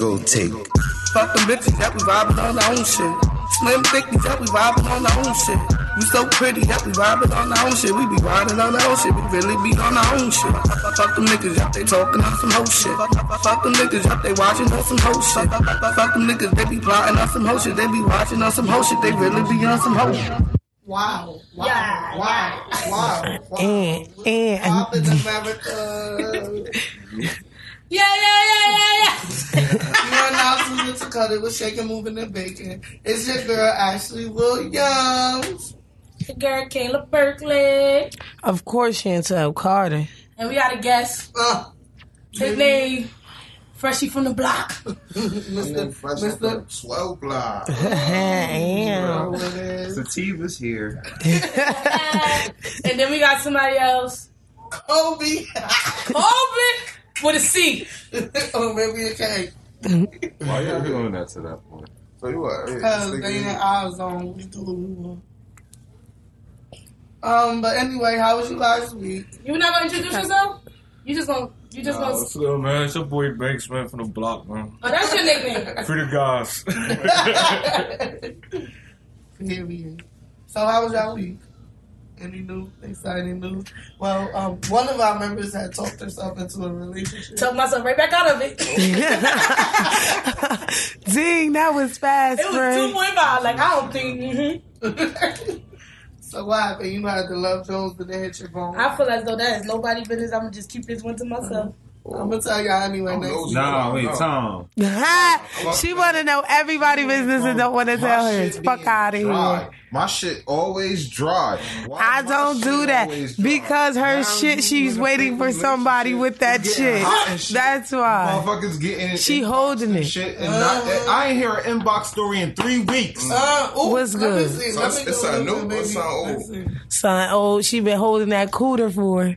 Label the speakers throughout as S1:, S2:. S1: Go take.
S2: Fuck the bitches that we vibing on our own shit. Slim thickies that we vibing on our own shit. We so pretty that we vibing on our own shit. We be riding on our own shit. We really be on our own shit. Fuck- Fuck fuck them niggas up, they talking on some hoe shit. Fuck- Fuck fuck them niggas up, they watching on some hoe shit. Fuck- Fuck fuck them niggas, they be plotting on some hoe shit. They be watching on some hoe shit. They really be on some hoe shit.
S3: Wow. Wow. Wow. Wow. wow. Pop in America.
S4: Yeah, yeah, yeah, yeah, yeah.
S3: You are now Susan Dakota with Shaking, Moving, and Baking. It's your girl, Ashley Williams.
S4: Your girl Kayla Berkeley.
S5: Of course, Chantel Carter.
S4: And we got a guest.
S3: Uh,
S4: His name, Freshie from the Block.
S3: Mr. Mr.
S6: Mr. Swell Block.
S5: Damn.
S3: Rowan.
S6: Sativa's here.
S4: and then we got somebody else,
S3: Kobe.
S4: Kobe with a C.
S3: or Oh, maybe a cake.
S7: Why you doing that to that point?
S6: So you are.
S3: Because they in our zone. We do what we want. Um, but anyway, how was you last week?
S4: You not gonna introduce yourself? You just gonna you just gonna.
S7: what's good, man? It's your boy Banks, man, from the block, man.
S4: Oh, that's your nickname.
S7: Free the guys.
S3: Period. So how was y'all week? Any new exciting news? Well, um, one of our members had talked herself into a relationship.
S4: Took myself right back out of it. It
S5: Ding, that was fast,
S4: was two
S5: friend.
S4: point five. Like I don't think. mhm.
S3: so what happened? You had to love Jones, but they hit your bone.
S4: I feel as though that is nobody business. I'm gonna just keep this one to myself.
S3: I'm gonna tell y'all anyway
S6: Oh,
S3: next
S6: no.
S3: week.
S7: nah, wait, Tom.
S5: she want to know everybody business and don't want to tell her. It's fuck out of here.
S6: My shit always dry. Why
S5: I
S6: my
S5: don't
S6: shit
S5: do that
S6: always dry?
S5: because her
S6: Now you
S5: shit. She's
S6: in a
S5: waiting for
S6: freaking
S5: somebody
S6: relationship.
S5: with that
S6: You getting
S5: shit.
S6: hot and shit.
S5: That's why.
S6: Motherfuckers getting it.
S5: She
S6: inbox
S5: holding
S6: and
S5: it.
S6: Shit and not, I ain't hear an inbox story in three
S4: Mm.
S6: weeks.
S3: Uh, ooh,
S5: What's
S3: let me
S5: good?
S3: see,
S6: So
S3: let
S6: it's-
S3: me
S6: it's
S3: go
S6: a
S3: look
S6: new-
S3: at
S6: it's
S3: baby.
S6: a old.
S3: Let's see.
S5: Son, oh, she been holding that cooter for.
S4: God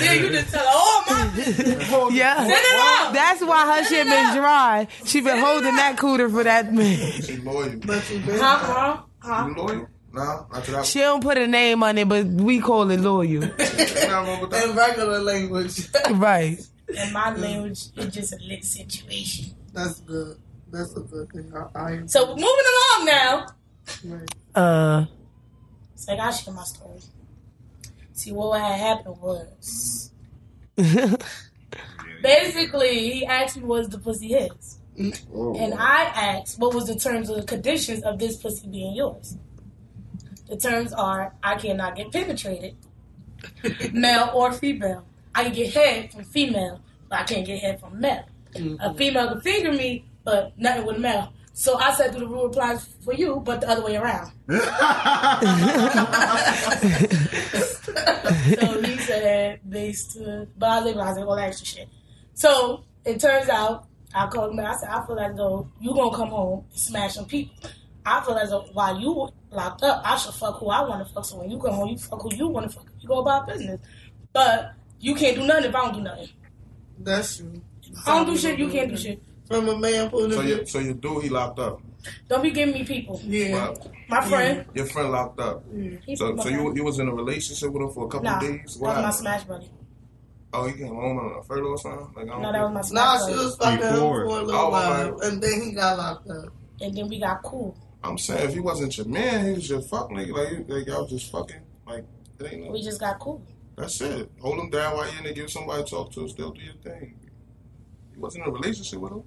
S4: damn, you just tell her all my business.
S5: Yeah.
S4: Send it out.
S5: That's why her shit been dry. She been holding that cooter for that man.
S6: She loyal.
S3: But you been-
S4: Huh, bro? Huh?
S6: You loyal? Nah, not to that.
S5: She don't put a name on it, but we call it loyal.
S6: Ain't nothing wrong with that.
S3: in regular language.
S5: right.
S4: In my language, it's just a lit situation.
S3: That's good. That's a good thing. I, I am
S4: So moving along now.
S3: right.
S5: Uh
S4: It's like I'll share my story. See what had happened was basically he asked me was the pussy his. And I asked what was the terms or conditions of this pussy being yours. The terms are I cannot get penetrated, male or female. I can get head from female, but I can't get head from male. A female can finger me, but nothing with male. So I said the rule applies for you, but the other way around. so he said uh, they stood blah blah blah all that extra shit. So it turns out I called him and I said, I feel as though you gonna come home and smash some people. I feel as though while you locked up, I should fuck who I wanna fuck. So when you come home, you fuck who you wanna fuck. You go about business. But you can't do nothing if I don't do nothing.
S3: That's true.
S4: I don't do shit, you can't do shit.
S3: From a man point
S6: So
S3: of view.
S6: your so your dude he locked up.
S4: Don't be giving me people.
S3: Yeah.
S6: Wow.
S4: My friend.
S6: Your friend locked up.
S4: he-
S6: So
S4: my
S6: so you
S4: friend.
S6: you was in a relationship with him for a couple
S4: Nah,
S6: of
S4: that
S6: days.
S4: was
S6: What
S4: my
S6: happened?
S4: smash buddy.
S6: Oh, he came home on a furlough or something. Like I don't
S4: No, that was my smash
S3: Nah,
S4: buddy.
S3: she was fucking him for
S7: Before.
S3: a little
S6: Oh,
S3: while,
S6: my.
S3: and then he got locked up.
S4: And then we got cool.
S6: I'm saying if he wasn't your man, he was your fuck nigga. Like, you- like y'all just fucking. Like it ain't
S4: We
S6: no,
S4: just got cool.
S6: that's it. Hold him down while you're in there. Give somebody to talk to. Still do your thing. You wasn't in a relationship with him.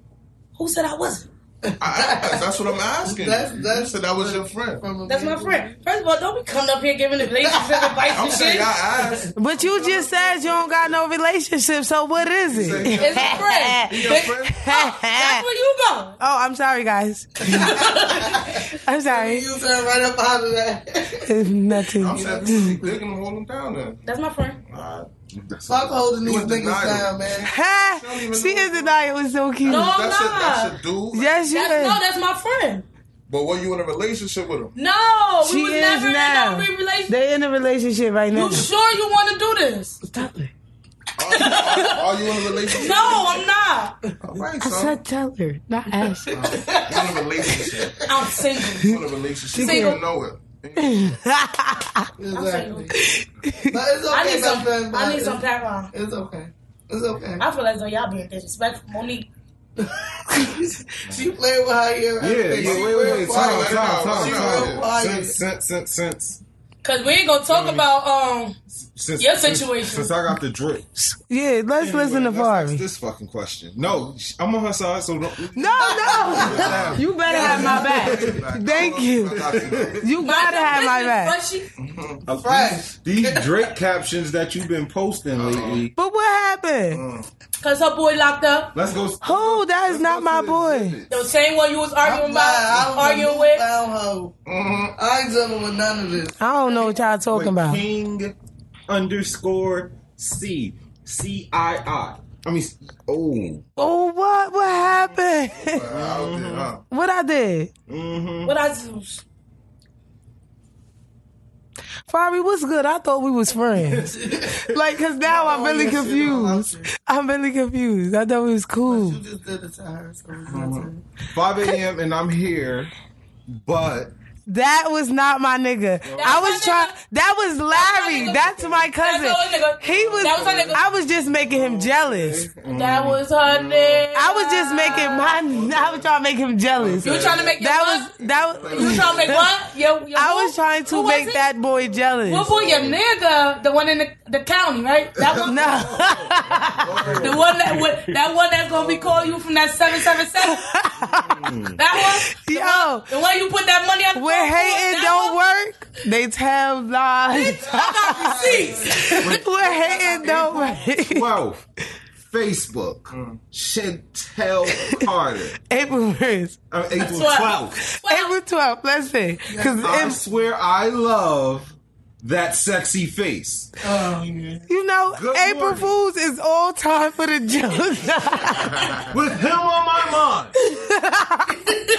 S4: Who said I wasn't?
S6: I, I, that's what I'm asking.
S3: That's-
S6: you.
S3: that's-
S6: you said that was your friend.
S3: From a
S4: That's my
S3: man point of
S4: friend. First of all, don't be coming up here giving the relationship advice
S6: I'm
S4: and
S6: saying
S4: shit.
S6: I asked.
S5: But you just said you don't got no relationship, so what is it?
S6: Say,
S4: It's a friend.
S6: he your friend?
S4: That's where you go.
S5: Oh, I'm sorry, guys. I'm
S3: view.
S5: sorry.
S3: You said right up out of that.
S6: I'm
S5: Nothing.
S6: saying if you was digging him, hold him down then.
S4: That's my friend.
S6: All right.
S3: Fuck holding these
S6: You in
S3: niggas
S6: denial.
S3: down, man.
S5: she is denying it was so cute.
S4: No.
S6: that's,
S4: nah.
S6: a, that's a dude.
S5: Yes, you
S4: That's, no,
S5: is.
S4: that's my friend.
S6: But were you in a relationship with him?
S4: No,
S5: She
S4: we was
S5: is
S4: never
S5: now.
S4: in a relationship.
S5: They in a relationship right now.
S4: You sure you want to do this?
S5: Stop it.
S6: Are you, are, are you in a relationship?
S4: No, I'm not.
S6: All right,
S5: I
S6: son.
S5: said tell her, not ask.
S6: You're in a relationship.
S4: I'm single.
S6: You're in a relationship. You
S4: Single.
S6: don't know it.
S3: Exactly. But it's okay,
S4: I need
S3: my
S4: some.
S3: friend.
S4: I
S3: but
S4: need some
S3: it's-
S4: background.
S3: It's okay. It's okay.
S4: I feel as though y'all being disrespectful, Monique.
S3: she played with her ear. and
S7: Yeah,
S3: everything.
S7: yeah,
S3: She
S7: wait, wait,
S3: real
S7: wait, time,
S3: quiet.
S6: Let it
S7: time,
S6: out,
S7: time,
S6: let it
S3: out.
S7: time. Since, since, since, since,
S4: Cause we ain't gonna talk about um
S7: since
S4: Your
S7: since-
S4: situation.
S7: Since, I got the drip.
S5: Yeah, let's listen to
S7: Let's ask
S5: Barbie.
S7: this fucking question. No, sh- I'm on her side, so don't.
S5: No, no. You better have my back. Thank you. You gotta have my back.
S4: business, but she-
S7: Uh,
S3: Fresh.
S7: These, these Drake captions that you've been posting lately.
S5: But what
S4: Uh,
S5: happened?
S4: Cause her boy locked up.
S7: Let's go.
S4: uh,
S5: Who? That is not my boy.
S4: The same one you was arguing
S3: I'm lying.
S4: about,
S3: I was a
S4: arguing with.
S3: newfound hoe.
S6: Mm-hmm.
S3: I ain't dealing with none of this.
S5: I don't know what y'all talking about.
S7: King underscore C C I I. I mean, oh,
S5: Oh, what? What happened?
S6: Out there, huh?
S7: Oh.
S5: what I did?
S7: mm-hmm.
S4: What I do?
S5: Fari, what's good? I thought we was friends.
S7: Uh,
S5: like, cause now I'm really confused. I'm really confused. I thought we was cool.
S3: You just did it to her, so it's your
S7: Mm-hmm.
S3: turn.
S7: 5 a.m. and I'm here, but
S5: That was not my nigga. I
S4: my
S5: was
S4: nigga.
S5: trying. That was Larry.
S4: nigga.
S5: That's my
S4: That's
S5: cousin.
S4: her nigga.
S5: He was.
S4: That was her nigga. Oh,
S5: I was just making him jealous.
S4: That was her name.
S5: I was just making my. I was trying to make him jealous.
S4: You trying to make your
S5: that was that. Was,
S4: You trying to make what? Your, your
S5: I
S4: who?
S5: was trying to
S4: Who was
S5: make
S4: it?
S5: that boy jealous.
S4: What boy? Your nigga, the one in the, the county, right? That one.
S5: No,
S4: The one that wa- that one that's gonna be calling you from that seven seven seven. That one.
S5: yo,
S4: The one you put that money up.
S5: when hating don't work, they tell lies.
S4: I got receipts.
S5: when hating don't work,
S7: 12. Facebook, Chantel Carter,
S5: April first,
S7: uh, April
S4: Twelve.
S7: 12th.
S4: Well,
S5: April twelfth. Let's see,
S7: I
S5: because
S7: swear I love that sexy face.
S3: Oh, yeah.
S5: you know
S7: Good
S5: April
S7: morning.
S5: Fools is all time for the joke.
S7: With him on my mind.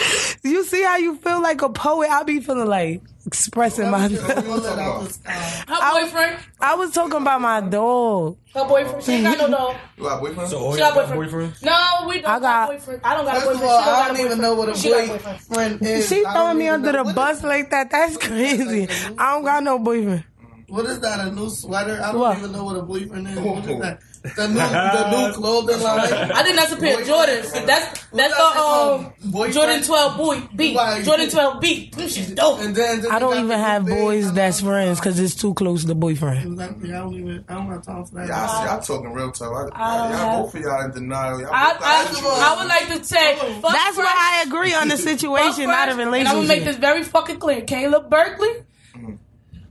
S5: you see how you feel like a poet? I be feeling like expressing myself.
S3: Pull it out the sky.
S4: her boyfriend.
S5: I was talking about my dog.
S4: Her boyfriend. She ain't got no dog.
S6: You got a boyfriend?
S7: So all
S4: She
S7: y'all
S4: got
S7: got
S4: boyfriend.
S7: boyfriend?
S4: No, we don't
S5: I got-
S4: got boyfriend. I don't got
S3: First of
S4: boyfriend.
S3: all,
S4: she don't
S3: I
S4: got a
S3: don't even
S4: boyfriend.
S3: know what a
S4: She got a boyfriend.
S3: boyfriend is.
S5: She
S3: I
S5: throwing
S3: don't
S5: me
S3: even
S5: under
S3: know-
S5: the
S3: what is-
S5: bus like that. That's crazy. I don't got no boyfriend.
S3: What is that? A new sweater? I don't
S5: What?
S3: even know what a boyfriend is. What is that? The new, the new clothing line.
S4: I think that's a pair of Jordans. That's that's the um
S3: Boyfriend.
S4: Jordan twelve boy B.
S3: Right.
S4: Jordan twelve B. Them shit's dope.
S3: And then, then
S5: I
S3: they
S5: don't
S3: got
S5: even
S3: the
S5: have
S3: big-
S5: boys that's friends because it's too close to boyfriend.
S3: Exactly. I don't even. I don't have time for that.
S6: Y'all, see, y'all talking real talk. I,
S4: I don't
S6: y'all,
S4: have-
S6: both of y'all in denial. Y'all
S4: I,
S6: both
S4: I,
S6: got issues.
S4: I would like to say fuck
S5: That's
S4: first,
S5: why I agree on the
S4: fuck
S5: situation, not a
S4: first, And I'm gonna make this
S5: relationship.
S4: very fucking clear. Caleb Berkeley
S3: Mm.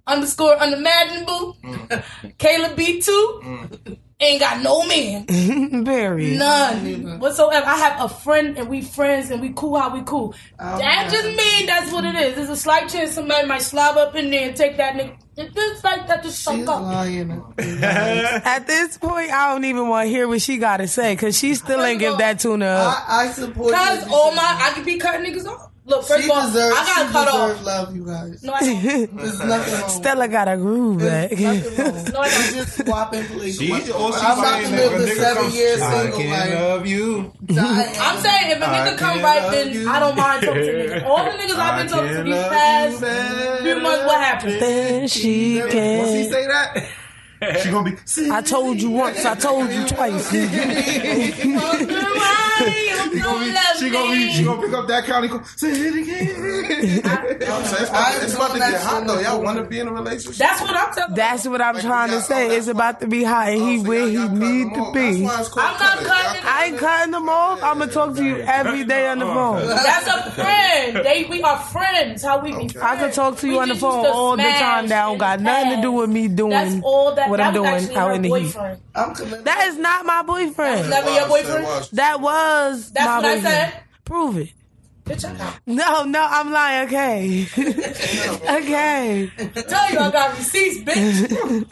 S4: underscore unimaginable. Caleb B two
S3: Mm.
S4: ain't got no man,
S5: Very.
S3: Mm.
S4: none whatsoever. I have a friend and we friends and we cool how we cool.
S3: Oh,
S4: that just mean that's what it is. There's a slight chance somebody might slob up in there and take that nigga. It just like that just
S3: She's
S4: suck up.
S3: lying.
S5: At this point, I don't even want to hear what she got to say because she still ain't give that tuna up.
S3: I, I support.
S4: Cause
S3: you.
S4: all my I could be cutting niggas off. Look,
S3: She
S4: first of all,
S3: deserves.
S4: I got
S3: she
S4: cut
S3: deserves
S4: off.
S3: Love you guys.
S4: No, I don't.
S3: There's nothing wrong.
S5: Stella got a groove back.
S3: Nothing wrong.
S4: No, I don't.
S3: It's just swapping places.
S7: She's also
S3: I'm about to
S7: saying
S3: live
S7: that
S3: the
S7: nigga
S3: seven
S7: comes-
S3: years
S7: I
S3: single
S7: can
S3: life.
S7: love you.
S3: Dying.
S4: I'm saying if a
S7: I
S4: nigga come
S7: can't
S4: right,
S7: love
S4: then
S7: you.
S4: I don't mind talking to niggas. All the niggas I've been talking to
S7: can
S4: these
S7: love you
S4: past
S7: better.
S4: few months, what happened?
S5: Then she
S7: Once he
S5: can.
S7: say that, she gonna be.
S5: I told you once. I told you twice.
S4: Why you
S7: She gonna,
S4: don't
S7: be,
S4: love
S7: she, gonna be, she
S4: me?
S7: gonna pick up that county. Go, say it again.
S6: I'm saying, it's about, it's about to get
S3: That's
S6: hot though. Y'all want to
S3: what
S6: be in a relationship?
S4: That's what I'm telling.
S5: That's what I'm trying to say. It's about to be hot, and he
S6: So y'all-
S5: where he
S6: y'all cut
S5: need
S6: them
S5: to
S6: off. That's
S5: be.
S6: why it's called
S4: I'm not
S6: cutting.
S4: cutting
S6: Y'all
S5: I ain't cutting them off. I'm gonna talk to you every day on the phone.
S4: you. That's a friend. They we are friends. How we be friends.
S5: I could talk to you
S4: We
S5: on the
S4: just used
S5: phone
S4: to
S5: all the
S4: smash
S5: time. That don't
S4: in
S5: got
S4: the
S5: nothing to do with me doing
S4: That's all that
S5: what
S4: that
S5: I'm
S4: was
S5: doing
S4: actually
S5: out
S4: her
S5: in the heat.
S4: boyfriend.
S3: I'm committed.
S5: That is not my boyfriend.
S4: Never your
S6: was,
S4: boyfriend.
S6: it was.
S5: That was
S4: That's
S5: my
S4: what I
S5: boyfriend.
S4: said.
S5: Prove it.
S4: Bitch, I got-
S5: No, no, I'm lying. Okay, okay.
S4: I tell you, I got receipts, bitch.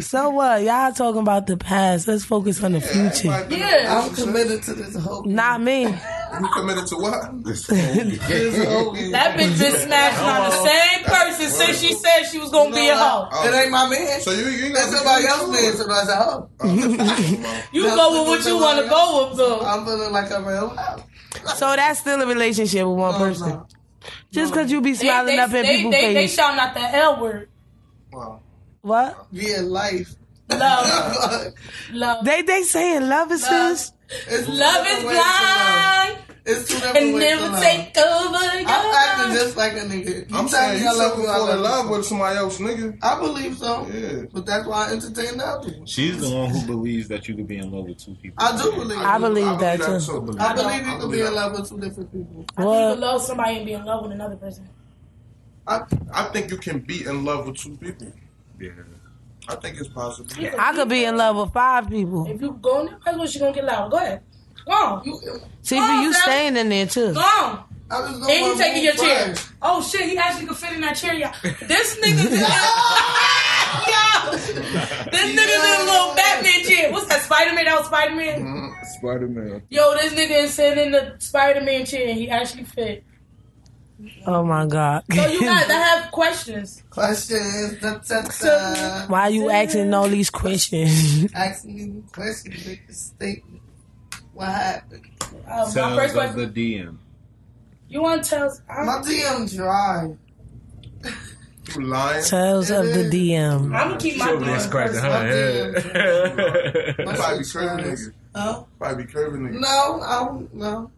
S5: So what? Y'all talking about the past? Let's focus on the future.
S6: everybody-
S4: Yeah.
S3: I'm committed to this whole.
S5: Not me.
S6: You committed to what?
S3: This whole
S4: That bitch been smashing on the same person since she said she was gonna be a hoe.
S3: It ain't my man.
S6: Oh. So you, you ain't
S3: That's
S6: gotta be
S3: somebody
S6: committed
S3: else's
S6: to
S3: man.
S6: it.
S3: So that's a hoe.
S4: You
S3: That's
S4: go with what
S3: the
S4: you want to go with, though.
S3: I'm feeling like a real hoe.
S5: So that's still a relationship with one
S3: Oh, No,
S5: person.
S3: no.
S5: Just because you be
S4: They,
S5: smiling
S4: they,
S5: up in
S4: they,
S5: people's
S4: they, they
S5: face.
S4: shout out the L word.
S6: Wow.
S5: What?
S3: Be in life.
S4: Love. Love.
S5: They they saying love is
S4: Love.
S5: sis.
S3: It's
S4: Love
S3: two
S4: is
S3: different ways to
S4: blind
S3: love. It's two different
S4: and
S3: ways to
S4: never
S3: love.
S4: take over
S3: I'm
S4: your
S3: acting
S4: mind.
S3: just like a nigga. You
S6: I'm
S3: tell
S6: saying
S3: me
S6: you
S3: I love
S6: sucking
S3: you, I
S6: for the
S3: love
S6: love
S3: you.
S6: with somebody else, nigga.
S3: I believe so.
S6: Yeah.
S3: But that's why I entertain the other one.
S1: She's the one who believes that you could be in love with two people.
S3: I do believe.
S5: I
S3: it.
S5: believe that too.
S3: I
S4: I
S3: believe
S4: don't-
S3: you
S6: I
S3: can be
S6: believe
S3: in
S6: that.
S3: love with two different people.
S4: I think you
S5: Well,
S4: can love somebody and be in love with another person.
S6: I, I think you can be in love with two people.
S1: Yeah.
S6: I think it's possible.
S5: I could be in love with five people.
S4: If you go in there, might as well she gonna get loud. Go ahead. Go on.
S3: You,
S5: TP, you staying in there too.
S4: Oh, Go on.
S3: I was going
S4: And he taking your chair.
S3: first.
S4: Oh shit, he actually could fit in that chair. Y'all. This nigga's in Yo! This nigga's in a little Batman chair. What's that? Spider Man? That was Spider Man.
S1: Spider Man.
S4: Yo, this nigga is sitting in the Spider Man chair and he actually fit.
S5: Oh my God.
S4: So you guys, I have questions.
S3: Questions. Da, da, da.
S4: So-
S5: Why you asking all these questions?
S3: Asking me questions. Make a statement. What happened?
S4: Uh, my
S1: Tell
S4: first
S1: us
S4: question.
S1: of the DM.
S4: you want to tell? us- I'm,
S3: My DM dry.
S6: You lying.
S5: Tales of the DM.
S4: I'm gonna keep my.
S3: over there scratching her
S6: You
S3: My
S6: probably be
S3: shit's
S6: curving
S3: dry.
S6: niggas.
S3: Huh?
S6: Probably be curving niggas.
S3: No, I don't know.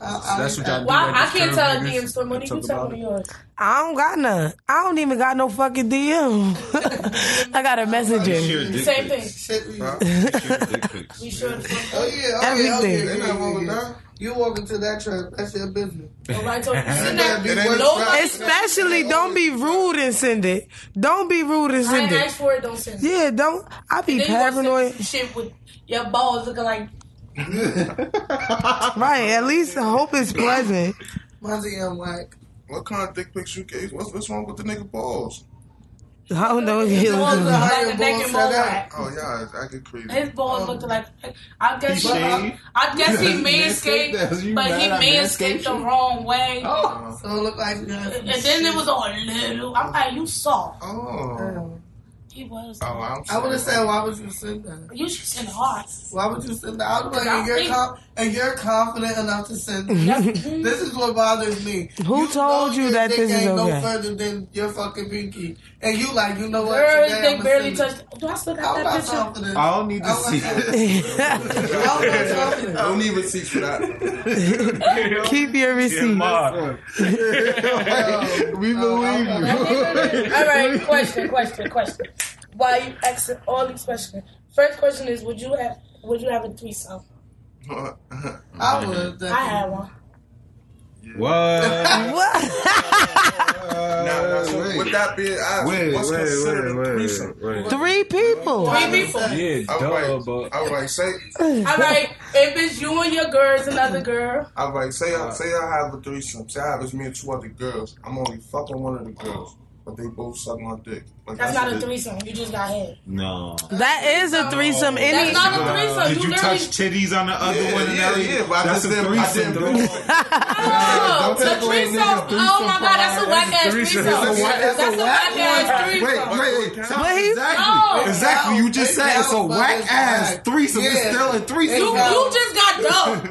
S3: I, I,
S1: That's what y'all do.
S4: Why I
S1: Just
S4: can't
S1: curve
S4: tell a
S1: niggas
S4: DM story. Monique,
S1: and
S4: you
S1: talk
S4: tell
S1: about
S4: me
S1: it.
S4: yours.
S5: I don't got none. I don't even got no fucking DM. I got a messenger.
S1: Sheer dick
S4: Same
S1: pics.
S4: thing.
S3: Shit, we-
S6: Huh?
S1: Sheer dick pics.
S4: We sure.
S3: Oh yeah, oh,
S5: Everything.
S3: Yeah, oh, yeah,
S6: Ain't
S3: yeah,
S6: nothing wrong
S3: yeah,
S6: with
S3: yeah.
S6: that.
S3: You walk into that trap, that's your business.
S4: Nobody told you.
S6: It
S4: Send
S6: ain't-
S4: that.
S6: it ain't a
S4: Nobody-
S6: trap.
S5: Especially don't be rude and send it. Don't be rude and
S4: I
S5: send
S4: ain't
S5: it.
S4: asked for it. Don't send it.
S5: Yeah, don't. I be
S4: Then you gonna
S5: paranoid.
S4: send Shit with your balls looking like.
S5: Right. At least I hope it's pleasant.
S3: My DM like,
S6: What kind of dick pics you gave? What's, what's wrong with the nigga balls?
S5: I don't know if
S4: His
S5: you
S4: balls look
S5: look
S3: How
S4: like
S3: your
S4: a naked
S3: balls
S4: mole
S3: set up?
S4: rat.
S6: Oh yeah, I, I get crazy.
S4: His balls looked like. I guess
S1: He
S4: he.
S1: shaved?
S4: I guess he
S1: You manscaped us.
S4: manscaped,
S1: You
S4: but
S1: mad
S4: he
S1: I
S4: manscaped
S1: manscaped
S4: the
S1: you? Oh.
S4: wrong way.
S6: Uh,
S3: so it look like you have some
S4: Oh. And then it was all little. I'm like, you soft.
S6: oh.
S3: shit.
S4: He was.
S6: Oh, I'm
S3: I would have
S6: sorry.
S3: said, why would you send that?
S4: You should send hearts.
S3: Why would you send that? I was like,
S4: I
S3: and you're,
S4: think-
S3: com- and you're confident enough to send this. this is what bothers me.
S5: Who told
S3: know
S5: you
S3: your
S5: that
S3: dick
S5: this is
S3: ain't
S5: okay?
S3: no further than your fucking pinky, and you like, you know what?
S4: Girl, his
S3: today
S4: dick
S3: I'ma
S4: barely
S3: send it.
S4: touched. Do I still
S3: I'm
S4: got
S3: not
S4: that picture?
S3: confident.
S1: I don't need to
S4: Oh,
S3: I'm not
S1: see
S3: confident.
S1: it.
S3: I'm not confident.
S6: Don't even
S3: oh.
S6: see for that.
S5: Keep your receipt.
S1: we believe you.
S4: Oh, all right, question, question, question. Why you asking all these questions? First question is, would you have, would you have a threesome?
S3: I would.
S4: I had one.
S1: What?
S6: Nah, nah, so
S1: Uh, wait.
S6: with that being asked,
S1: Wait,
S6: what's
S1: wait,
S6: considered
S1: wait,
S6: a
S1: wait,
S6: threesome?
S1: wait.
S5: Three people.
S4: Three people.
S1: Yeah,
S6: All
S1: duh,
S6: right,
S1: but
S6: all right. Say,
S4: All right, if it's you and your girl, it's another girl.
S6: all right. Say, I, say I have a threesome. Say I have it's me and two other girls. I'm only fucking one of the girls, but they both suck my dick. Like,
S4: That's not a
S6: it.
S4: threesome. You just got hit.
S1: no.
S5: That is a threesome.
S4: That's
S5: Any
S4: not a threesome.
S1: Did you
S4: literally.
S1: touch titties on the other
S6: Yeah,
S1: one? and
S6: yeah,
S1: everything?
S6: yeah, but I
S1: That's
S6: just
S1: a
S6: didn't- I
S1: threesome,
S6: didn't-
S1: though.
S4: Oh,
S6: Don't
S4: the
S6: take away
S4: threesome.
S6: niggas'
S4: Oh my God, that's a whack ass
S1: threesome.
S4: threesome.
S1: That's
S6: a whack-
S4: That's a whack ass
S6: Wait,
S4: threesome.
S6: wait, wait.
S5: But he-
S4: No.
S1: Exactly. Exactly. You just
S3: They
S1: said it's a
S3: count, but
S1: whack
S3: it's
S1: ass
S3: whack.
S1: threesome. It's
S3: Yeah.
S1: still a
S3: They
S4: You,
S1: threesome.
S3: count.
S4: you just got dumped.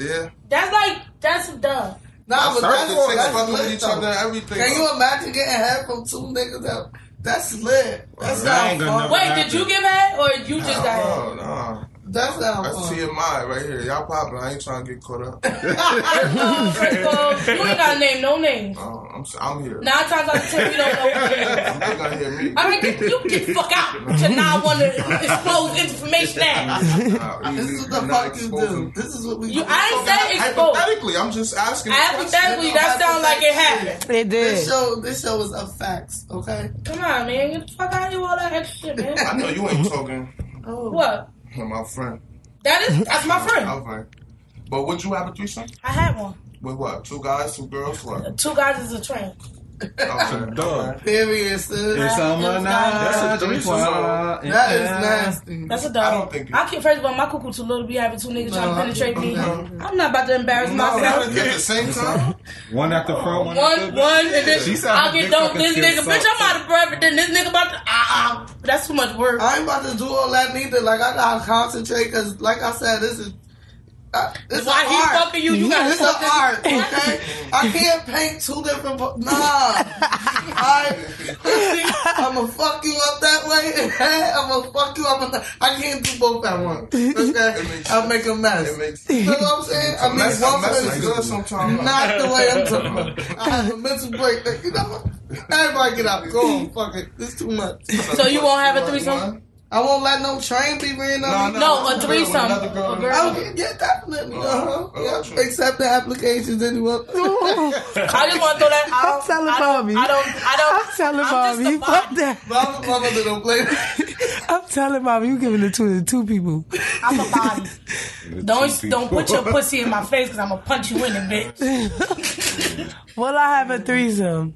S6: Yeah.
S4: That's like that's dumb.
S3: Nah, but
S6: Certain
S3: that's what
S6: chicks
S3: that's
S6: fucking with
S3: lit,
S6: each other and
S3: though.
S6: everything.
S3: Can you imagine getting head from two niggas that that's lit. That's
S1: I
S3: not
S1: ain't
S3: fun.
S1: gonna-
S4: Wait, did you give head or you just got
S6: Oh, no.
S3: That's not
S6: That's
S4: Oh.
S3: fun.
S6: TMI right here. Y'all popping. I ain't trying to get caught up. Uh,
S4: head? Uh, First of all, you ain't got to name no names.
S6: Oh, I'm, s- I'm here.
S4: Nine times out of ten, you don't know what it is.
S6: I'm not gonna hear me.
S4: I mean, get, you get the fuck out. You not want to expose information at.
S6: Nah, you-
S3: This is what
S6: you're
S3: the
S6: not
S3: fuck you do.
S6: exposing-
S3: This is what we
S4: You,
S3: do.
S4: I ain't say exposed.
S6: Hypothetically, I'm just asking. a
S4: Hypothetically, that sound like it happened.
S5: it
S3: This
S5: did.
S3: show this show is a facts, okay?
S4: Come on, man. Get the fuck out of here with all that extra shit, man.
S6: question. I know you ain't talking
S3: Oh.
S4: What?
S6: to my friend.
S4: That is, that's my friend.
S6: Okay. But would you have a threesome?
S4: I had one.
S6: With what? Two guys, two girls? What?
S4: Two guys is a train.
S6: Okay.
S1: Duh.
S3: Period, sis.
S1: It's
S3: That
S1: on my
S4: That's
S1: night.
S6: a threesome.
S3: is nasty.
S4: That's a
S6: I
S4: dog.
S6: don't think it-
S4: I can't, first of all, my cuckoo too little to be having two niggas trying to
S3: No,
S4: penetrate me.
S6: okay.
S4: I'm not about to embarrass
S6: No,
S4: myself.
S6: at the same time.
S1: One at the front, one, at the
S4: One, one, and then
S1: She sound
S4: I'll
S1: like
S4: get
S1: they
S4: dumped. This
S1: fucking
S4: nigga,
S1: feel
S4: bitch, I'm out of breath. And then this nigga about to, ah, ah. That's too much work.
S3: I ain't about to do all that neither. Like I gotta concentrate because like I said, this is I, it's
S4: Why
S3: an
S4: he
S3: art.
S4: fucking you? You got
S3: It's an
S4: something.
S3: art, okay? I can't paint two different. Po- nah, I, I'm gonna fuck you up that way. and that, I'm gonna fuck you up. Another. I can't do both at once. Okay, I'll make a mess.
S6: It makes
S3: You know what I'm saying? I mean,
S6: mess,
S3: one
S6: mess
S3: is
S6: is
S3: good.
S6: good sometimes.
S3: Not the way I'm talking about. I have a mental break. Like, you know what? Everybody get out. Go on. Fuck it. It's too much.
S4: So you won't have a
S6: One.
S4: threesome?
S3: I won't let no train be ran on me.
S4: No, a
S6: with
S4: threesome.
S6: another girl.
S4: A girl.
S3: Oh, yeah, definitely. Uh-huh.
S6: Oh,
S3: Yeah,
S6: true.
S3: Accept the applications anyway.
S4: I just want to throw that out.
S5: I'm telling
S4: I don't-
S5: Bobby.
S4: I don't. I don't.
S5: I'm telling
S4: I'm
S5: Bobby,
S4: just a
S5: you fuck
S4: body.
S5: that.
S3: Mama, mama, little play.
S5: I'm telling Bobby, you giving it to the two people.
S4: I'm a body. Don't don't put your pussy in my face because I'm gonna punch you in the bitch.
S5: Will I have a threesome?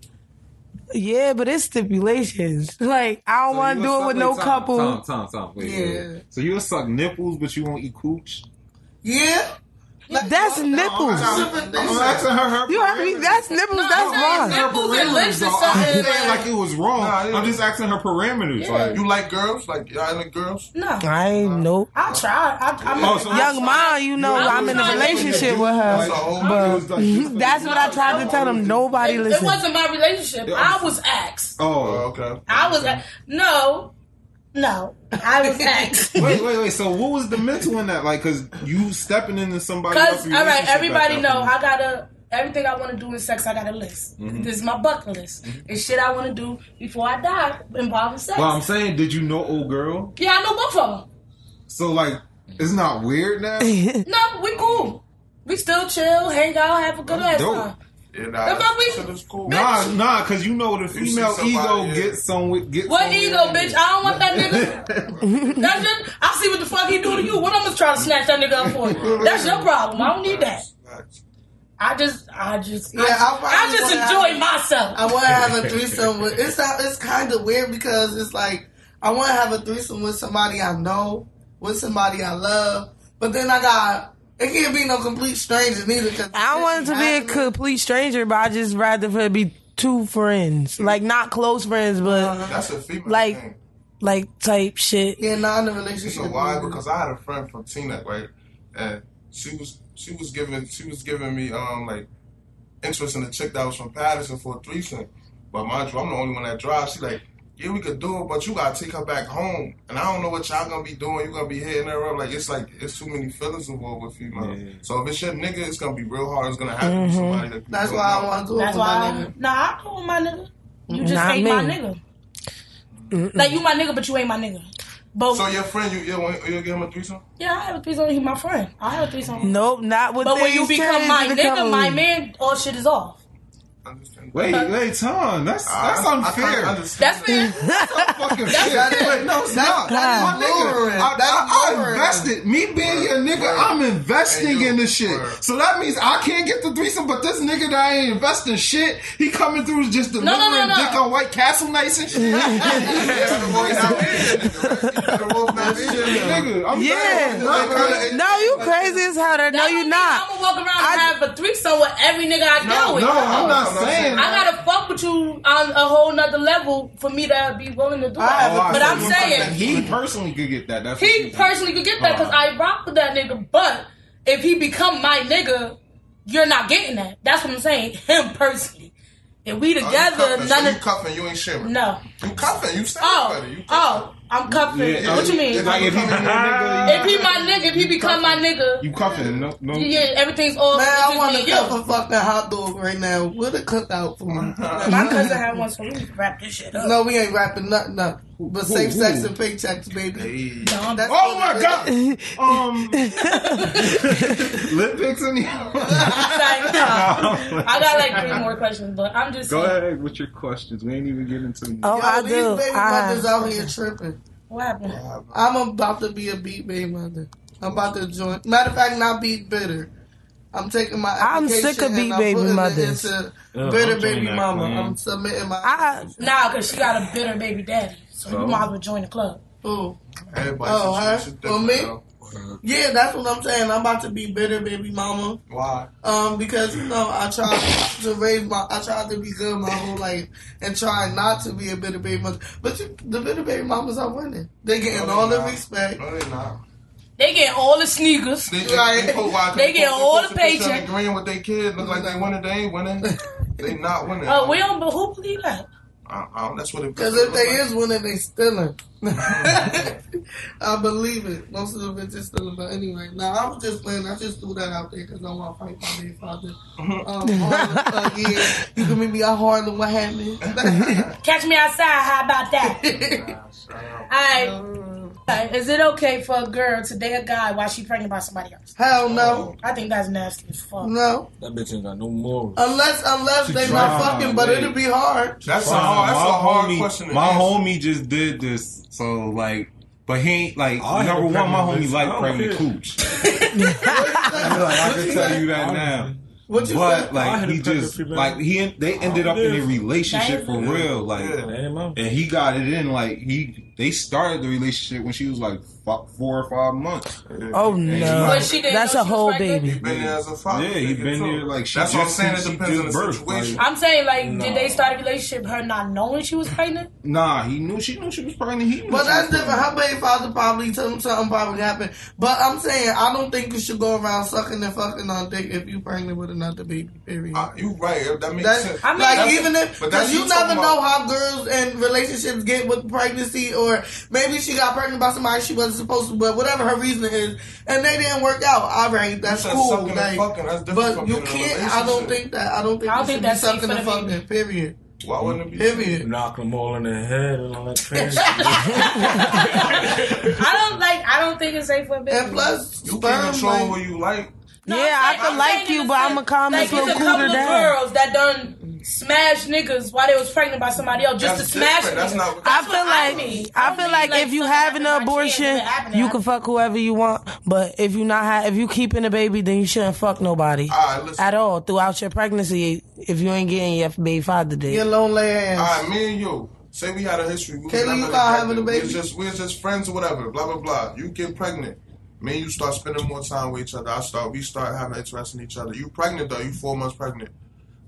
S5: Yeah, but it's stipulations. Like I don't want to do it with no couple.
S7: Tom, Tom, Tom. Wait, wait,
S3: Yeah.
S7: wait. So you'll suck nipples, but you won't eat cooch?
S3: Yeah.
S5: That's nipples.
S1: I'm asking her her.
S5: You heard me? That's nipples. that's wrong.
S4: Nipples and lips is
S1: I'm
S4: something.
S1: saying like
S4: Like,
S1: it was wrong.
S6: Nah, yeah.
S1: I'm just asking her parameters. Like,
S6: You like girls? Like y'all like girls?
S4: no,
S5: I ain't no
S4: I'll try. I, I'm
S1: Oh, so
S4: I-
S5: young mom. You know
S4: I'm
S5: I'm in a
S4: not looking
S5: relationship with her.
S6: That's a whole
S1: it was like,
S5: That's what I tried to tell them. Nobody
S4: It, it
S5: listen.
S4: wasn't my relationship. I was asked.
S1: oh,
S6: Oh, okay.
S4: I was a- no, no. I was asked.
S7: Wait, wait, wait. So what was the mental in that? Like, cause you stepping into somebody
S4: Cause
S7: else's
S4: all right,
S7: relationship
S4: everybody
S7: at that
S4: know
S7: point.
S4: I gotta everything I want to do in sex. I got a list. This is my bucket list. It's shit I want to do before I die involving sex.
S7: Well, I'm saying, did you know old girl?
S4: yeah, I know both of them.
S7: So like, it's not weird now.
S4: No, we cool. We still chill, hang out, have a good ass
S7: dope.
S4: time.
S6: Yeah,
S4: The fuck we-
S6: shit is cool.
S7: nah, nah, cause you know the
S6: You see
S7: female
S6: somebody,
S7: ego
S6: yeah.
S7: gets some. Gets
S4: What
S7: somewhere
S4: ego,
S7: in
S4: bitch?
S7: it.
S4: I don't want that nigga. That's your, I see what the fuck he do to you. What I'm gonna try to snatch that nigga up for you. That's your problem. I don't need that. I just, I just,
S3: Yeah, I
S4: I,
S3: probably
S4: I just
S3: would
S4: enjoy
S3: have-
S4: myself.
S3: I want to have a threesome with. It's not- it's kind of weird because it's like I want to have a threesome with somebody I know, with somebody I love, but then I got it can't be no complete stranger neither. 'cause
S5: I wanted to be a complete stranger, but I just rather for it be two friends, like not close friends,
S4: Uh-huh.
S5: but
S6: That's a female
S5: Like-
S6: thing.
S5: like type shit.
S3: Yeah, not in a
S6: You
S3: relationship.
S6: know why? Because I had a friend from Teaneck, right? And she was she was giving she was giving me um like interest in a chick that was from Patterson for a threesome. But mind you, I'm the only one that drives. She like, yeah, we could do it, but you gotta take her back home. And I don't know what y'all gonna be doing. You gonna be hitting her up like it's like it's too many feelings involved with females. So if it's your nigga, it's gonna be real hard. It's gonna have to be somebody that. you
S3: Mm-hmm. that's
S6: don't
S3: why I
S6: know.
S3: want to do it
S4: That's
S3: with
S4: why.
S3: my
S4: I,
S3: nigga.
S4: nah, I cool with my nigga. You just
S5: Not
S4: ain't my
S5: me.
S4: nigga. Like you my nigga, but you ain't my nigga. But
S6: So your friend, you you want- you give him a threesome?
S4: yeah, I have a threesome. He my friend. I have a threesome.
S5: Nope, not with.
S4: But when
S5: these
S4: you become
S5: kids
S4: my
S5: to
S4: nigga,
S5: become-
S4: my man, all shit is off.
S6: Understand?
S7: Wait, wait, Tom. That's that's unfair.
S4: That's fair.
S7: fucking
S3: That's
S7: fair.
S3: it.
S7: No, it's not.
S3: That's
S7: That's my nigga.
S3: luring.
S7: I,
S3: That's
S7: I, I
S3: luring.
S7: invested. Me being your nigga,
S6: Word.
S7: I'm investing
S6: And you-
S7: in this shit.
S6: Word.
S7: So that means I can't get the threesome, but this nigga that I ain't investing shit, he coming through just delivering
S4: no, no.
S7: dick on White Castle nights and shit. nigga, I'm
S5: Yeah.
S7: saying, nigga,
S5: No, you crazy as hell. There. No,
S4: That
S5: you
S4: don't mean
S5: not.
S4: I'm gonna walk around and have a threesome with every nigga I know.
S7: No, no, I'm not
S6: No, no,
S7: saying.
S4: I gotta fuck with you on a whole nother level for me to be willing to do
S3: have
S4: that.
S3: a-
S4: But
S7: I
S4: I'm
S7: said you
S4: saying
S7: fucking- he personally could get that. That's what
S4: he
S7: you-
S4: personally could get that because I rock with that nigga. But if he become my nigga, you're not getting that. That's what I'm saying. Him personally. If
S7: Oh,
S4: we together,
S6: none
S4: none
S6: you
S4: of
S6: cuffing, you ain't shivering.
S4: no.
S6: You cuffing, you saying
S4: Oh,
S6: You cuffing.
S4: oh, I'm cuffing.
S7: Yeah,
S4: what you mean?
S7: Like if he, your nigga,
S4: if he my nigga, if he become my nigga,
S7: you cuffing. No, no.
S4: yeah, everything's all.
S3: Man,
S4: it's
S3: I
S4: just
S3: want
S4: me
S3: to
S4: and you.
S3: cup a fucking hot dog right now with a cookout for my.
S4: My cousin had one, so we need to wrap this shit up.
S3: No, we ain't wrapping nothing up. But safe sex and paychecks, baby.
S6: Hey.
S4: No,
S3: That's
S7: Oh
S3: what
S7: my
S3: it
S7: god! Um, lip picks in the.
S4: Sorry, no. I got like three more questions, but I'm just
S7: Go
S4: saying,
S7: ahead with your questions. We ain't even getting to.
S5: Oh,
S3: Yo,
S5: I
S3: these
S5: do.
S3: baby
S5: I,
S3: mothers out here tripping.
S4: what happened?
S3: I'm about to be a beat baby mother. I'm about to join. Matter of fact, not beat bitter. I'm taking my.
S5: I'm
S3: application
S5: sick of
S3: and
S5: beat
S3: I'm
S5: baby
S3: putting it
S5: mothers.
S3: into
S1: Ugh,
S3: bitter
S1: I'm joining
S3: baby
S1: that
S3: mama.
S1: clan.
S3: I'm submitting my.
S5: I,
S4: Nah, cause she got a bitter baby daddy, so you
S3: Oh.
S7: So?
S4: might as well join the club.
S3: Who?
S6: Everybody
S3: Oh, her?
S6: situation's different,
S3: For me?
S6: though.
S3: Yeah, that's what I'm saying. I'm about to be bitter baby mama.
S6: Why?
S3: Um, because you know I tried to raise my, I tried to be good my whole life and try not to be a bitter baby mother. But you, the bitter baby mamas are winning. They're getting
S6: No,
S3: all
S6: they
S3: the
S6: not.
S3: respect.
S6: No, they not.
S4: They get all the sneakers.
S6: They,
S3: Right.
S6: they, put wide-
S4: They get
S6: post-
S4: all
S6: post
S4: the
S6: a picture of
S4: paycheck.
S6: the Grand with their kid look like they winning. They ain't winning. they not winning.
S4: Uh, we don't. But who believe that?
S6: I, I, don't- that's what it.
S3: Because if they is winning, they stealing. I believe it. Most of the bitches stealing, but anyway, no, I was just playing. I just threw that out there because I want to fight my dead father. Um, Harlem, uh, yeah, you can meet me at Harlem. What happened?
S4: Catch me outside. How about that? All right. Is it okay for a girl to date a guy while she pregnant by somebody else?
S3: Hell no,
S4: I think that's nasty as fuck.
S3: no.
S7: That bitch ain't got no morals.
S3: Unless unless they not
S1: try,
S3: fucking, but
S1: babe.
S3: it'll be hard.
S6: That's a hard. That's a hard
S1: homie,
S6: question. to
S1: My
S6: answer.
S1: homie just did this, so like, but he ain't like
S7: I ain't
S1: number
S7: a
S1: one. My
S7: pregnant
S1: homie
S7: bitch. I
S1: like
S7: don't care.
S1: pregnant cooch. I can tell you that now.
S3: What you
S1: But
S3: say?
S7: I
S1: like
S7: had
S1: he
S7: a pregnant
S1: just
S7: female.
S1: like he en- they ended up in a
S7: Yeah.
S1: relationship for
S4: Yeah.
S1: real, like,
S6: Yeah.
S1: and he got it in like he they started the relationship when she was like fo- four or five months.
S5: Oh
S4: But
S5: no,
S4: she didn't
S5: that's
S4: know
S5: a
S4: she was
S5: whole
S4: pregnant?
S5: baby.
S6: Been there as a father.
S1: Yeah, he
S6: nigga,
S1: been
S6: too.
S1: there, like, she
S6: that's what I'm
S1: just-
S6: saying. It
S1: she
S6: depends on the
S1: just birthed,
S6: situation.
S1: like-
S4: I'm saying, like,
S1: No.
S4: did they start a relationship her not knowing she was pregnant?
S1: Nah, he knew she knew she was pregnant. He knew
S3: But
S1: she
S3: that's
S1: was
S3: different. Her baby father probably told him something probably happened. But I'm saying I don't think you should go around sucking and fucking on dick if you pregnant with another baby. Period.
S6: Uh, you right. That makes
S3: That's,
S6: sense.
S4: I mean,
S3: like
S4: that's-
S3: even if
S6: but
S3: because
S6: that's
S3: you
S6: you
S3: never
S6: talking
S3: know
S6: about-
S3: how girls and relationships get with pregnancy, or maybe she got pregnant by somebody she wasn't supposed to, but whatever her reason is, and they didn't work out. All right, that's
S6: said
S3: cool.
S6: sucking and
S3: like,
S6: fucking, that's different
S3: but
S6: from
S3: you
S6: being in a
S3: can't. I don't
S6: relationship.
S3: think that. I don't think.
S4: I
S3: I
S4: don't
S3: don't
S4: think that's
S3: that's
S4: safe
S3: sucking
S4: for
S3: and
S4: the baby.
S3: fucking. Period.
S6: Why wouldn't it be?
S3: Period.
S7: Knock them all in the head and all that crazy.
S4: I don't like. I don't think it's safe for a baby.
S3: And plus,
S6: You can't
S3: sperm.
S6: control who
S3: Like,
S6: you like.
S4: No,
S5: Yeah,
S4: I'm
S5: I could
S4: I'm
S5: like
S4: saying
S5: you,
S4: in
S5: but
S4: sense,
S5: I'ma calm
S4: like,
S5: this little
S4: it's a couple
S5: cooter
S4: of
S5: down.
S4: girls that done smash niggas while they was pregnant by somebody else just
S6: That's
S4: to smash
S6: different.
S4: niggas.
S6: That's not what-
S5: I
S4: That's
S5: feel
S4: what
S5: like I, feel
S4: mean. mean,
S5: like, if you
S4: something
S5: having an
S4: happened by chance,
S5: abortion,
S4: it happened, it
S5: you can
S4: happened.
S5: fuck whoever you want. But if you not ha- if you keeping a baby, then you shouldn't fuck nobody
S6: All right, listen.
S5: at all throughout your pregnancy. If you ain't getting your baby father day,
S3: your lonely ass.
S6: All right, me and you. Say we had a history. We was
S3: Kayla, you
S6: never
S3: got
S6: together.
S3: having a baby?
S6: We're just, we're just friends or whatever. Blah blah blah. You get pregnant. Me and you start spending more time with each other. I start. We start having interest in each other. You pregnant though. You four months pregnant.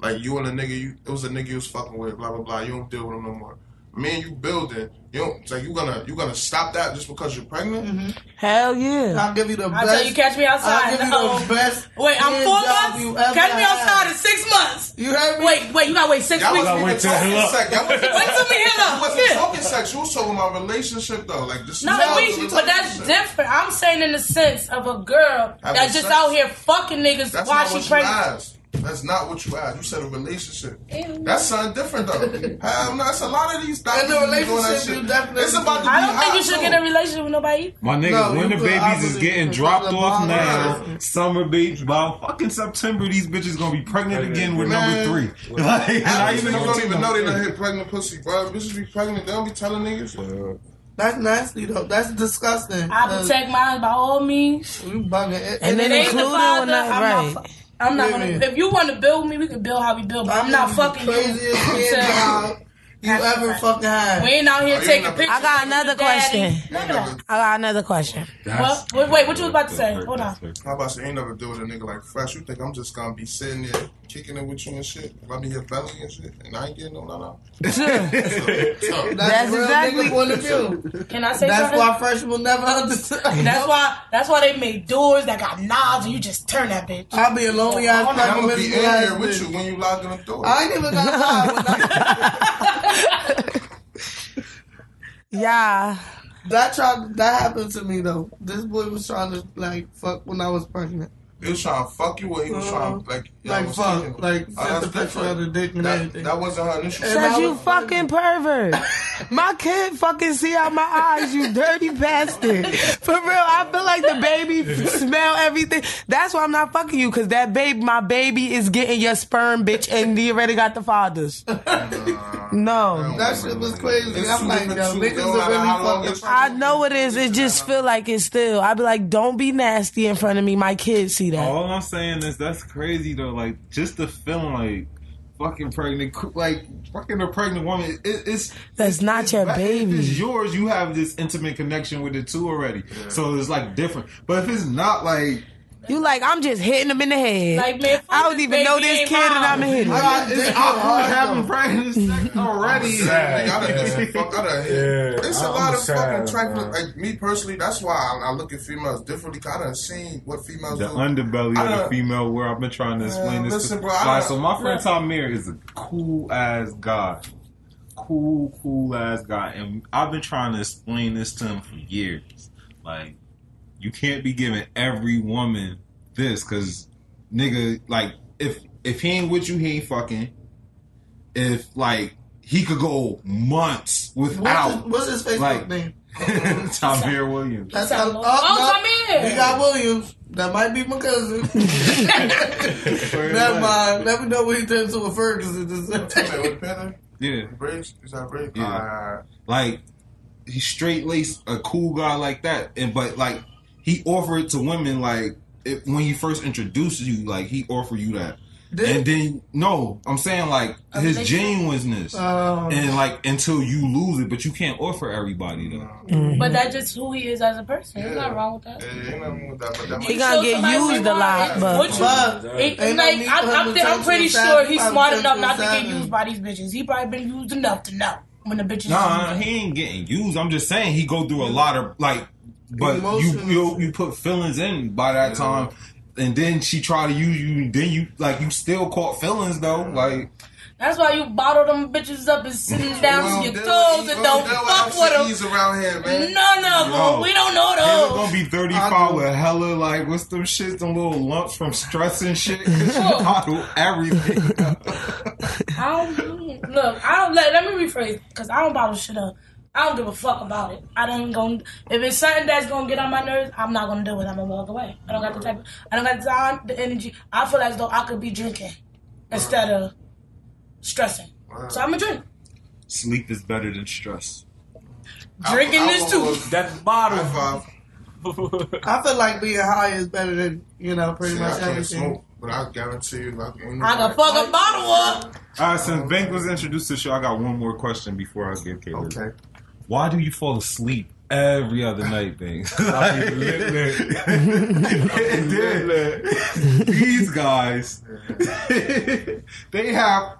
S6: Like you and a nigga. You it was a nigga you was fucking with. Blah blah blah. You don't deal with him no more. Me and you building. You don't it's like you gonna you gonna stop that just because you're pregnant.
S3: Mm-hmm.
S5: hell yeah.
S3: I'll give you the best.
S4: I tell you, catch me
S3: I'll
S4: outside.
S3: give you
S4: No.
S3: the best.
S4: Wait, I'm
S3: hand
S4: four
S3: job you
S4: months.
S3: ever
S4: Catch me
S3: had.
S4: outside in six months.
S3: You heard me?
S4: Wait, wait, you gotta wait six
S6: Y'all
S4: weeks.
S6: wasn't even
S7: wait till
S6: talking
S7: hell up.
S6: sex. Y'all wasn't-
S4: Wait till me hell
S6: You
S4: up.
S6: wasn't
S4: Yeah.
S6: talking sex. You was talking about relationship though. Like this.
S4: No,
S6: is-
S4: but
S6: you
S4: we,
S6: was
S4: but
S6: talking
S4: that's
S6: sex.
S4: different. I'm saying in the sense of a girl
S6: Having
S4: that's just
S6: sex?
S4: out here fucking niggas
S6: That's
S4: while
S6: not what
S4: she
S6: you
S4: pregnant.
S6: asked. That's not what you asked. You said a relationship.
S4: Ew.
S6: That's something different though. Hell no, it's a lot of these doctors
S3: In a
S6: who be doing that
S3: relationship,
S6: shit.
S3: you definitely-
S6: It's about to
S4: I
S6: be
S4: don't think
S6: hot,
S4: you should
S6: too.
S4: get in a relationship with nobody.
S1: My niggas,
S3: No,
S1: when
S3: you
S1: the
S3: could
S1: babies is
S3: obviously
S1: getting
S3: put
S1: dropped
S3: the bottom
S1: off now,
S3: line.
S1: summer babies by fucking September, these bitches gonna be pregnant again with
S6: Man.
S1: number three. Like, and I
S6: Half
S1: even
S6: these niggas don't even know they done
S1: know
S6: hit pregnant pussy, bro. Bitches be pregnant. They don't be telling niggas.
S3: That's nasty though. That's disgusting.
S4: I protect mine by all means.
S3: You bugging. It,
S5: And then
S4: If it ain't the
S5: included
S4: father,
S5: or not,
S4: I'm
S5: right?
S4: not. fu- I'm not gonna.
S3: Period.
S4: If you want to build me, we can build how we build. But I'm not fucking you.
S3: craziest
S4: You
S3: hand
S4: said-
S3: job you ever fucking
S4: We
S3: had.
S4: ain't out here
S6: Oh, you
S4: taking
S6: never-
S4: pictures.
S5: I got
S4: with your
S5: another
S4: daddy.
S5: question.
S4: None of that.
S5: I got another question.
S4: Well, wait, wait, what you was about to say? Hold on.
S6: How about say ain't never deal with a nigga like fresh? You think I'm just gonna be sitting there kicking it with you and shit? If I'm in your belly and shit, and I ain't getting no no no.
S5: That's
S3: real
S5: exactly-
S3: nigga point of view.
S4: Can I say
S3: That's
S4: something?
S3: why fresh will never understand.
S4: That's why. That's why they made doors that got knobs, and you just turn that bitch.
S3: I'll be a
S4: Oh,
S3: lonely ass
S6: And I'm
S3: pregnant
S6: gonna be in here
S3: bitch.
S6: with you when you lock in the door.
S3: I ain't even got time. when I-
S5: Yeah,
S3: That tried, that happened to me though. This boy was trying to like fuck when I was pregnant.
S6: He was trying to fuck you, or he was trying to, like, y'all
S3: Uh-huh. Like,
S6: was
S3: fuck,
S6: fucking-
S3: like, sent
S6: that's
S3: the picture
S6: different.
S3: of the dick and
S6: that,
S3: everything.
S6: That wasn't her initial.
S3: And
S5: said
S3: I
S5: you
S3: was-
S5: fucking pervert. My kid fucking see out my eyes, you dirty bastard. For real, I feel like the baby f- smell everything. That's why I'm not fucking you, cause that babe, my baby is getting your sperm, bitch, and you already got the fathers. No,
S3: That shit was crazy.
S6: It's
S3: I'm
S6: two
S3: like, yo,
S6: different two.
S3: niggas
S6: Don't
S3: are
S6: matter how long
S3: really
S6: it's-
S3: fucking.
S5: I know it is. It just feel like it's still. I be like, don't be nasty in front of me. My kids see that.
S1: All I'm saying is that's crazy though. Like just the feeling, like fucking pregnant, coo- like fucking a pregnant woman. It, it's
S5: That's
S1: it's-
S5: not
S1: it's
S5: your
S1: bad.
S5: baby.
S1: If it's yours, you have this intimate connection with the two already. So it's like different. But if it's not like.
S5: You like, I'm just hitting him in the head.
S4: Like, man, fuck
S5: I don't
S4: this
S5: even know
S4: baby
S5: this
S4: ain't
S5: kid and
S4: mine. Oh.
S5: I'm gonna hit him.
S1: I, it's awkward
S3: hard,
S1: having pregnant sex already.
S6: Nigga, I done get
S8: Sad,
S6: some fuck out of here.
S8: Yeah,
S6: It's a
S8: I'm
S6: lot of
S8: sad,
S6: fucking trifling.
S8: man.
S6: Like me personally, that's why I, I look at females differently. 'cause I done seen what females
S1: The
S6: do.
S1: underbelly
S6: I
S1: of the
S6: done-
S1: female world. I've been trying to explain
S6: Man,
S1: this.
S6: listen,
S1: to,
S6: bro, I
S1: Alright,
S6: done-
S1: so my friend Tamir is a cool ass guy, cool, cool ass guy, and I've been trying to explain this to him for years. Like, you can't be giving every woman this because nigga, like, if if he ain't with you, he ain't fucking. If like he could go months
S3: What's his,
S1: without
S3: what's his Facebook
S1: Like-
S3: name?
S1: Tamir Williams.
S3: That's
S4: Tom-
S3: how.
S4: oh,
S3: no.
S4: Tamir!
S3: We got Williams. That might be my cousin. Never mind. Let me know when he turns to a Ferguson.
S6: Wait,
S3: This
S6: with the feather?
S1: Yeah.
S6: Braids? Is that braids? Uh,
S1: Yeah. Like he's straight laced, a cool guy like that, and but like he offered to women like it, when he first introduced you, like he offered you that, and then no, I'm saying like
S4: A
S1: his
S4: relationship?
S1: genuineness,
S3: um,
S1: and like until you lose it, but you can't offer everybody that.
S4: But that's just who he is as a person. There's nothing wrong with that.
S6: yeah, ain't nothing with that, but that
S5: He
S6: might-
S5: gonna
S4: So
S5: get
S4: somebody
S5: used a lot,
S4: realized
S5: but
S4: what you-
S3: but
S4: It,
S3: Ain't no
S4: like,
S3: need
S4: I,
S3: for him
S4: I'm,
S3: to
S4: th- I'm
S3: touch
S4: pretty
S3: you
S4: sure he's
S3: seven-
S4: smart
S3: touch
S4: enough
S3: you
S4: not to get
S3: seven.
S4: used by these bitches. He probably been used enough to know when the bitches.
S1: Nah,
S4: use him.
S1: he ain't getting used. I'm just saying he go through a lot of like, but you,
S3: Emotions.
S1: you you put feelings in by that time, and then she try to use you. Then you like you still caught feelings though, like.
S4: That's why you bottle them bitches up and sit them down
S6: Well,
S4: to
S6: that-
S4: your toes and
S6: well,
S4: don't
S6: that
S4: fuck
S6: what
S4: with
S6: ICEs around here,
S4: them.
S6: man.
S4: None of
S1: Yo.
S4: them. We don't know
S1: They're
S4: those.
S1: gonna be 35 with hella like what's them shit, them little lumps from stress and shit.
S4: Sure.
S1: Bottle everything.
S4: I don't look. I don't let. Let me rephrase because I don't bottle shit up. I don't give a fuck about it. I don't going if it's something that's gonna get on my nerves, I'm not gonna do it. I'm gonna walk away. I don't got the type. Of, I don't got the time, the energy. I feel as though I could be drinking instead of stressing. So I'm gonna drink.
S1: Sleep is better than stress.
S4: Drinking this
S6: Alcohol
S4: too.
S6: is
S8: That bottle.
S6: High five.
S3: I feel like being high is better than you know pretty
S6: See, I
S3: much
S6: can't
S3: everything.
S6: smoke, but I guarantee you, I can.
S4: I can fuck a bottle up.
S1: All right, since Bank was introduced to the show, I got one more question before I give Caleb.
S6: Okay.
S1: Why do you fall asleep every other night, Bank?
S8: I be lit, lit.
S1: These guys, they have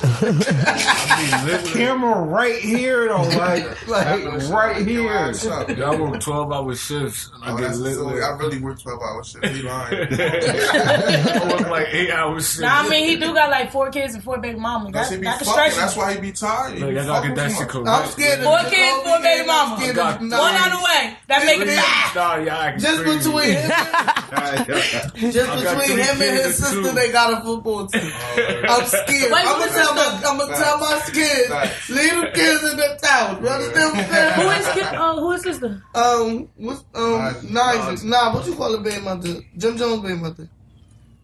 S8: I be lit, lit.
S1: camera right here, though, like, like right here.
S8: Yo, I work 12 hour shifts and I
S6: Oh,
S8: get
S6: that's the
S8: lit.
S6: story.
S8: lit.
S6: I really work 12 hours shit. He lying.
S8: I work like 8 hour shifts.
S4: Nah, I mean he do got like four kids and four baby
S6: That
S4: mamas. That,
S6: shit be
S4: that
S6: fucking.
S4: can stress you.
S6: That's why he be tired. He
S8: Look,
S6: be
S8: I gotta
S6: fucking
S8: get that
S6: too
S8: shit
S6: much.
S8: correct.
S3: I'm scared of
S4: Four
S3: the
S4: kids,
S3: whole
S4: four baby
S3: thing.
S4: mama.
S3: I'm scared
S8: God
S3: of the
S4: One out of
S3: numbers.
S4: the way. That make it five.
S8: Nah, y'all acting
S3: Just
S8: crazy.
S3: between him, just
S8: I got
S3: between
S8: three
S3: him and his
S8: kids and
S3: sister,
S8: two.
S3: they got a football team. I'm scared. I'm
S4: Wait, who
S3: gonna
S4: is
S3: tell
S4: this
S3: my, I'm gonna tell my kids,
S6: Facts.
S3: leave them kids in the town. You understand what I'm saying?
S4: Who is kid? Uh, who is sister?
S3: Um, what's um,
S6: Nice.
S3: nice. Nah, what you call a baby mother? Jim Jones baby mother.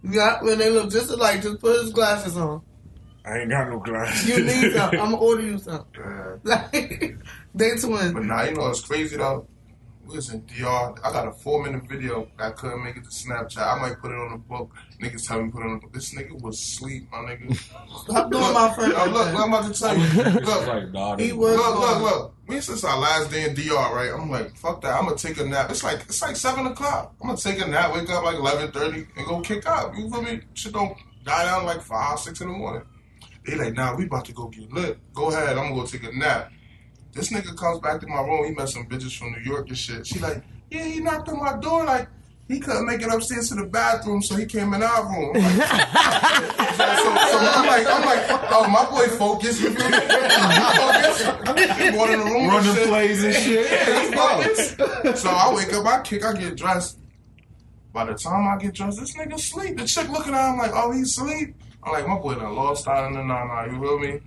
S3: Yeah, when they look just alike, just put his glasses on.
S8: I ain't got no glasses.
S3: You need um, some. I'm gonna order you some.
S6: Yeah.
S3: Like they
S6: But
S3: twins.
S6: now you know what's crazy though. We was in DR. I got a four minute video. I couldn't make it to Snapchat. I might put it on the book. Niggas tell me put it on the book. This nigga was asleep, my nigga.
S3: Stop doing my friend.
S6: Yo,
S3: like
S6: look,
S3: that.
S6: look, I'm about to tell you.
S8: It's
S6: Look,
S8: like, nah,
S3: He
S8: that-
S3: was um,
S6: Look, look, look. Me since our last day in DR, right? I'm like, fuck that. I'm gonna take a nap. It's like it's like seven o'clock. I'm gonna take a nap, wake up like eleven thirty, and go kick out. You feel me? Shit don't die down like five, six in the morning. They like, nah, we about to go get lit. Go ahead, I'm gonna go take a nap. This nigga comes back to my room. He met some bitches from New York and shit. She like, yeah, he knocked on my door. Like, he couldn't make it upstairs to the bathroom, so he came in our room. I'm like, so, so I'm like, I'm like, oh, my boy focus. You feel me? Focus. He brought in the room and
S1: Running
S6: shit.
S1: plays and shit.
S6: So I wake up, I kick, I get dressed. By the time I get dressed, this nigga sleep. The chick looking at him like, oh, he sleep. I'm like, my boy done lost out in the nine nine. You feel me?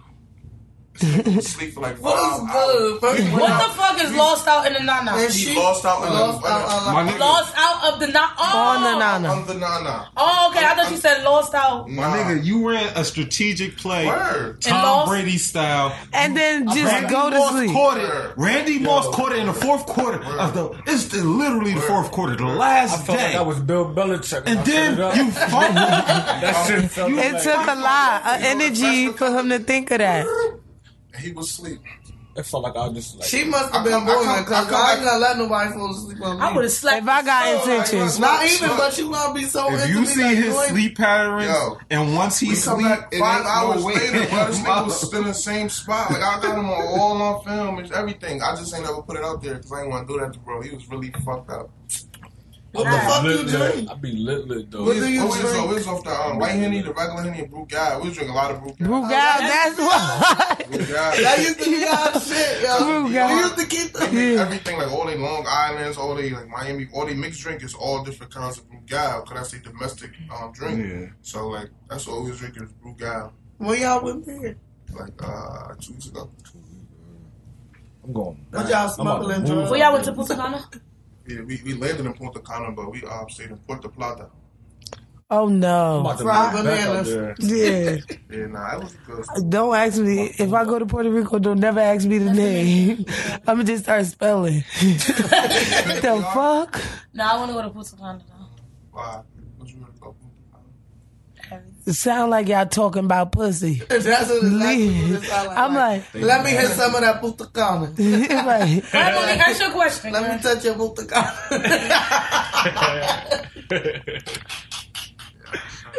S6: This nigga was Sleep for like five
S3: What is good?
S6: hours.
S3: First of all,
S4: What the fuck is lost out in the nana?
S3: and
S6: He
S3: she
S6: lost out in
S3: lost
S6: the,
S3: out a lot.
S1: My nigga,
S4: Lost out of the nana. Oh,
S5: On the nana.
S6: on the nana.
S4: Oh, okay. I thought you said lost out.
S1: my nigga, you ran a strategic play,
S6: Word.
S1: Tom
S4: And lost?
S1: Brady style.
S5: And then just
S1: Randy
S5: go to
S1: Moss
S5: sleep.
S1: caught it. Randy Moss caught it in the fourth quarter of the. It's the, literally the fourth quarter, the
S8: I
S1: last
S8: felt like
S1: day.
S8: I was Bill Belichick. when I
S1: and then
S8: shut it up.
S1: you fumbled.
S8: that shit felt
S5: It
S8: like-
S5: took a lot of
S6: You know,
S5: energy
S6: that's the-
S5: for him to think of that.
S6: And he was asleep.
S8: It felt like I was just like.
S3: She must have
S6: I
S3: been
S6: come- I
S3: born
S6: come- I
S3: because
S6: come
S3: I
S6: back-
S3: ain't gonna let nobody fall asleep on me.
S4: I would have slapped.
S5: If I got
S6: Oh, I
S5: intentions,
S6: was
S3: Not
S6: Look,
S3: even,
S6: look.
S3: but you gonna be so.
S1: If
S3: into
S1: you
S3: me
S1: see
S3: that
S1: his
S3: you ain't-
S1: sleep patterns,
S6: Yo,
S1: and once he
S6: We come
S1: sleep,
S6: back
S1: it
S6: five
S1: ain't
S6: hours
S1: no way.
S6: later, bro. This nigga was still in the same spot. Like I got him on all my film and everything. I just ain't ever put it out there because I ain't want to do that to bro. He was really fucked up.
S3: What the fuck
S8: lit,
S3: you
S8: lit.
S3: drink?
S8: I be lit lit though.
S3: What
S6: We
S3: do
S6: was-
S3: you
S6: oh, we was
S3: drink?
S6: off- we was off the um, white henny, the regular henny, and brew guy. We was drinking a lot of brew guy.
S5: Brew God,
S4: that's-
S5: that's what.
S6: Brew Guy.
S3: That used to be our shit, yo.
S5: Brew
S3: We
S5: God.
S3: used to keep
S6: They
S3: the.
S6: make everything like all they Long Islands, all they like Miami, all they mixed drink is all different kinds of brew guy. Could I say domestic um, drink?
S1: Yeah.
S6: So like that's what we was drinking is brew guy.
S3: When y'all went there,
S6: Like uh, two weeks ago.
S8: I'm going.
S3: what y'all
S8: I'm
S3: smuggling
S8: out.
S3: drugs?
S4: Where y'all went to Punta Cana?
S6: Yeah, we, we landed in Punta Cana, but we um, stayed in Puerto Plata.
S5: Oh
S8: I'm
S5: no.
S8: about to
S3: Fried
S8: move back out
S3: bananas.
S8: there.
S5: Yeah.
S6: Yeah, nah, it was good.
S5: Don't ask me if I go to Puerto Rico. Don't never ask me the name. I'ma just start spelling. the fuck?
S4: No, I want to go to Punta Cana. though.
S6: Why? What you wanna go Punta Cana?
S5: It sound like y'all talking about pussy.
S3: That's what exactly what it
S5: Leave.
S3: sound like.
S5: I'm like,
S3: let me hit some of that putacana.
S5: right.
S4: Wait, Monique, ask your question.
S3: Let me touch your putacana.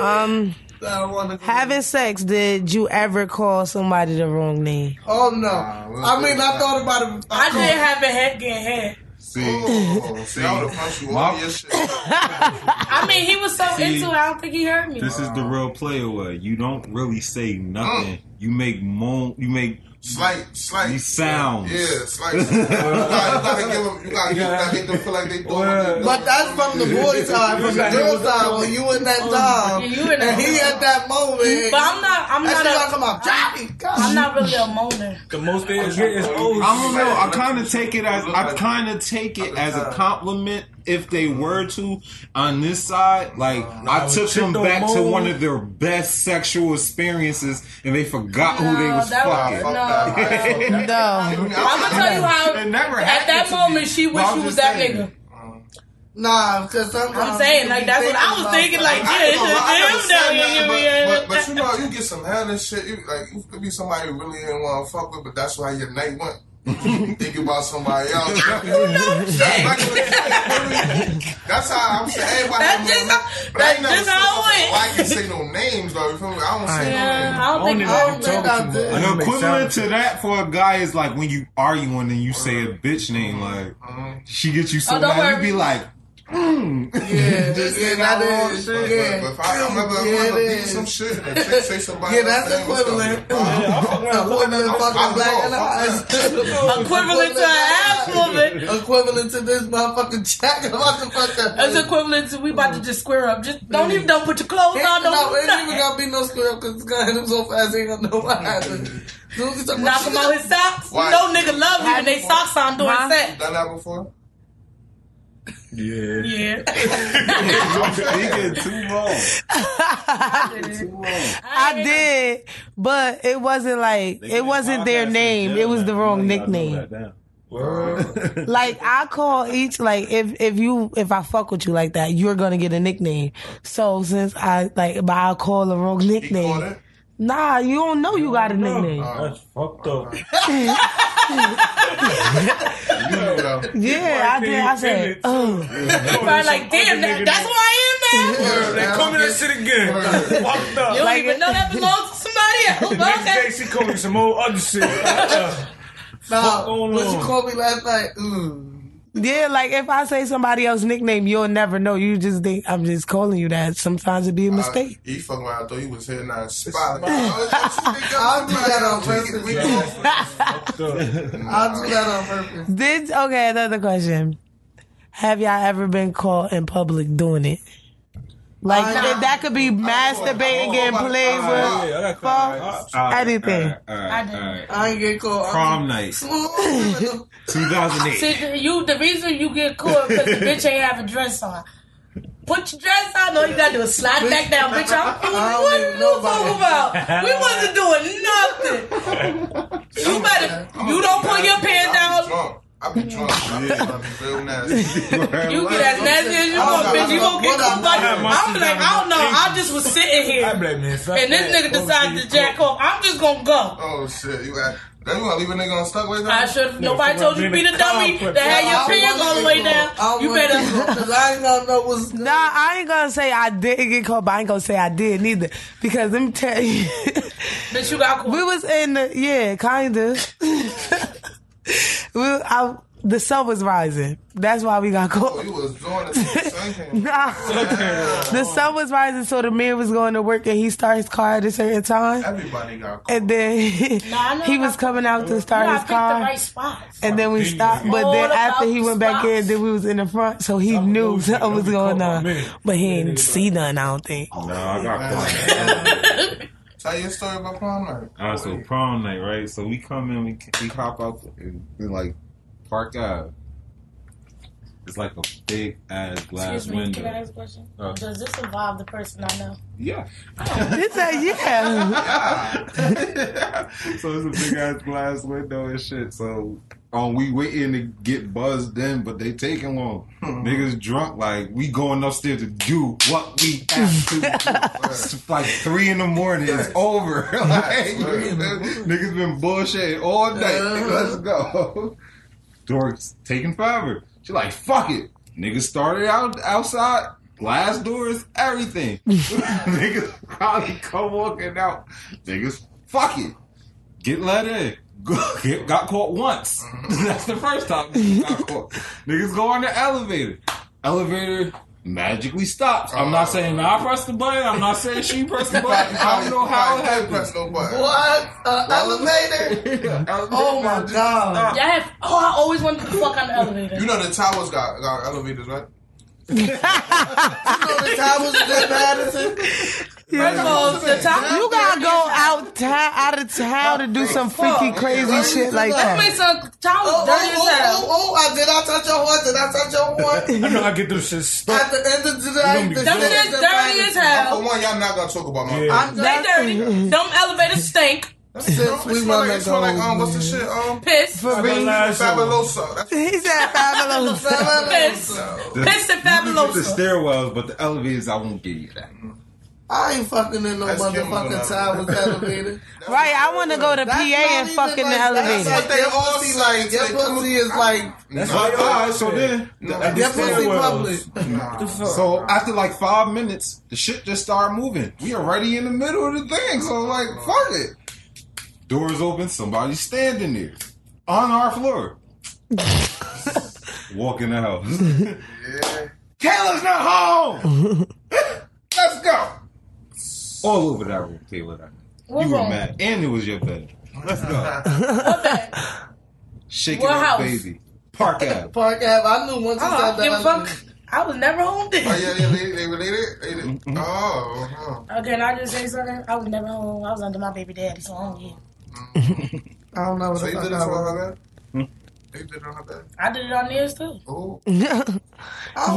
S5: Um,
S3: I don't want to.
S5: having sex. Did you ever call somebody the wrong name?
S3: Oh no!
S6: we'll
S3: I
S6: do
S3: mean, I
S6: that.
S3: thought about it.
S4: I did have a head getting head.
S6: Oh, see, I would have punched you all your shit.
S4: I mean, he was so into it. I don't think he heard me.
S1: This is the real player where you don't really say
S6: Mm.
S1: nothing. You make moan. You make
S6: Slight, slight.
S1: These sounds.
S6: Yeah, slight. you, gotta, you gotta give them, you gotta, give, you gotta make them feel like they doing what they doing.
S3: But that's from the boy side, from the girl side. When you in that time,
S4: Oh, Yeah, you in that
S3: and he
S4: time.
S3: at that moment.
S4: But I'm not. I'm
S3: That's
S4: not.
S3: what I
S4: A,
S3: come out. Johnny, God.
S4: I'm not really a moaner.
S8: The most they was getting is old.
S1: I don't know. I kind of take it as I kind of take it as a compliment if they were to on this side. Like I took them back to one of their best sexual experiences, and they forgot who they
S4: No,
S1: was
S4: that
S1: fucking.
S4: was-
S6: no.
S4: Oh,
S5: No.
S4: I'm gonna tell you how.
S1: It never
S4: At
S1: happened
S4: that
S1: to me.
S4: moment, she
S1: But
S4: wished
S1: I'm
S4: she was
S1: just
S4: that
S1: saying.
S4: nigga.
S3: Nah, because sometimes
S4: I'm saying,
S3: you
S4: like
S3: be
S4: that's what I was
S3: about
S4: thinking. Like,
S3: something.
S4: yeah, it's just him down here.
S6: but, but, but you know, you get some hell and shit. You, like, you could be somebody you really didn't want to fuck with, but that's why your night went. You Think about somebody else. that's how I'm saying. Everybody
S4: That's
S6: I'm
S4: just
S6: with,
S4: how-
S6: but I ain't
S4: that's
S6: never
S4: just
S6: said
S4: how it
S6: something.
S4: went.
S6: Well, I can say no names though. You feel me? I don't say no
S4: Yeah,
S6: names.
S4: I don't think. I
S3: I
S4: don't
S3: don't think I did.
S1: The equivalent to that for a guy is like when you arguing and you say a bitch name, like
S6: Mhm.
S1: she gets you so
S4: Oh, don't
S1: mad, you
S4: worry.
S1: be like, mm.
S3: Yeah,
S6: Just
S3: yeah,
S6: say
S3: that
S6: all
S3: is.
S6: shit,
S3: Yeah.
S6: But, but if I remember,
S3: Yeah,
S6: yeah,
S3: it
S6: remember beating
S3: is.
S6: some shit and a chick say somebody
S3: Yeah,
S6: else,
S3: that's
S6: then it's gonna be a
S3: equivalent.
S6: problem.
S3: Equivalent
S6: I'm-
S3: fucking
S6: I'm
S3: black in the
S6: wrong.
S3: eyes.
S4: Equivalent to an ass woman.
S3: Equivalent to this motherfucking jack
S4: That's
S3: motherfucker.
S4: equivalent to we about to just square up. Just don't even don't put your clothes on. Don't
S3: No,
S4: do
S3: it ain't even
S4: nothing.
S3: gonna be no square up because this guy hit him so fast he ain't gonna know what happened. Soon as he talk about
S4: Knock
S3: shit,
S4: him out his socks.
S6: Why?
S4: No nigga love you when they socks on doing
S5: Huh?
S4: sex.
S6: Done that before?
S8: Yeah.
S4: Yeah.
S1: I'm thinking too long. Too long.
S5: I did, but it wasn't like it wasn't their name. It was the wrong nickname. Like I call each like if if you if I fuck with you like that, you're gonna get a nickname. So since I like but I call the wrong
S6: He caught
S5: nickname.
S6: it.
S5: Nah, you don't know Uh, you got a nickname.
S8: That's fucked up.
S6: You knew though.
S5: Yeah, I did. I said, oh,
S4: Probably like, damn, that, that's who I am now.
S8: They call me that shit again. Fucked
S4: You don't
S8: up.
S5: Like
S4: even
S5: it-
S4: know that belongs to somebody else.
S8: Next
S4: Okay.
S8: day she called me some old other shit.
S3: No,
S8: on
S3: what you
S8: on.
S3: called me last night? Mm.
S5: yeah. Like if I say somebody else's nickname, you'll never know. You just think I'm just calling you that. Sometimes it'd be a mistake.
S6: He fucking around. I thought he was hitting that spot. I'll
S3: I'll do that on purpose.
S8: Fucked up.
S3: I'll do that on purpose.
S5: Did okay. Another question: Have y'all ever been caught in public doing it? Like
S3: Nah.
S5: that could be masturbating, getting played
S6: oh,
S5: with.
S8: Yeah, I got
S5: Fuck. Anything.
S1: All right, all right.
S3: I ain't get caught.
S1: Prom night,
S3: Smooth.
S1: 2008.
S4: See, you the reason you get caught because the bitch ain't have a dress on. Put your dress on. All you gotta do is slide back down, bitch. I'm
S3: don't
S4: what
S3: even
S4: you
S3: know about
S4: talking about? We wasn't doing nothing. You better. You don't pull your pants down.
S6: I'll be drunk. I'll be drunk. I'll be real nasty.
S4: You get as nasty as you want, bitch. You gonna get caught. by- I'm like, I don't know. I just was sitting
S8: I
S4: here,
S8: blame me.
S4: and this nigga decided to jack off. I'm just gonna go.
S6: Oh shit! You act. Then you want to leave a nigga unstuck like
S4: I
S6: that?
S4: should have. Nobody
S8: so
S4: told you to
S8: I'm
S4: be the
S8: being a
S4: dummy
S8: clown,
S4: that had
S3: I
S4: your pants
S3: don't
S4: all the
S3: wanna
S4: way
S3: go.
S4: down.
S3: I don't
S4: You
S3: wanna
S4: better.
S3: go, 'cause I ain't gonna know what's
S5: Nah, I ain't gonna say I didn't get caught, but I ain't gonna say I did neither. Because let me tell you,
S4: Bitch, you got
S5: we
S4: caught.
S5: was in the, yeah, kinda. we, I, the sun was rising. That's why we got
S6: Oh,
S5: caught.
S6: you was doing it. singing.
S5: Nah. The sun was rising, so the man was going to work and he started his car at a certain time.
S6: Everybody got caught.
S5: And then
S4: Nah, I know
S5: he
S4: about
S5: was
S4: that.
S5: coming out to
S4: You
S5: start
S4: gotta
S5: his
S4: pick the
S5: car.
S4: right spots.
S5: And then we
S8: Then you-
S5: stopped, but then
S4: All
S5: after he
S4: about
S5: went back
S4: the
S5: in, then we was in the front, so he
S8: Something
S5: knew
S8: was-
S5: something was
S8: something
S5: going
S8: caught my
S5: on.
S8: man.
S5: But he
S8: Yeah, they
S5: didn't
S8: was
S5: see none, I don't think.
S1: No, I got caught.
S6: Tell your story about prom night.
S1: All right, so prom night, right? So we come in, we we hop out and, and, like Park Ave. It's like a big ass glass
S4: Excuse me, can I
S1: window.
S4: ask a question?
S1: Uh.
S4: Does this involve the person I know?
S1: Yeah.
S5: He said, yeah.
S1: so it's a big ass glass window and shit. So um, we waiting to get buzzed in, but they taking long. Niggas drunk, like we going upstairs to do what we have to. do. It's like three in the morning, it's over. like, niggas been bullshitting all night. Nigga, Let's go. Dork's taking forever. She like, fuck it. Niggas started out outside, glass doors, everything. Niggas probably come walking out. Niggas, fuck it. Get let in. Go- Get, got caught once. That's the first time niggas got caught. Niggas go on the elevator. Elevator magically stops. I'm not saying I pressed the button. I'm not saying she pressed the button. I don't know how it happened.
S6: Press no button.
S3: What? Uh, elevator? Oh my god.
S4: Yeah, I have. Oh, I always wanted to fuck on the elevator.
S6: You know the towers got, got elevators, right?
S3: You know the towers that Madison?
S4: First of all, the top.
S5: You gotta go out town, out of town to do some freaky, crazy shit like
S4: That
S5: that.
S4: makes a towel
S3: Oh, oh,
S4: dirty as
S3: oh,
S4: hell.
S3: oh, oh, I did I touch your horn? Did I touch your horn?
S8: I know I get this shit
S3: At
S8: stuck.
S3: the end of the day,
S8: be
S6: oh.
S3: the
S4: Them
S8: That
S3: shit
S4: shit dirty as
S6: For
S4: hell.
S6: one, y'all not gonna talk about my
S8: Yeah.
S3: I'm
S4: They
S3: dirty.
S4: dirty. Them elevators stink.
S3: Since
S6: It
S3: we
S6: smell like,
S3: wanna
S6: it smell like
S3: go.
S6: um, what's the shit? Um,
S4: Piss.
S8: I got lies on.
S6: Fabuloso. That's
S5: He said, fabulous.
S4: Piss. Piss and
S1: You get the
S4: fabulosa.
S1: stairwells, but the elevators, I won't give you that.
S3: I ain't fucking in no
S6: That's
S3: motherfucking
S6: Kim's
S3: towers elevator.
S5: Right, I wanna go to PA
S3: That's not
S5: and
S3: even
S5: fuck in
S3: like-
S5: the
S3: that's
S5: elevator.
S6: They
S3: Your
S6: all
S3: pussy,
S6: see like
S3: Your
S6: they
S3: pussy is like,
S8: That's
S1: Well,
S8: what I
S1: alright, so
S8: said.
S1: then,
S6: No,
S1: at the
S3: your pussy
S1: stairwell-
S3: public.
S8: Stairwells.
S6: Nah.
S1: So after like five minutes, the shit just started moving. We already in the middle of the thing, so I'm like, fuck it. Doors open, somebody's standing there on our floor. Walk in the house. Kayla's not home. Let's go. All over that room, Kayla. That night.
S4: What
S1: you were
S4: room?
S1: mad, and it was your bedroom. Let's go. Shaking
S4: What
S1: up,
S4: house?
S1: baby. Park Ave.
S3: Park Ave. I knew once
S4: I
S3: I
S4: don't give a
S3: that
S4: Oh, fuck.
S3: fuck.
S4: I was never home
S6: Oh
S4: then.
S6: yeah, yeah, they, they related. They did. Oh, huh.
S4: Okay, and I just say something. I was never home. I was under my baby daddy, so I don't get it.
S3: I don't know what
S6: so
S3: the
S6: you
S3: fuck
S6: did it
S3: I
S6: on
S3: was.
S6: her bed. You did it on her bed.
S4: I did it on theirs too.
S6: Oh,
S3: I don't
S5: Yeah, I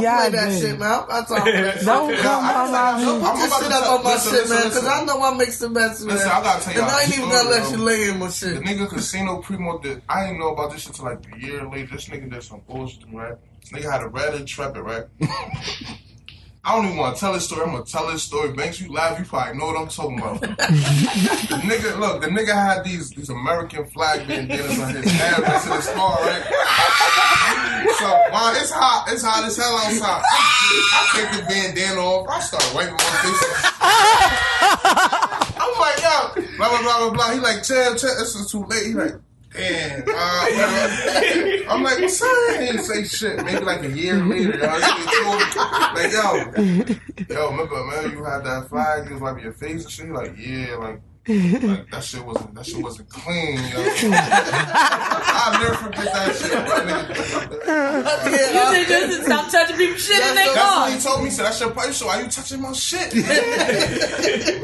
S3: play that
S5: did.
S3: shit, man. I'm not talking about that.
S5: Don't come on
S3: Don't
S5: my
S3: put this shit up on my
S6: listen,
S3: shit,
S6: listen,
S3: man,
S6: listen.
S3: because I know I make some mess with
S6: Listen, I
S3: that.
S6: gotta tell
S3: And
S6: y'all.
S3: I ain't
S6: a
S3: even gonna let
S6: story,
S3: you
S6: bro.
S3: lay in my
S6: The
S3: shit.
S6: nigga Casino Primo did. I ain't know about this shit till like a year later. This nigga did some bullshit, right? This nigga had a red intrepid, right? I don't even want to tell this story. I'm gonna tell this story. Banks, you laugh. You probably know what I'm talking about. the nigga, look, the nigga had these these American flag bandanas on his head next to his car, right? so, wow, it's hot. It's hot as hell outside. I take the bandana off. I start wiping my face. I'm like, yo, blah blah blah blah blah. He like, chill, chill. This is too late. He like, damn. Uh, whatever. I'm like, what's up? He didn't say shit. Maybe like a year later, yo. I told him, like, yo, yo, remember, man, you had that flag. You was wiping your face and shit. He like, yeah, like. Like, that shit wasn't that shit wasn't clean, yo. I'll never forget that shit. bro.
S4: You should just stop touching people's shit in their
S6: That's what he
S4: car.
S6: told me. He said, "That's your pipe. So why you touching my shit?"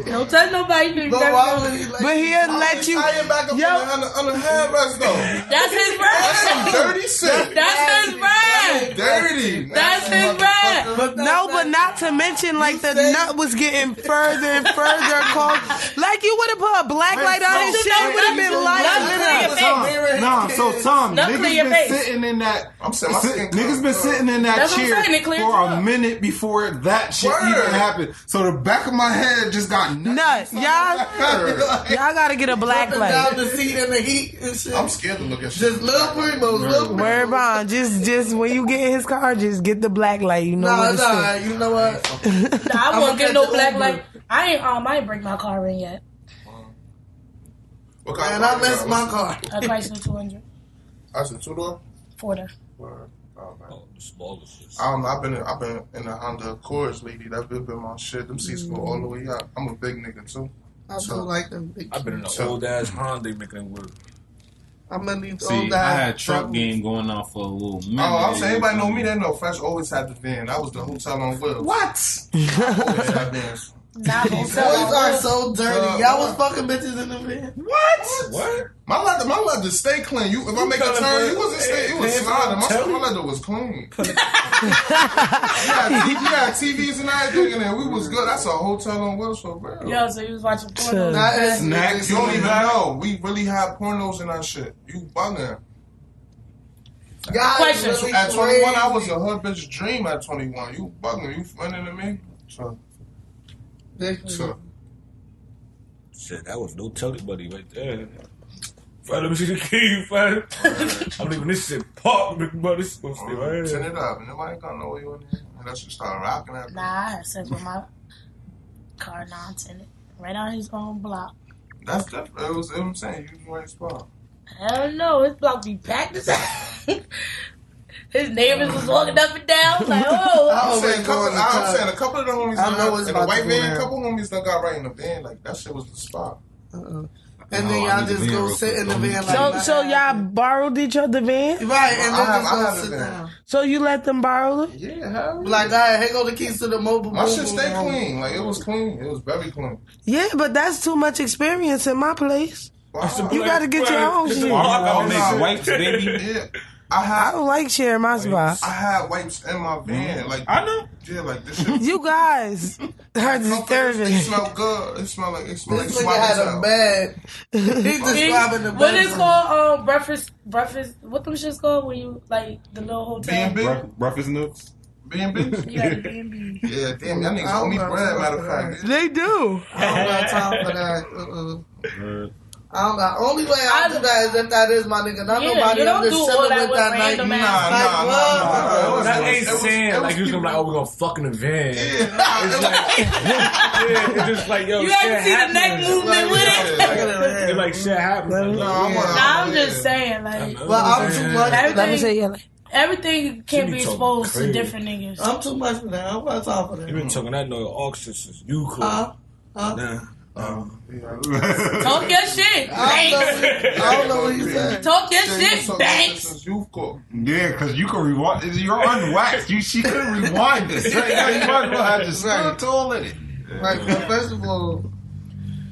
S4: Don't touch nobody. You
S3: But
S4: never
S3: why
S4: know.
S3: would he let
S5: But
S3: you-
S5: he'll let you.
S6: I ain't back up
S5: Yo.
S6: on the, on the, on the headrest though.
S4: That's his
S6: That's some
S4: brand.
S6: dirty shit.
S4: That's his
S5: brand.
S6: Dirty.
S5: That's his brand. no, but not to mention, like the
S3: said-
S5: nut was getting further and further. called, like you would have put a black light on his shit, would have been light.
S4: Nothing in your face.
S7: Tom, nah, so Tom,
S4: Not
S7: niggas
S4: clear your
S7: been
S4: face.
S7: sitting in that.
S6: I'm saying my
S7: sit-
S6: skin
S7: niggas
S6: color,
S7: been
S6: uh,
S7: sitting in that
S4: That's what I'm
S7: chair
S4: saying, it clears
S7: for
S4: it
S7: a
S4: up.
S7: minute before that shit
S6: Word.
S7: even happened. So the back of my head just got
S5: Nut, y'all,
S7: Like,
S5: y'all gotta get a black
S3: down
S5: light.
S3: the seat in the heat and shit.
S6: I'm scared to look at shit.
S3: Just little primos, little primos.
S5: Word bond, just just when you get in his car, just get the black light. You know
S3: Nah,
S5: what
S3: it's
S5: it's for.
S3: alright. You know what?
S4: Nah, I
S3: I'm
S4: won't
S3: gonna
S4: get no
S3: catch
S4: black
S3: Uber.
S4: light. I ain't um, I ain't break my car in yet.
S6: What
S3: And I
S6: car you
S3: messed
S6: got?
S3: my car.
S4: A Chrysler 200
S6: I said two door.
S4: Porter.
S6: Word. Oh, man.
S8: The smallest shit.
S6: I don't know. I've been in, I've been in the Honda Accords lately. That's been, been my shit. Them seats go all the way up. I'm a big nigga too.
S3: I do like them. big
S8: I've been in
S6: So-
S8: an old ass Honda making it work.
S3: I'm gonna need
S1: See,
S3: old
S1: I
S3: guys.
S1: had truck game going on for a little minute.
S6: Oh, I'm saying everybody know me. They know Fresh always had the van. I was the hotel on wheels.
S7: what?
S6: Always had vans.
S4: Nah, I won't
S3: Boys are so
S4: sell
S3: dirty.
S6: Uh,
S3: Y'all was fucking bitches in the van.
S6: What?
S8: What?
S6: My leather, my leather stay clean. You, if I make a
S8: kinda
S6: turn,
S8: man-
S6: you wasn't stay, it was
S8: man,
S6: sliding. My,
S8: tell me.
S6: my leather was clean. you, had, you had TVs and everything in there. We was good. That's a hotel on wheels for real.
S4: Yo, so you was watching porn.
S5: Nah,
S3: Not as
S6: You don't even know. We really had pornos in our shit. You bugging.
S3: Y'all
S4: Question.
S3: really
S6: At 21, I
S3: crazy.
S6: was a hood bitch dream at 21. You bugging. You running to me? So,
S3: Mm.
S6: so.
S8: Shit, that was no telly buddy right there. Fred, let me see the key, Fred. I'm leaving this shit parked, big buddy. This gonna stay right
S6: Turn
S8: here.
S6: it up. Nobody gonna know you in here. Unless you start rocking that.
S4: Nah, I had sex with my car non-tenant. Right on his own block.
S6: That's different. It was, it was what I'm saying. You in the right spot.
S4: I don't know. His block be packed as His neighbors was walking up and down. Like, oh.
S6: I'm saying, a
S3: always
S6: couple,
S3: go in the
S6: I'm
S3: tub.
S6: saying a couple of the homies
S3: I
S6: in
S3: know
S6: the,
S3: it's
S6: in the
S3: about to
S6: white
S3: go
S6: van,
S3: down.
S6: a couple homies done got right in the van. Like, that shit was the spot.
S3: And
S1: Oh,
S3: then
S1: I
S3: y'all
S1: need
S3: just
S1: the van
S3: go
S1: real
S3: sit
S1: quick.
S3: in the
S1: Don't
S3: van
S1: need
S3: like
S5: So,
S3: that.
S5: so y'all borrowed each other van.
S3: Right, and
S6: I
S3: then
S6: have-
S3: just
S6: I
S3: go
S6: have a
S3: sit
S6: van.
S3: down.
S5: So you let them borrow it.
S6: Yeah, hell yeah.
S3: Like, all right, here go the keys to the mobile.
S6: My
S3: boom,
S6: shit
S3: boom,
S6: stay
S3: boom.
S6: clean. Like, it was clean. It was very clean.
S5: Yeah, but that's too much experience in my place.
S6: Wow.
S5: You gotta get your own shit. I
S1: All
S6: Oh,
S1: niggas
S6: nah.
S1: wipes, baby.
S6: Yeah. I had,
S5: don't like sharing my spot.
S6: I had wipes in my van. Like,
S1: Mm. I know.
S6: Yeah, like, this shit.
S5: You guys are
S6: It
S5: disturbing.
S6: smelled good. It smelled like, it smelled like
S3: This nigga had a
S6: swap bag.
S3: bag. He's describing the
S4: What is
S3: bedroom.
S4: called um breakfast breakfast what them shits called when you like the little hotel?
S6: B&B.
S1: Breakfast nooks.
S6: B&B.
S4: You had the B&B.
S6: Yeah, damn, y'all niggas
S3: I
S6: owe me
S3: don't know.
S6: bread, matter of fact.
S5: They do.
S3: I don't got time for that. Uh-uh. I don't got. Only way I,
S4: I-
S3: do that is if that is my nigga. Not
S4: Yeah,
S3: nobody.
S4: you
S3: I'm
S4: don't
S3: just
S4: do
S3: chilling
S4: all that
S3: with
S4: with
S3: that night.
S4: random
S6: Nah, nah,
S4: ass
S3: Like,
S6: nah, nah, nah. It was-
S8: That
S6: it
S8: ain't
S6: was- it was- it
S8: saying like you
S6: was
S8: was gonna be like, oh, we're gonna fuck in the van.
S6: Yeah, nah, it was like,
S8: yeah, it's just like yo,
S4: You
S8: shit
S4: had to see the
S8: happened.
S4: neck movement with it.
S8: It's like shit happened.
S6: No, I'm
S8: Like,
S6: on-
S4: Nah, I'm
S6: yeah.
S4: just saying, like
S8: yeah.
S3: Well, I'm too much.
S5: Let me
S4: everything
S5: say yeah. like-
S4: everything
S8: She
S4: can
S8: be
S4: be
S8: talking
S4: exposed to
S8: crazy.
S4: different niggas.
S3: I'm too much for that. I don't got time for
S8: You
S3: that.
S8: been talking that no auction since you cool.
S3: Huh? Huh?
S8: Nah.
S4: Talk your shit.
S3: I
S4: Bang.
S3: don't know what you said.
S4: Talk your
S6: Yeah, you
S4: shit,
S6: talking shit
S4: Banks.
S6: since Youth court.
S1: Yeah, because you can rewind. You're unwaxed. You she couldn't rewind this. Right now, you might as well have just
S3: Right.
S1: stood tall in it.
S3: Right, but first of all,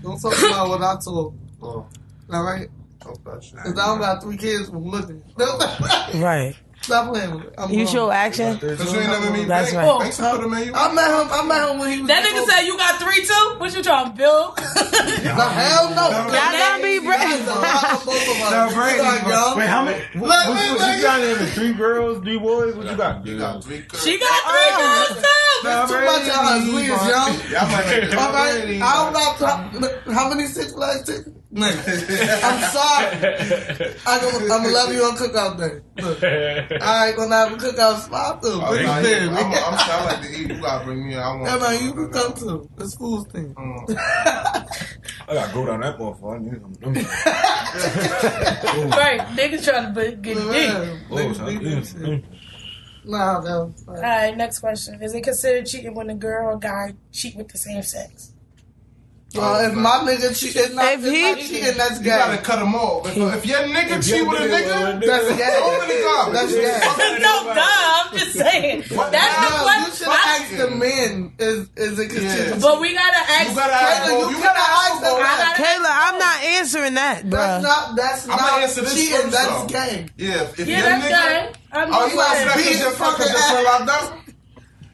S3: don't talk about what I talk.
S6: Oh,
S3: All right,
S6: talk that shit.
S3: because I don't got three kids from looking. Stop
S5: Right.
S3: playing with me. I'm
S5: You
S3: grown.
S5: show action.
S6: 'Cause you ain't never meet
S5: That's
S6: Banks.
S5: right.
S6: Banks put him in you.
S3: I met him. I met him when he was.
S4: That nigga said you got three too? What you trying, Bill?
S3: "The hell no."
S6: Y'all
S5: Y'all gotta be
S3: That's a
S5: brave.
S3: lot of both of us.
S1: Now,
S3: He's
S1: Brady,
S3: like, yo,
S1: wait, how many? What, what,
S3: wait,
S1: what
S3: wait.
S1: you got in it? Three girls, three boys. What you got?
S6: You got three girls.
S4: she got three girls too.
S1: Now,
S3: Too much of us. We is young.
S6: Y'all might make it.
S3: All right, I don't know how- how many Six Flags tickets. Nigga, I'm sorry. I go, I'm gonna love you on cookout day. Look, I ain't gonna have a cookout spot though.
S6: Oh,
S3: But
S6: nah,
S3: you
S6: you-
S3: there,
S6: I'm, I'm,
S3: man.
S6: I like to eat. You gotta bring me. in. I want.
S3: Yeah, man, you can come too. It's fool's thing.
S6: Oh,
S8: I gotta go down that motherfucker. I need some- them-
S4: Right, niggas trying to be- get deep.
S3: Man,
S8: Oh, so-
S3: niggas do that
S8: mm,
S3: shit. Nah, no.
S6: Oh,
S4: All right, next question: Is it considered cheating when a girl or guy cheat with the same sex?
S3: Well, if my nigga cheat, it's not,
S5: If
S3: if
S5: he-
S3: not cheating, that's
S6: You gotta
S3: gay.
S6: cut them off. If, if your nigga cheat with a nigga,
S3: That's gay.
S6: throw him in the garbage.
S3: That's gay.
S4: Oh, no, duh. I'm just saying. That's the
S3: No, you should
S4: question. I-
S3: ask the men. Is is it considered?
S4: But we gotta ask.
S6: You gotta ask.
S3: Taylor,
S6: for-
S3: you
S6: You
S3: gotta
S6: gotta
S3: ask
S6: ask.
S3: them.
S6: for-
S4: I gotta-
S5: Taylor, I'm not answering that,
S3: That's
S5: bruh.
S3: not. That's
S6: I'm gonna
S3: not
S6: answer this
S3: cheating.
S6: first,
S3: That's
S6: though.
S3: gay.
S6: Yeah, if, if
S4: Yeah,
S6: your
S4: that's
S6: nigga,
S4: gay. I'm
S6: Oh, you
S4: just
S6: out
S4: saying.
S6: here your fucking just fell out down?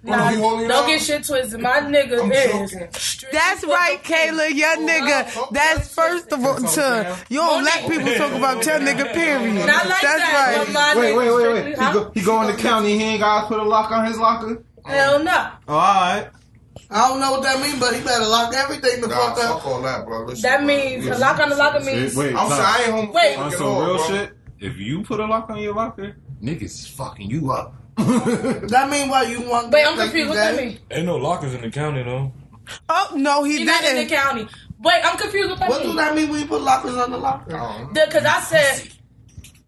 S4: Nah,
S6: you holding it
S4: don't
S6: up?
S4: get shit twisted. My nigga
S6: I'm
S4: is.
S6: joking.
S4: straight
S5: That's right,
S4: fucking-
S5: Kayla, your nigga. That's first of all, to, you don't let people talk about your nigga, period.
S4: Not like that.
S5: That's
S4: but
S5: right.
S4: my
S7: Wait,
S4: nigga
S7: wait, wait, wait.
S4: strictly-
S7: He
S4: huh?
S7: go, he go in the county. He ain't got to put a lock on his locker.
S4: Hell no.
S7: All right.
S3: I don't know what that means, but he better lock everything the
S6: Nah,
S3: fuck up.
S6: fuck all that, bro. Listen,
S4: That
S6: bro.
S4: means
S6: Yeah.
S4: a lock on the locker means.
S1: Wait, wait,
S6: I'm
S1: nah.
S6: sorry, I ain't home.
S4: Wait.
S6: at
S1: On some
S6: all,
S1: real
S6: bro.
S1: shit, if you put a lock on your locker, niggas is fucking you up.
S3: That mean why you want?
S4: Wait, I'm confused. What that
S3: mean?
S4: mean?
S8: Ain't no lockers in the county though.
S5: Oh, no, he
S4: He not in the
S5: didn't.
S4: county. Wait, I'm confused. What that
S3: What do
S4: mean?
S3: that mean when you put lockers on the locker?
S6: Um,
S4: Because I said.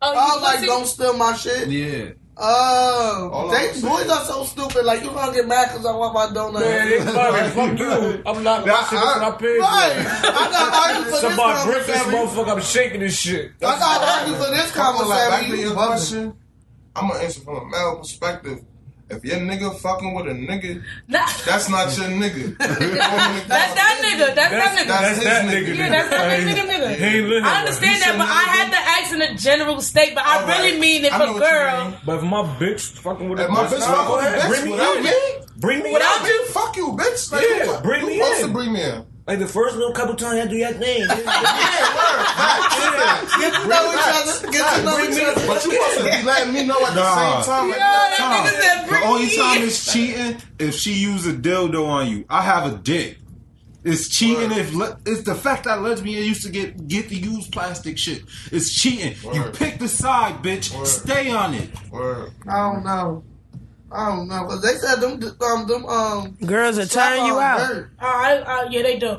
S3: Oh,
S4: Oh,
S3: like
S4: you
S3: don't
S4: pussy.
S3: steal my shit.
S1: Yeah.
S3: Oh,
S6: All
S3: they
S6: I'm saying-
S3: boys are so stupid. Like you gonna get mad because I want my donut.
S8: Man, they fucking fuck you. I'm not
S6: Nah,
S8: watching this.
S6: I-
S8: I paid
S3: Right.
S8: for.
S3: I got argue for this
S8: Somebody break this
S3: conversation.
S8: motherfucker. I'm shaking this shit.
S3: I got argue for this
S6: Come on, like, back
S3: conversation.
S6: to
S3: You
S6: your
S3: bugging.
S6: question. I'm gonna answer from a male perspective. If your nigga fucking with a nigga,
S4: Nah,
S6: that's not your nigga.
S4: That's that nigga. That's that nigga.
S6: that's his nigga.
S4: Yeah, that's that nigga, nigga, nigga.
S8: He ain't living.
S4: I understand that, but I had to ask in a general state. But I
S6: All right.
S4: really mean if
S6: I know
S4: a
S6: what you
S4: girl.
S6: mean.
S8: But if my bitch fucking with a
S6: If my bitch
S8: nah, go
S6: fucking
S8: ahead,
S6: with a
S8: bring
S6: bitch
S8: me
S6: without
S8: in.
S6: me,
S8: Bring me
S4: Without
S8: in.
S4: you.
S6: bitch, fuck you, bitch. Like,
S8: Yeah,
S6: you,
S8: bring
S6: you
S8: me
S6: supposed
S8: in.
S6: to bring me in.
S8: Like the first little couple times, I do your thing.
S6: Yeah, word. Facts, facts.
S3: Get to know each other. Get to know
S6: Bring
S3: each
S6: me in.
S3: other.
S6: But you supposed to be letting me know at the
S1: Nah.
S6: same time.
S4: Yo,
S6: Like,
S4: that
S1: Nah.
S4: nigga said
S1: The
S4: bring
S1: only
S4: me
S1: time
S4: in.
S1: it's cheating if she use a dildo on you. I have a dick. It's cheating
S6: Word.
S1: if le- it's the fact that lesbian used to get get to use plastic shit. It's cheating. You
S6: Word.
S1: pick the side, bitch.
S6: Word.
S1: Stay on it.
S6: Word.
S3: I don't know. I don't know. Cause they said them um them um.
S5: Girls are turning you
S3: strap-ons
S5: out.
S3: hurt.
S4: Oh, I, I, yeah, they do.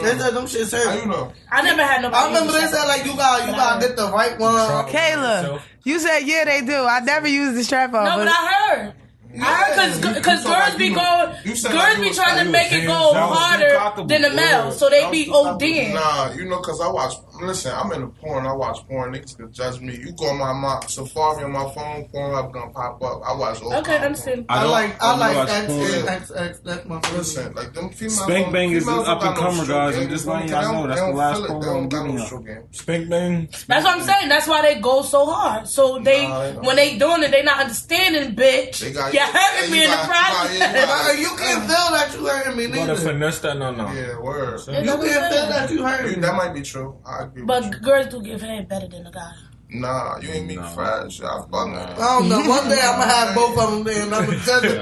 S3: They said them shit
S6: How you
S3: hurt.
S6: know?
S4: I never had nobody.
S3: I remember they said like you got you got to get the right one.
S5: Kayla, you said, yeah, they do. I never used the strap on.
S4: No, but I heard. I heard
S6: You- you
S4: because girls
S6: felt like
S4: be
S6: you-
S4: going,
S6: you
S4: girls
S6: said like you
S4: be
S6: was-
S4: trying
S6: like
S4: to
S6: you
S4: make
S8: was
S4: it
S8: hands
S4: go
S8: down,
S4: harder
S1: cockable,
S4: than the male, so they be ODing.
S6: Nah, you know, cause I watch. Listen, I'm in the porn. I watch porn. Niggas can judge me. You go on my, my Safari on my phone. Pornhub gonna pop up. I watch all.
S4: Okay,
S6: kind of
S4: understand.
S3: I
S1: don't-
S3: like I
S1: don't
S3: like
S1: watch
S3: X
S1: porn.
S3: X X X. That's my
S6: porn.
S3: favorite.
S6: Listen, like them females.
S1: Spank
S6: don't-
S1: bang is
S6: females don't
S1: up
S6: got
S1: and
S6: no
S1: coming,
S6: stroke
S1: guys. I'm
S6: game.
S1: just
S6: They
S1: letting
S6: don't-
S1: y'all know.
S6: they
S1: That's the
S6: don't
S1: last
S6: feel it.
S1: porn
S6: They don't
S1: I'm
S6: got
S1: giving
S6: no
S1: y'all.
S6: stroke game.
S8: Spank bang.
S4: That's what I'm saying. That's why they go so hard. So they,
S6: Nah, they don't.
S4: when they doing it, they not understanding, bitch.
S6: They got-
S4: You're hurting
S6: yeah,
S4: me
S6: you
S4: in the
S6: got- you got-
S4: process.
S6: yeah, you got-
S3: Uh, You can't feel that you hurting me
S8: Gotta
S3: neither.
S8: finesse that. No, no.
S6: Yeah, word.
S8: So-
S3: You
S4: That's
S3: can't
S4: what
S3: feel
S4: I'm saying.
S3: that you
S6: You-
S3: hurting me.
S6: that might be true. I agree. with
S4: But
S6: you.
S4: girls do give head better than a guy.
S6: nah, you ain't mean
S1: No.
S6: fried shit. I fuck with it.
S3: I don't know. One day I'm gonna have both of them there, and I'm gonna judge it.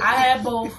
S4: I had both.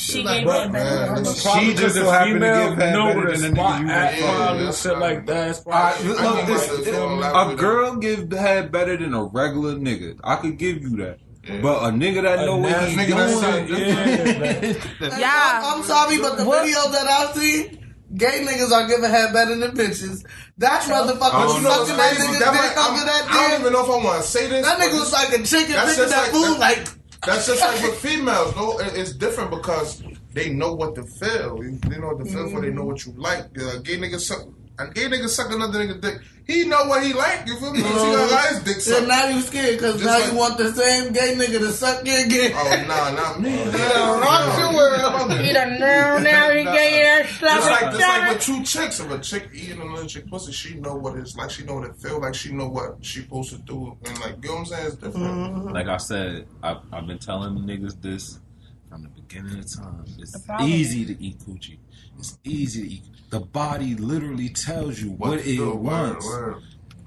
S4: She gave
S6: man,
S4: head better.
S6: this
S1: She just so happened to get bad better than the nigga you
S8: at
S1: was
S6: fucking
S8: probably
S6: with.
S8: shit like that. It's
S1: I,
S8: probably-
S1: look,
S6: I
S1: look,
S6: think
S1: this,
S6: that's
S1: it-
S6: all I
S1: a
S6: would
S1: girl give the head better than a regular nigga. I could give you that.
S6: Yeah.
S1: But a nigga that
S8: A
S1: know what he's
S8: nasty nigga that
S1: doing,
S5: Yeah.
S3: I'm sorry, but the
S5: What?
S3: videos that I've seen, gay niggas are giving head better than bitches. That motherfucker
S1: But
S6: But
S3: was
S6: Oh, you know what's
S3: sucking that
S6: crazy?
S3: nigga
S6: That
S3: dick
S6: might,
S3: under
S6: I'm, I
S3: that
S6: don't
S3: dick.
S6: even know if I want to say this.
S3: That
S6: but
S3: nigga was like a chicken
S6: That's just
S3: picking that
S6: like-
S3: food like.
S6: That's just like with females, though. It- It's different because they know what to feel. You- They know what to feel for. They know what you like. A gay nigga suck. A gay nigga suck another nigga dick. He know what he like. You feel me? He gonna got his dick
S3: So
S6: sucked.
S3: now you scared because
S6: Just
S3: now
S6: like-
S3: you want the same gay nigga to suck your dick.
S6: Oh nah, not me.
S3: rock your world.
S4: He done now, now he gave her
S6: Just
S4: slap
S6: like, just like with two chicks, if a chick eating another chick pussy, she know what it's like. She know what it feel like. She know what she supposed to do. And like, you know what I'm saying? It's different.
S3: Mm-hmm.
S1: like I said, I, I've been telling the niggas this from the beginning of time. It's
S4: problem-
S1: easy to eat coochie. It's easy to eat. The body literally tells you what,
S6: to
S1: it
S6: do, word,
S1: wants.
S6: word.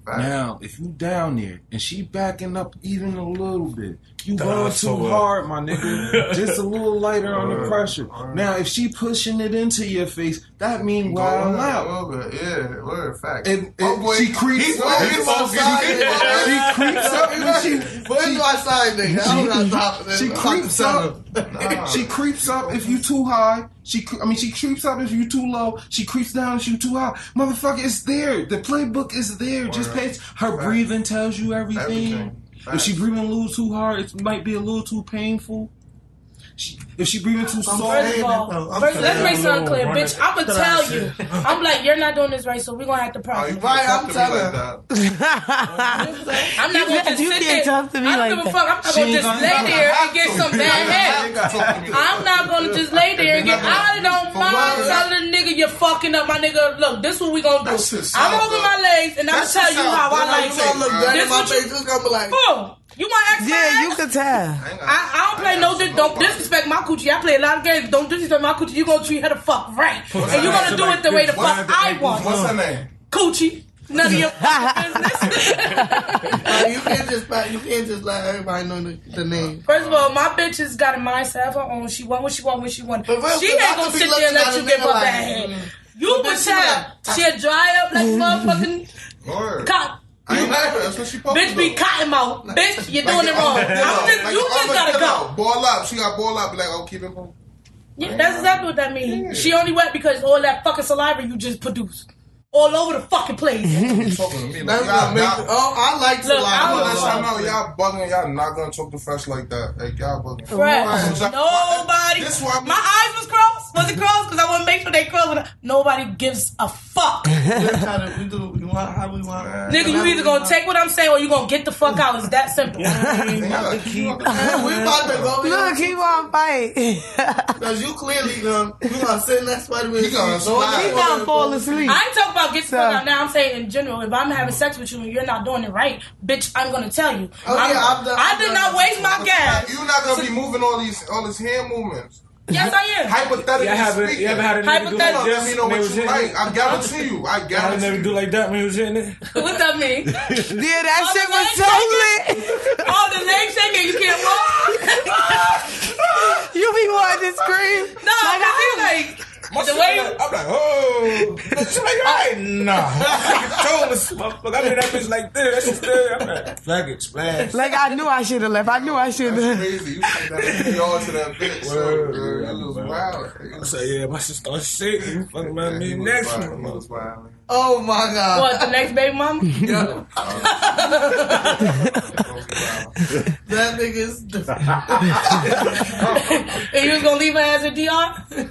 S6: Fact.
S1: Now, if you down there and she backing up even a little bit, you
S8: Nah,
S1: going
S8: so
S1: too
S8: what?
S1: hard, my nigga. Just a little lighter on the
S6: Alright,
S1: pressure.
S6: alright.
S1: Now, if she pushing it into your face, that mean
S6: Go
S1: wild
S6: on,
S1: out.
S6: go on, Yeah, word, fact.
S1: And, and
S6: Oh, boy.
S1: she creeps
S6: He's
S1: up.
S6: on- he's on
S1: she,
S6: side.
S1: she creeps up and she,
S3: But
S1: she-
S3: you outside nigga. I'm not stopping this.
S1: she
S3: I'm
S1: creeps
S3: stopping.
S1: up.
S6: Nah.
S1: She creeps up if you too high. She, cre- I mean, she creeps up if you too low. She creeps down if you too high. Motherfucker, it's there. The playbook is there. Just
S6: Word.
S1: pay. Her
S6: Facts.
S1: breathing tells you everything.
S6: Everything.
S1: If
S6: Facts.
S1: she breathing a little too hard, it might be a little too painful. She, if she breathing too
S4: First
S1: soft,
S4: of all, first, let's make something clear, bitch. I'ma tell you, I'm like, you're not doing this right, so we're gonna have to
S6: Oh, you
S4: problem.
S3: Right,
S6: can't
S3: I'm
S6: talk to me
S3: telling
S6: like that.
S4: I'm not
S5: You
S4: gonna just
S5: can't- you
S4: sit
S5: can't
S4: there.
S5: talk to me
S4: I don't
S5: like
S4: give a
S5: that.
S4: fuck. I'm not
S1: She
S4: gonna
S1: ain't
S4: just
S1: gonna-
S4: lay there and get some bad
S6: You
S4: head.
S6: ain't gotta talk to me like
S4: I'm not gonna just lay there and get. I don't
S6: For
S4: mind
S6: what?
S4: telling the nigga you're fucking up, my nigga. Look, this what we gonna do.
S6: That shit
S4: I'm
S6: sound
S4: over
S6: good.
S4: my legs and I'll
S6: That shit
S4: tell you
S6: sound
S4: how
S6: good.
S4: I
S6: Now
S4: like
S6: you
S3: Gonna
S6: gonna
S4: it.
S3: look
S6: This
S3: dead in my
S4: what you-
S3: face. It's gonna be like.
S4: Boom. You want X?
S5: Yeah, you could tell.
S6: I, ain't got-
S4: I, I don't play
S6: ain't
S4: no
S6: got
S4: dis-
S6: some
S4: don't
S6: nobody.
S4: disrespect my coochie. I play a lot of games. Don't disrespect my coochie. You gonna treat her the fuck right, and you gonna do it the way the
S6: What's
S4: fuck
S6: her-
S4: I
S6: What's
S4: want.
S6: her name?
S4: Coochie, none of your fucking business.
S3: Like, you can't just you can't just let everybody know the, the name.
S4: First of all, my bitch has got a mindset of her own. She want what she want when she want.
S3: But real
S4: She
S3: quick, I
S4: ain't gonna
S3: could be
S4: sit there and
S3: looking
S4: let
S3: at
S4: you
S3: a
S4: give her
S3: nigga
S4: bad
S3: like,
S4: hand. You
S3: But
S4: would
S3: she Mm-hmm.
S4: tell. She'll dry up like motherfucking
S6: Word.
S4: cop.
S6: I ain't mad at her. That's what she posted.
S4: Bitch be
S6: though.
S4: cotton mouth. Bitch, you're doing
S6: Like,
S4: it wrong.
S6: I'm gonna
S4: I'm
S6: get
S4: just,
S6: out.
S4: you
S6: Like,
S4: just
S6: I'm gonna
S4: gotta
S6: get
S4: go.
S6: out. Ball up. She got ball up. Be like, oh, keep it moving.
S4: Yeah, that's exactly what that means. She only wet because all that fucking saliva you just produced. All over the fucking place.
S6: You talking to me? Like,
S3: That's
S6: y'all
S3: what makes.
S6: not-
S3: Oh, I like
S4: Look, I
S6: I'm gonna let
S4: was-
S6: y'all
S3: saliva.
S6: know y'all bugging. Y'all not gonna talk to fresh like that. Like y'all bugging.
S4: Fresh.
S6: Right.
S4: Nobody.
S6: This why I'm-
S4: My eyes was crossed. Was it crossed? Because I want to make sure they crossed. Nobody gives a fuck.
S3: We try to- we do what we want, how we want.
S4: Nigga, you either gonna take what I'm saying or you gonna get the fuck out. It's that simple.
S6: Y'all keep-
S3: And we about to go
S5: Look, he won't fight. he
S3: because you clearly done. You gonna sit in that spider man.
S6: He gonna slide. He
S5: gonna fall asleep.
S4: I ain't talking about get the
S5: So-
S4: fuck out now. I'm saying in general, if I'm having sex with you and you're not doing it right, bitch, I'm gonna tell you.
S3: Oh,
S4: I'm-
S3: yeah, I've done-
S4: I
S3: I've
S4: did
S3: done
S4: not
S3: that
S4: waste my gas.
S6: You're not gonna be moving all these all these hand movements.
S4: Yes, I am.
S6: Hypothetically
S8: You haven't,
S6: speaking,
S8: you haven't had a nigga do like
S4: Hypothetical.
S8: this
S6: let me know
S8: when he
S6: what
S8: was
S6: you
S8: hitting
S6: like.
S8: it?
S6: I guarantee you. I
S8: You haven't never
S6: guarantee
S8: do
S6: you.
S8: like that when he was hitting it?
S4: What that mean?
S5: Yeah, that shit was so lit.
S4: All the leg shaking, you can't walk.
S5: You be wanting to scream.
S4: no, I feel like.
S8: My
S4: The
S8: shit
S4: way-
S8: like- I'm like, oh. She like, I nah. I told this motherfucker. I mean, that bitch like this. That's just there. I'm like, flag it, splash.
S5: Like I knew I should have left. I knew I should
S6: That's
S5: have.
S6: crazy. You said that y'all to that bitch. So,
S8: Word.
S6: girl, you was wild. You
S8: I
S6: was-
S8: said, yeah, my oh, shit start shaking. You fucking about me
S6: you was
S8: next
S6: wild. You
S8: month.
S6: was wild.
S3: Oh my god.
S4: What, the next baby mama?
S3: Yeah.
S6: You was wild.
S3: That nigga's.
S4: And you was gonna leave her as a DR?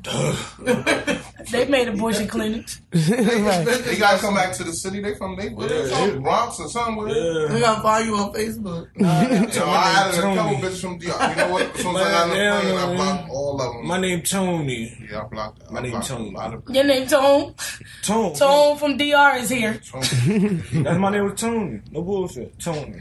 S6: Duh.
S4: they made abortion clinics.
S6: They gotta come back to the city. They from they where they from Bronx or somewhere.
S3: I'm gonna follow you on Facebook. Nah,
S6: You know, I added a
S8: Tony.
S6: couple bitches from DR. You know what? As soon as I got on
S8: Yeah,
S6: the plane,
S8: yeah,
S6: I
S8: yeah.
S6: blocked all of them.
S8: My name Tony.
S6: Yeah, I blocked. I
S8: My name
S6: blocked
S8: Tony.
S6: a lot of-
S4: Your name Tone.
S8: Tone.
S4: Tone from DR is here.
S6: Tony.
S8: That's my name was Tony. No bullshit. Tony.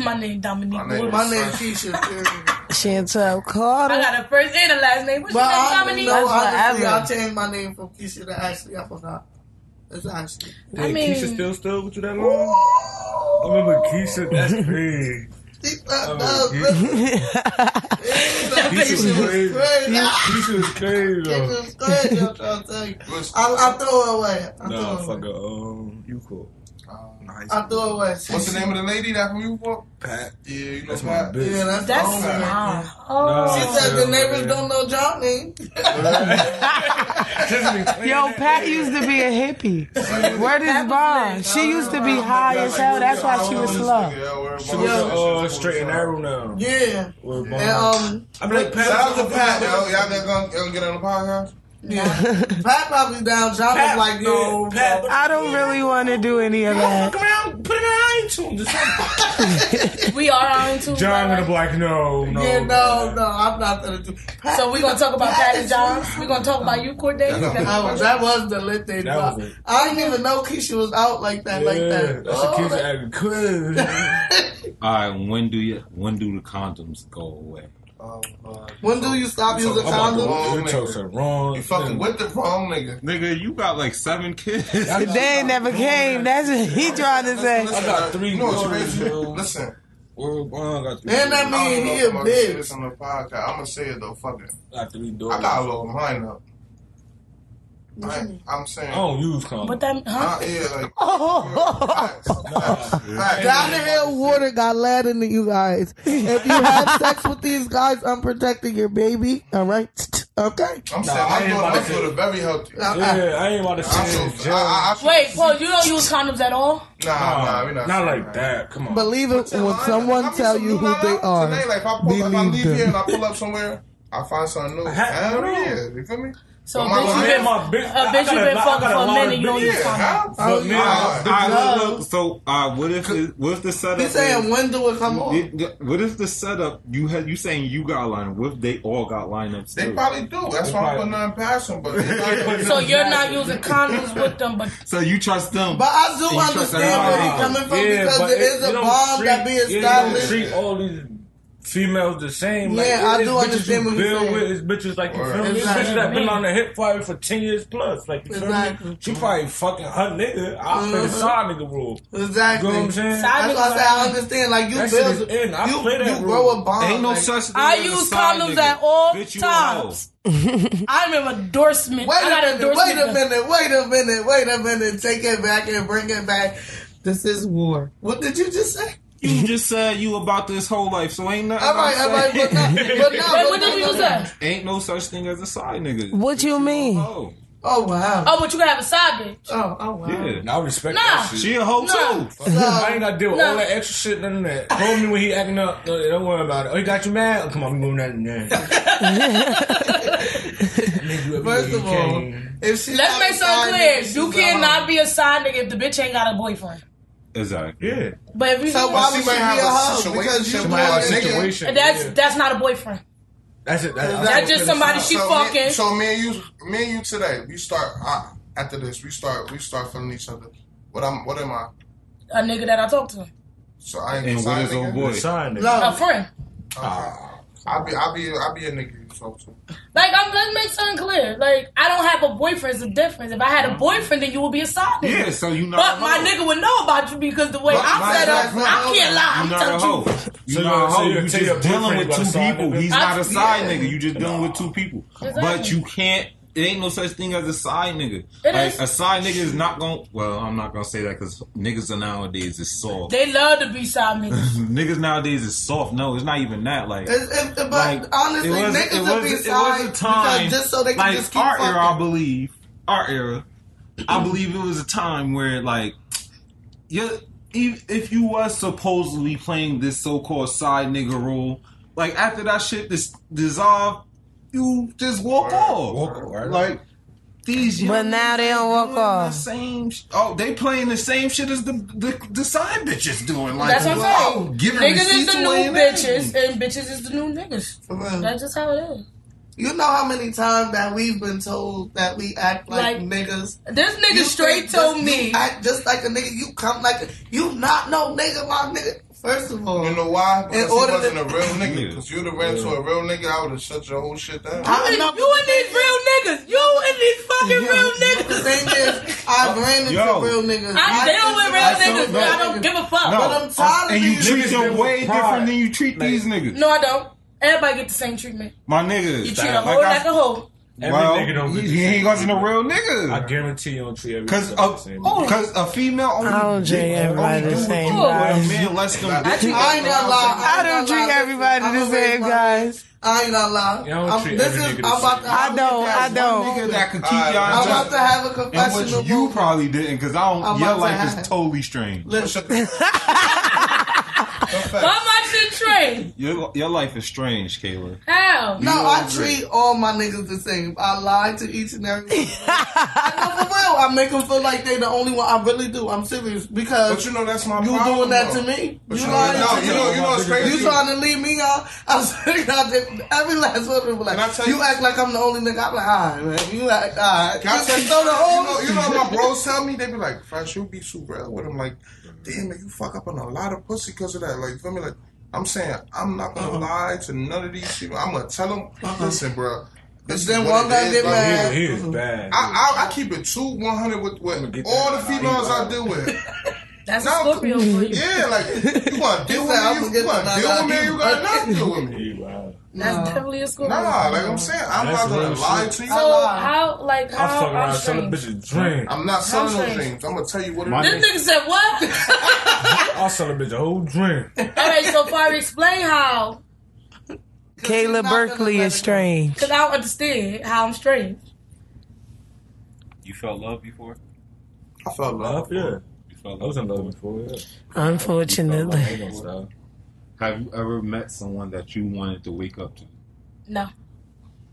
S4: My name Dominique.
S6: My name
S4: Wood.
S3: My name's Keisha. period.
S5: Chantel Carter.
S4: I got a first and a last name. What's
S3: But I
S4: your
S3: don't
S4: name, Dominique?
S3: know.
S5: That's
S3: Honestly,
S5: forever.
S3: I changed my name from Keisha to Ashley. I forgot. It's Ashley.
S4: I
S8: Hey,
S4: mean-
S8: Keisha still still with you that long? I remember Keisha. That's crazy.
S3: She fucked
S8: Oh,
S3: up.
S8: Keisha,
S3: That
S8: Keisha was
S3: bitch was
S8: crazy.
S3: crazy.
S8: Keisha was crazy
S3: That bitch
S8: though.
S3: was crazy. I'm trying to tell you.
S6: Listen,
S3: I, I threw her away. I threw
S8: Nah,
S3: her
S8: fuck
S3: away.
S8: her. Um, you cool.
S6: um,
S3: I threw her away.
S6: What's the name of the lady that from you for?
S8: Pat.
S6: Yeah, you know
S8: That's my
S6: Pat.
S8: bitch.
S3: Yeah, that's,
S4: That's
S3: the
S6: Oh,
S3: only one.
S4: wow. Oh.
S8: Nah.
S3: She said the
S8: Yeah,
S3: neighbors
S8: man.
S3: don't know John name.
S5: Yo, Pat used to be a hippie. Where this bar? She used to be high as hell. Ah, That's why she was slow.
S8: She was uh, straight and narrow now.
S3: Yeah.
S8: With
S3: And
S8: Bond.
S3: um
S8: I'm like Pat.
S6: Shout out to Pat, yo. Y'all gonna, gonna, y'all get on the podcast?
S3: yeah. Pat probably down. John
S8: Pat,
S3: was like, no.
S8: yeah, Pat,
S3: bro.
S5: I don't really want to do any of
S8: Fuck
S5: that.
S8: around, put it on iTunes. or something.
S4: We are on too.
S8: John gonna be like, no, no.
S3: yeah, no, no, I'm not gonna do. Pat,
S4: So we're gonna talk about Pat and John. We're gonna talk about you, Court Davis.
S3: That was, that was the lit thing.
S8: That
S3: dog.
S8: was it.
S3: I didn't even know Keisha was out like that, like
S8: Yeah,
S3: that.
S8: that's
S3: Oh,
S8: a Keisha
S3: that-
S8: acting cool.
S1: All right, when do you when do the condoms go away?
S6: Oh, Lord.
S3: when do you stop using
S8: I'm about to
S3: condoms?
S6: wrong
S8: you chose
S6: nigga.
S8: her wrong.
S6: You fucking with the wrong nigga.
S1: Nigga, you got like seven kids.
S8: I got-
S5: They ain't never came. That's what he trying to say.
S8: I got three
S6: uh, You know what's
S8: daughters,
S6: crazy?
S8: yo.
S6: Listen,
S8: World Bond got three.
S3: And that
S6: I don't
S3: mean
S6: know
S3: he
S6: if
S3: a
S6: I'm gonna say
S3: bitch.
S6: this on the podcast. I'm gonna say it though. Fuck it.
S8: got three daughters.
S6: I got a little mine up. I, I'm saying.
S8: I don't use condoms.
S4: What that? Huh?
S6: Uh, yeah, like.
S5: Oh,
S6: Facts, facts, facts.
S3: Down the hill water got lead in you guys. If you have sex with these guys, I'm protecting your baby. All right. Okay.
S6: I'm saying
S8: Nah, I
S6: my
S8: ain't
S6: daughter,
S8: about
S6: my
S8: to-
S6: daughter very healthy.
S3: Uh,
S8: Yeah, I ain't about to
S6: I
S8: say
S6: feel, I,
S8: John.
S6: I, I feel,
S4: Wait, Paul, you don't use condoms at all?
S6: nah, nah, we not
S8: Not
S6: saying
S8: like that. Come on.
S3: Believe it
S6: Tell
S3: when
S6: her, I
S3: someone
S6: mean,
S3: tell
S6: some-
S3: you who
S6: know,
S3: they
S6: Today,
S3: are.
S6: like if I, pull, if I
S3: Believe
S6: leave
S3: them.
S6: here and I pull up somewhere, I I find something new.
S8: I had-
S6: Hell
S8: no.
S6: yeah, you feel me?
S4: So
S6: But my
S4: bitch, you
S6: wife-
S4: been,
S8: My bitch-
S4: a
S8: I
S4: bitch
S8: got
S4: you
S8: a
S4: been
S8: lot- I
S4: fucking
S8: got a
S4: for a
S8: lot of
S4: minute. You don't
S8: bitches.
S4: use
S6: Yeah, how?
S4: condoms.
S8: But now,
S1: Alright,
S3: Love.
S1: look, look, so uh, what if it- what if the setup?
S3: He's saying
S1: is-
S3: when do it come on?
S1: it- th- what if the setup you had you saying you got lineup? What if they all got lineups
S6: They
S1: too?
S6: probably do. That's
S8: They
S6: why I'm
S8: probably-
S6: putting nothing past them. But they probably-
S4: So you're not using condoms with them, but
S1: so you trust them?
S3: But I do
S1: You trust
S3: understand where
S1: everybody.
S3: he's coming from
S8: Yeah,
S3: because
S8: but
S3: there is
S8: you
S3: a
S8: don't
S3: bond that be
S8: treat-
S3: established.
S8: You don't treat all these females the same. Like,
S3: Yeah, I
S8: it's
S3: do
S8: bitches
S3: understand
S8: you
S3: what you're
S8: build
S3: saying.
S8: With, it's bitches like you
S6: Word.
S8: feel me? It's
S3: Exactly.
S8: bitches that been on the hip fire for ten years plus. Like you feel
S3: Exactly.
S8: me? She probably fucking her nigga. I play the
S3: Mhm.
S8: side nigga rule. You know
S3: exactly.
S8: what I'm saying?
S4: Side-
S3: That's why I say I understand. Like you
S8: That shit
S3: build,
S8: is in. I
S3: you,
S8: play that
S3: you
S8: role.
S3: grow a bond.
S1: Ain't no
S3: like-
S1: such. Thing
S4: I
S1: as a
S4: use
S1: side
S4: condoms
S1: nigga.
S4: at all
S1: Bitch, you a hoe.
S4: times. I'm an endorsement.
S3: Wait
S4: I got
S3: a minute, wait a
S4: endorsement.
S3: minute, wait a minute, wait a minute. Take it back and bring it back.
S5: This is war.
S3: What did you just say?
S1: You just said you about this whole life, so ain't nothing.
S3: All right,
S1: I'm
S3: all right,
S1: saying.
S3: but no, but no.
S4: Wait,
S3: but
S4: what
S3: no,
S4: did you
S3: no,
S4: just
S3: no.
S4: say?
S1: ain't no such thing as a side nigga.
S5: What you mean?
S1: Oh,
S3: Oh wow.
S4: Oh, but you can have a side bitch.
S3: Oh, oh wow.
S1: yeah.
S8: Now I respect
S4: Nah.
S8: that shit.
S1: She a hoe
S4: No.
S1: too.
S8: I
S3: So,
S8: ain't gotta deal with
S4: Nah.
S8: all that extra shit, none of that. Call me when he acting up. No, Don't worry about it. Oh, he got you mad? Oh, come on, we doing that and that. Nigga, you
S3: first of all,
S8: can't-
S3: if she
S4: Let's
S3: not
S4: make something
S3: beside
S4: clear.
S3: me,
S4: You
S3: she's
S4: cannot
S3: a
S4: be a side nigga if the bitch ain't got a boyfriend.
S1: Exactly.
S8: Yeah.
S4: But if you
S3: So why
S6: She
S3: would she
S6: might
S3: be a
S6: have a
S3: hoe?
S6: situation-
S3: Because you
S6: she might
S3: got
S6: have
S3: a
S6: a
S3: nigga.
S8: situation.
S4: that's
S8: yeah.
S4: that's not a boyfriend.
S8: That's it. That's,
S4: That's just somebody she
S6: so Me,
S4: fucking.
S6: so me and you, me and you today, we start I, after this. We start, we start feeling each other. What I'm, what am I?
S4: a nigga that I talk to.
S6: So I ain't
S1: And what
S6: beside
S1: is old
S6: nigga.
S1: boy?
S8: Sign it.
S4: A
S3: No,
S4: friend.
S6: I be, I be, I be a nigga. So, so.
S4: Like I'm let's make something clear. Like I don't have a boyfriend, it's a difference. If I had a boyfriend then you would be a side nigga.
S1: Yeah, so you not.
S4: But
S1: a
S4: my
S1: hoe.
S4: nigga would know about you because the way
S6: But
S4: I'm
S6: my
S4: set up,
S6: boyfriend-
S4: I can't lie.
S1: You're
S4: I'm
S1: not a
S4: telling you.
S1: hoe. You're
S8: So
S1: not a
S8: you're- so
S1: hoe.
S8: you're
S1: You're
S8: telling your
S1: just dealing
S8: boyfriend
S1: with
S8: you got a
S1: two
S8: side
S1: people.
S8: nigga?
S1: He's not
S4: I-
S1: a side
S6: yeah.
S1: nigga. You just dealing with two people. But
S4: Exactly.
S1: you can't. It ain't no such thing as a side nigga.
S4: It
S1: like,
S4: is.
S1: A side nigga is not going. to Well, I'm not gonna say that because niggas are nowadays is soft.
S4: They love to be side niggas.
S1: niggas nowadays is soft. No, it's not even that. Like,
S3: It's- it- but
S1: like,
S3: honestly,
S1: it was,
S3: niggas
S1: it
S3: would
S1: was,
S3: be
S1: it
S3: side
S1: was a time.
S3: because just so they can
S1: like,
S3: just keep
S1: our
S3: fucking.
S1: era, I believe. Our era, I believe it was a time where like, you if if you was supposedly playing this so called side nigga role, like after that shit dis- dissolved, you just walk off. Like. These young
S5: But now they don't walk
S1: doing the
S5: off.
S1: Same, sh- oh, they playing the same shit as the the, the side bitches doing. Like
S4: That's what
S1: wow,
S4: I'm saying.
S1: giving
S4: Niggas is
S1: receipts
S4: the
S1: away
S4: new
S1: and everything.
S4: bitches and bitches is the new niggas.
S3: For real.
S4: That's just how it is.
S3: You know how many times that we've been told that we act like,
S4: Like,
S3: niggas.
S4: This nigga
S3: You
S4: straight
S3: think
S4: told
S3: just-
S4: me
S3: you act just like a nigga. You come like a, you not no nigga, my nigga. First of all,
S6: You know why? Because he
S3: order
S6: wasn't
S3: to-
S6: a real nigga.
S1: Yeah.
S6: Because you'd have ran to a real nigga, I would have shut your whole shit down.
S3: I-
S4: You and, you and these real niggas. You and these fucking real
S3: the
S4: niggas.
S3: thing is,
S8: Oh,
S3: I've ran into
S1: Yo.
S3: real niggas.
S4: I, they don't with real
S1: I don't
S4: niggas,
S1: know.
S4: but I don't give a fuck.
S1: No.
S3: But I'm tired
S1: and
S3: of
S1: you
S3: these
S1: treat
S8: niggas
S1: them
S8: with
S1: way
S8: pride.
S1: different than you treat
S8: Like-
S1: these niggas.
S4: No, I don't. Everybody get the same treatment.
S1: My niggas.
S4: You treat a hoe like a hoe.
S8: Every
S1: Well,
S8: nigga don't get
S1: he,
S8: the
S1: he
S8: same
S1: ain't wasn't a
S8: treatment.
S1: real
S8: I
S1: nigga.
S8: guarantee you don't treat every
S1: Cause
S8: nigga the
S1: a,
S8: same.
S1: cause a female only,
S5: I don't treat
S1: only
S5: everybody
S1: do
S5: the
S1: what
S5: same,
S1: you do with
S5: guys.
S1: a man less than
S3: I
S1: bitch.
S3: ain't gonna lie.
S5: I don't treat everybody the same, guys.
S3: I ain't gonna lie.
S8: You don't
S3: I'm-
S8: treat
S3: this
S8: every
S3: is-
S8: nigga the
S3: I'm about
S8: same.
S3: to-
S5: I don't. I
S1: Nigga
S5: don't.
S1: that could keep
S6: Alright,
S1: y'all
S3: I'm about
S1: just,
S3: to have a
S1: and
S3: confessional.
S1: what you
S3: moment.
S1: probably didn't, cause I
S3: I'm
S1: don't. Your
S3: about to
S1: life
S3: have-
S1: is totally strange.
S3: Listen,
S4: How much did trade?
S1: Your your life is strange, Kayla.
S4: How?
S3: No, I treat all my niggas the same. I lie to each and every one. of them. I know for real. I make them feel like they the only one. I really do. I'm serious
S6: But
S3: because
S6: you know that's my
S3: you,
S6: problem.
S3: doing that
S6: though.
S3: to me.
S6: But
S3: you
S6: you know,
S3: lying
S6: no,
S3: to
S6: you
S3: me.
S6: know, you know, it's
S3: You
S6: crazy.
S3: trying to leave me out? I'm sorry, God, they- every last one of them be
S6: Can I
S3: like,
S6: tell
S3: you,
S6: you-
S3: act like I'm the only nigga. I'm like, all right, man. You act, all right.
S6: Can I tell you,
S3: throw the whole.
S6: you, know, you know what my bros tell me? They be like, Fresh, you be too real with them. Like, damn it, you fuck up on a lot of pussy because of that. Like, feel me? Like, I'm saying, I'm not
S3: Uh-huh.
S6: going to lie to none of these people. I'm going to tell them, listen, bro. This is
S3: Then
S6: what
S3: one
S6: it
S3: guy
S6: is,
S3: get
S6: like,
S3: mad.
S8: He, he is bad.
S6: I, I, I keep it two one hundred with, with
S8: get
S6: all the
S8: that out.
S6: females I
S8: He
S6: deal with.
S4: That's a
S6: No.
S4: Scorpio for you.
S6: Yeah, like you want to deal
S3: He
S6: with me,
S3: said, "I'm
S6: you- you want to
S3: forgetting
S6: deal
S3: about
S6: with me, you got not deal with me.
S8: He wild.
S4: That's definitely a Scorpio.
S6: Nah, like I'm saying, I'm
S8: That's
S6: not gonna
S8: real
S6: lie
S8: shit.
S6: to you.
S4: so how, like,
S3: Oh,
S8: I'm
S4: how
S8: fucking
S4: I'm
S8: around selling
S4: strange?
S8: bitches drink.
S6: I'm not selling
S4: I'm
S6: no
S4: saying-
S6: dreams. I'm gonna tell you what it
S1: My
S6: is.
S4: This nigga said what?
S8: I'll sell a bitch a whole drink.
S4: All right, so far explain how,
S5: Kayla Berkeley is strange.
S4: because I don't understand how I'm strange.
S1: You felt love before.
S6: I felt
S8: Love,
S6: love.
S8: yeah.
S1: You felt
S8: I was in love before, yeah. I
S5: Unfortunately.
S8: ain't gonna stop.
S1: Have you ever met someone that you wanted to wake up to?
S4: No.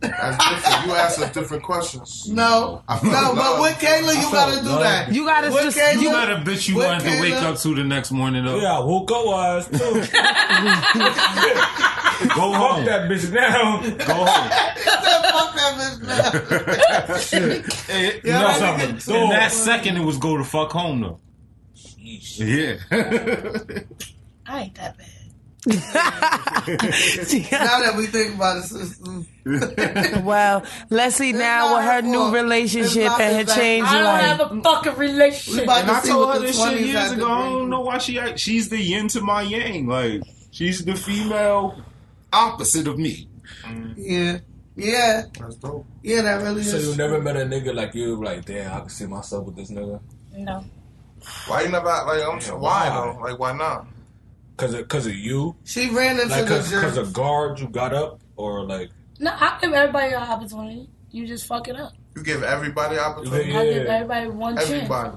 S6: That's different. You ask us different questions.
S3: No,
S6: I felt
S3: no, but
S6: love.
S3: with Kayla, you gotta do
S8: love.
S3: that.
S5: You gotta
S3: What
S5: just
S3: can
S5: you
S3: you-
S5: gotta
S1: Not a bitch you
S3: What
S1: wanted to
S3: came
S1: wake
S3: up?
S1: up to the next morning though.
S8: Yeah, I woke up wise too. Go
S1: home.
S8: Fuck that bitch now.
S1: Go home.
S3: Fuck that bitch, man.
S1: It-
S3: Yeah,
S1: no,
S3: I
S1: something.
S3: think it's
S1: in that
S3: dope.
S1: second, it was go the fuck home though. Yeah.
S4: I ain't that bad.
S3: Now that we think about it, sisters.
S5: well, let's see now
S3: not
S5: with her
S3: her
S5: new
S3: fault.
S5: relationship
S3: It's not
S5: and
S3: his
S5: her
S3: fault.
S5: changed
S4: I don't have
S5: life.
S4: a fucking relationship.
S3: About
S1: And
S3: to
S1: I
S3: see
S1: told
S3: what
S1: her
S3: the
S1: this shit
S3: 20s had
S1: years
S3: to
S1: ago. I
S3: bring.
S1: don't know why she act. She's the yin to my yang. Like she's the female opposite of me.
S3: Yeah, yeah,
S6: That's dope.
S3: yeah. That really
S8: So
S3: is.
S8: you never met a nigga like you like, damn, I can see myself with this nigga.
S4: No.
S6: Why you never like? I'm saying, why though? Like why not?
S8: Cause of, cause of you,
S3: she ran into
S8: like
S3: the
S8: cause, cause
S3: jerk.
S8: of guard you got up, or like
S4: No, I give everybody an opportunity. You just fuck it up.
S6: You give everybody opportunity.
S4: I
S8: Yeah.
S4: give everybody one chance.
S6: Everybody.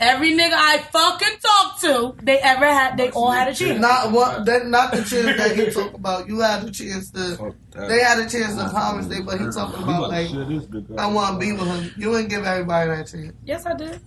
S4: Every nigga I fucking talk to, they ever had, they all had a chance.
S3: Not one. That, not the chance that he talk about. You had a chance to.
S8: Fuck that.
S3: They had a chance to promise they, but he talking about like I want to be with him. You ain't give everybody that chance.
S4: Yes, I did.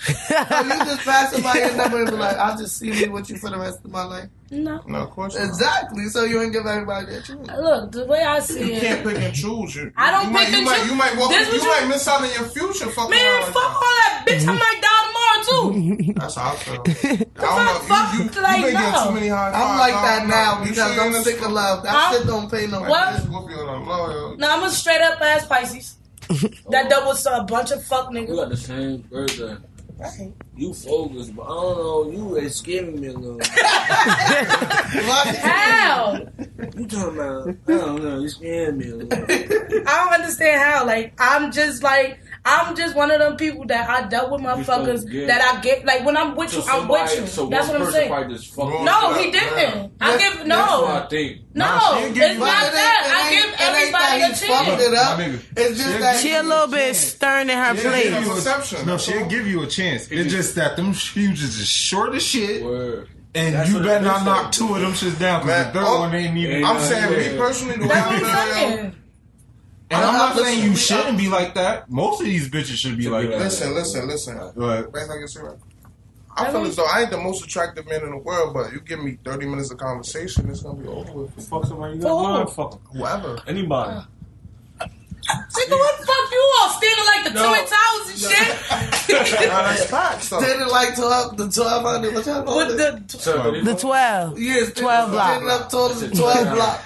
S3: So you just pass somebody your number and be like, I'll just see me with you for the rest of my life.
S4: No.
S6: No, of course not.
S3: Exactly. So you ain't give everybody that chance.
S4: Look, the way I see
S6: You
S4: it,
S6: can't pick and choose. You,
S4: I don't
S6: you
S4: pick
S6: might,
S4: and
S6: you might,
S4: choose.
S6: You might, walk,
S4: This
S6: you
S4: what you-
S6: might miss out on your future. Fucking
S4: man,
S6: around like
S4: fuck all
S6: that.
S4: that bitch. I might die tomorrow too.
S6: That's how I feel. I don't know. You, you,
S4: fuck,
S6: you
S4: like,
S6: been
S4: no.
S6: getting too many high
S4: Oh,
S3: I'm
S6: fives.
S3: like
S6: I
S3: that
S6: don't know.
S3: now
S6: You
S3: because
S6: sure
S3: I'm
S6: you
S3: sick of love. That
S4: I'm-
S3: shit don't pay no.
S4: What?
S6: This whooping on the low, yo.
S4: No, I'm a straight up ass Pisces. That doubles to a bunch of fuck
S9: We
S4: niggas.
S9: got the same birthday. You focus, but I don't know. You is skimming me a little.
S4: How?
S9: You talking about? I don't know. You scaring me a little.
S4: I don't understand how. Like, I'm just like, I'm just one of them people that I dealt with
S9: Because
S4: motherfuckers
S9: yeah.
S4: that I get. Like, when I'm with you, I'm with you.
S9: So one
S4: That's what I'm
S9: person
S4: saying.
S9: probably just fuck.
S6: No,
S9: That's
S4: No, he didn't. I
S3: Yes,
S4: give
S9: what I
S4: no,
S9: think.
S4: no.
S6: she
S4: It's not
S6: ain't give you that.
S4: that. I give everybody a
S3: Fucked
S4: chance.
S3: it up.
S1: My nigga.
S3: It's just that
S5: She a little bit stern in her
S6: That's
S5: place.
S6: perception.
S1: No, she'll give you a chance. It's just that them shoes is just short as shit,
S9: Word.
S1: and
S9: That's
S1: you
S9: what
S1: better
S9: it
S1: not
S9: is,
S1: knock
S9: though.
S1: two of them shits down because
S6: Man,
S1: the third
S6: oh,
S1: one ain't even.
S9: ain't
S6: I'm
S1: I'm
S9: no-
S1: saying,
S6: saying,
S9: Yeah.
S6: me personally, the way
S4: That's
S6: I
S4: what I'm
S6: feel, yo,
S4: saying.
S1: and I'm not
S6: Listen,
S1: saying you
S6: we-
S1: shouldn't be like that. Most of these bitches should be like that.
S6: Listen, listen, listen.
S1: But
S6: That's like it's right. I feel as though I ain't the most attractive man in the world, but you give me 30 minutes of conversation, it's gonna be over with.
S1: fuck somebody, you
S4: got For who? Uh. blind,
S1: fuck
S6: Whoever.
S1: anybody.
S4: Nigga, what the fuck you all standing like the twin towers and
S6: Nah,
S4: shit?
S6: that's facts, though.
S3: did it like twelve, the twelve hundred. What y'all call
S4: With
S3: it?
S4: the,
S8: So,
S5: The twelve.
S3: Yes,
S5: 12 block.
S3: Did it up total twelve block.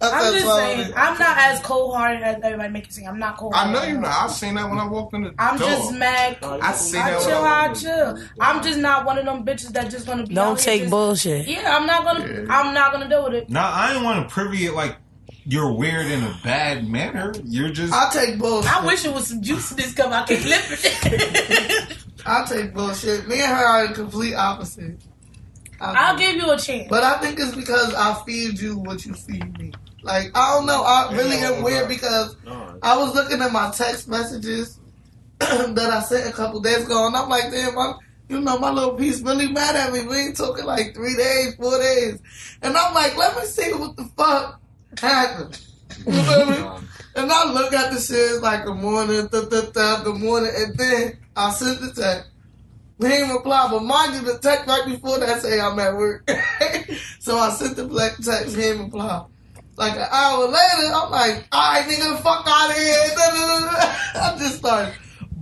S3: Up
S4: I'm
S3: to
S4: just
S3: 12.
S4: saying, I'm not as cold hearted as everybody make it seem. I'm not cold.
S6: I know you're not. I seen that when I walked in the
S4: I'm
S6: door.
S4: just mad.
S6: I seen
S4: I
S6: that
S4: chill,
S6: when I
S4: I chill. I'm just not one of them bitches that just gonna be. out
S5: Don't
S4: here
S5: take
S4: just-
S5: bullshit.
S4: Yeah, I'm not gonna. I'm not gonna deal with it.
S1: Now I ain't want to privy it like you're weird in a bad manner. You're just
S3: I'll take bullshit.
S4: I wish it was some juice in this cup. I can't live it.
S3: I'll take bullshit. Me and her are the complete opposite. I'll
S4: I'll
S3: take-
S4: give you a chance.
S3: But I think it's because I feed you what you feed me. Like I don't know, I really am weird because I was looking at my text messages that I sent a couple days ago, and I'm like, damn, I'm, you know, my little piece really mad at me. We ain't talking like three days, four days, and I'm like, let me see what the fuck happened. You feel me? And I look at the shit like good morning, da, da, da, good morning, and then I sent the text. He didn't reply, but mind you, the text right before that say I'm at work. so I sent the black text, he didn't reply. Like an hour later, I'm like, all right, nigga, fuck out of here. Da, da, da, da. I just started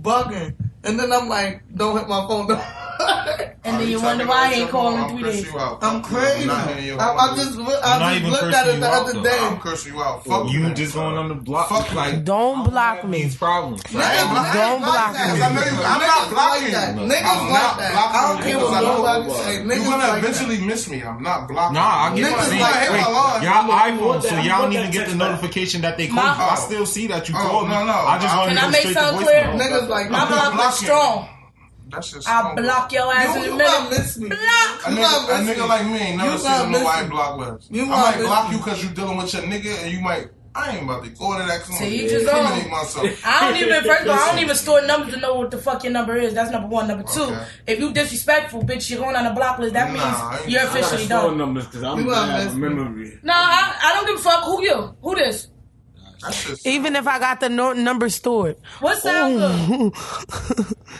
S3: bugging. And then I'm like, don't hit my phone.
S4: and
S6: Are
S4: then you
S6: telling
S4: wonder
S6: me
S4: why I
S6: about
S4: ain't
S6: your phone?
S4: calling in
S6: I'm
S4: three
S6: cursing
S4: days.
S6: you out.
S3: I'm
S6: Fuck you.
S3: crazy.
S6: not hitting
S3: I,
S6: your
S3: I
S6: phone.
S3: just,
S1: I'm not
S3: I
S1: even
S3: just looked at
S1: cursing
S3: it
S1: you
S3: the
S1: out,
S3: other
S1: though.
S3: day.
S6: I'm cursing you out. Fuck
S1: you
S6: that.
S1: just going on the block.
S6: Fuck like.
S5: Don't block me.
S1: These problems.
S3: Niggas like
S5: Don't block
S3: that.
S5: me.
S6: I know you. I'm not blocking
S3: like that.
S6: you.
S3: Niggas
S6: I'm
S3: like
S6: not
S3: that. I don't
S6: blocking you
S3: care what
S6: because I know
S3: nobody
S9: what-
S3: say.
S6: You're
S3: Niggas
S6: gonna
S3: like
S6: eventually miss me. I'm not blocking.
S1: Nah, I
S6: you.
S1: get
S3: Niggas
S1: what
S3: like
S1: you're
S3: hit
S1: saying.
S3: my
S1: Wait,
S6: line.
S1: Y'all iPhone,
S8: that-
S1: so
S8: I
S1: y'all
S8: want
S1: don't even
S8: that
S1: get the
S8: text back.
S1: notification that they
S4: My-
S1: called you. I still see that you
S6: Oh,
S1: called me.
S6: no, no.
S1: I just want
S4: Can
S1: to
S4: I
S1: go
S4: make
S1: straight to
S4: something
S1: voicemail.
S4: clear?
S3: Niggas like
S4: My
S6: I'm
S3: that.
S6: not
S4: block was
S6: blocking.
S4: strong.
S6: That's just.
S4: I'll block your
S3: You,
S4: ass in the
S3: you
S4: middle.
S3: gonna miss me.
S4: Block.
S6: A
S3: You
S6: nigga,
S3: gonna
S6: a
S3: miss
S6: nigga
S3: me.
S6: like me ain't never
S3: You
S6: seen
S3: listen.
S6: no white block list.
S3: You
S6: I
S3: listen.
S6: might block you because you dealing with your nigga and you might. I ain't about to go to that. Come
S4: See,
S6: on,
S4: you just
S6: incriminate
S4: own.
S6: myself.
S4: I don't even first of all, I don't even store numbers to know what the fuck your number is. That's number one. Number two,
S6: Okay.
S4: if you disrespectful, bitch, you're going on a block list. That
S6: Nah, I
S4: means
S6: ain't-
S4: you're
S6: I
S9: I got
S4: officially
S9: phone
S4: done.
S9: numbers because I'm
S3: You love
S9: bad
S3: this
S9: with memory.
S4: No, I, I don't give a fuck who you, who this.
S5: Even if I got the no- number stored.
S4: What's sound good?
S5: Ooh.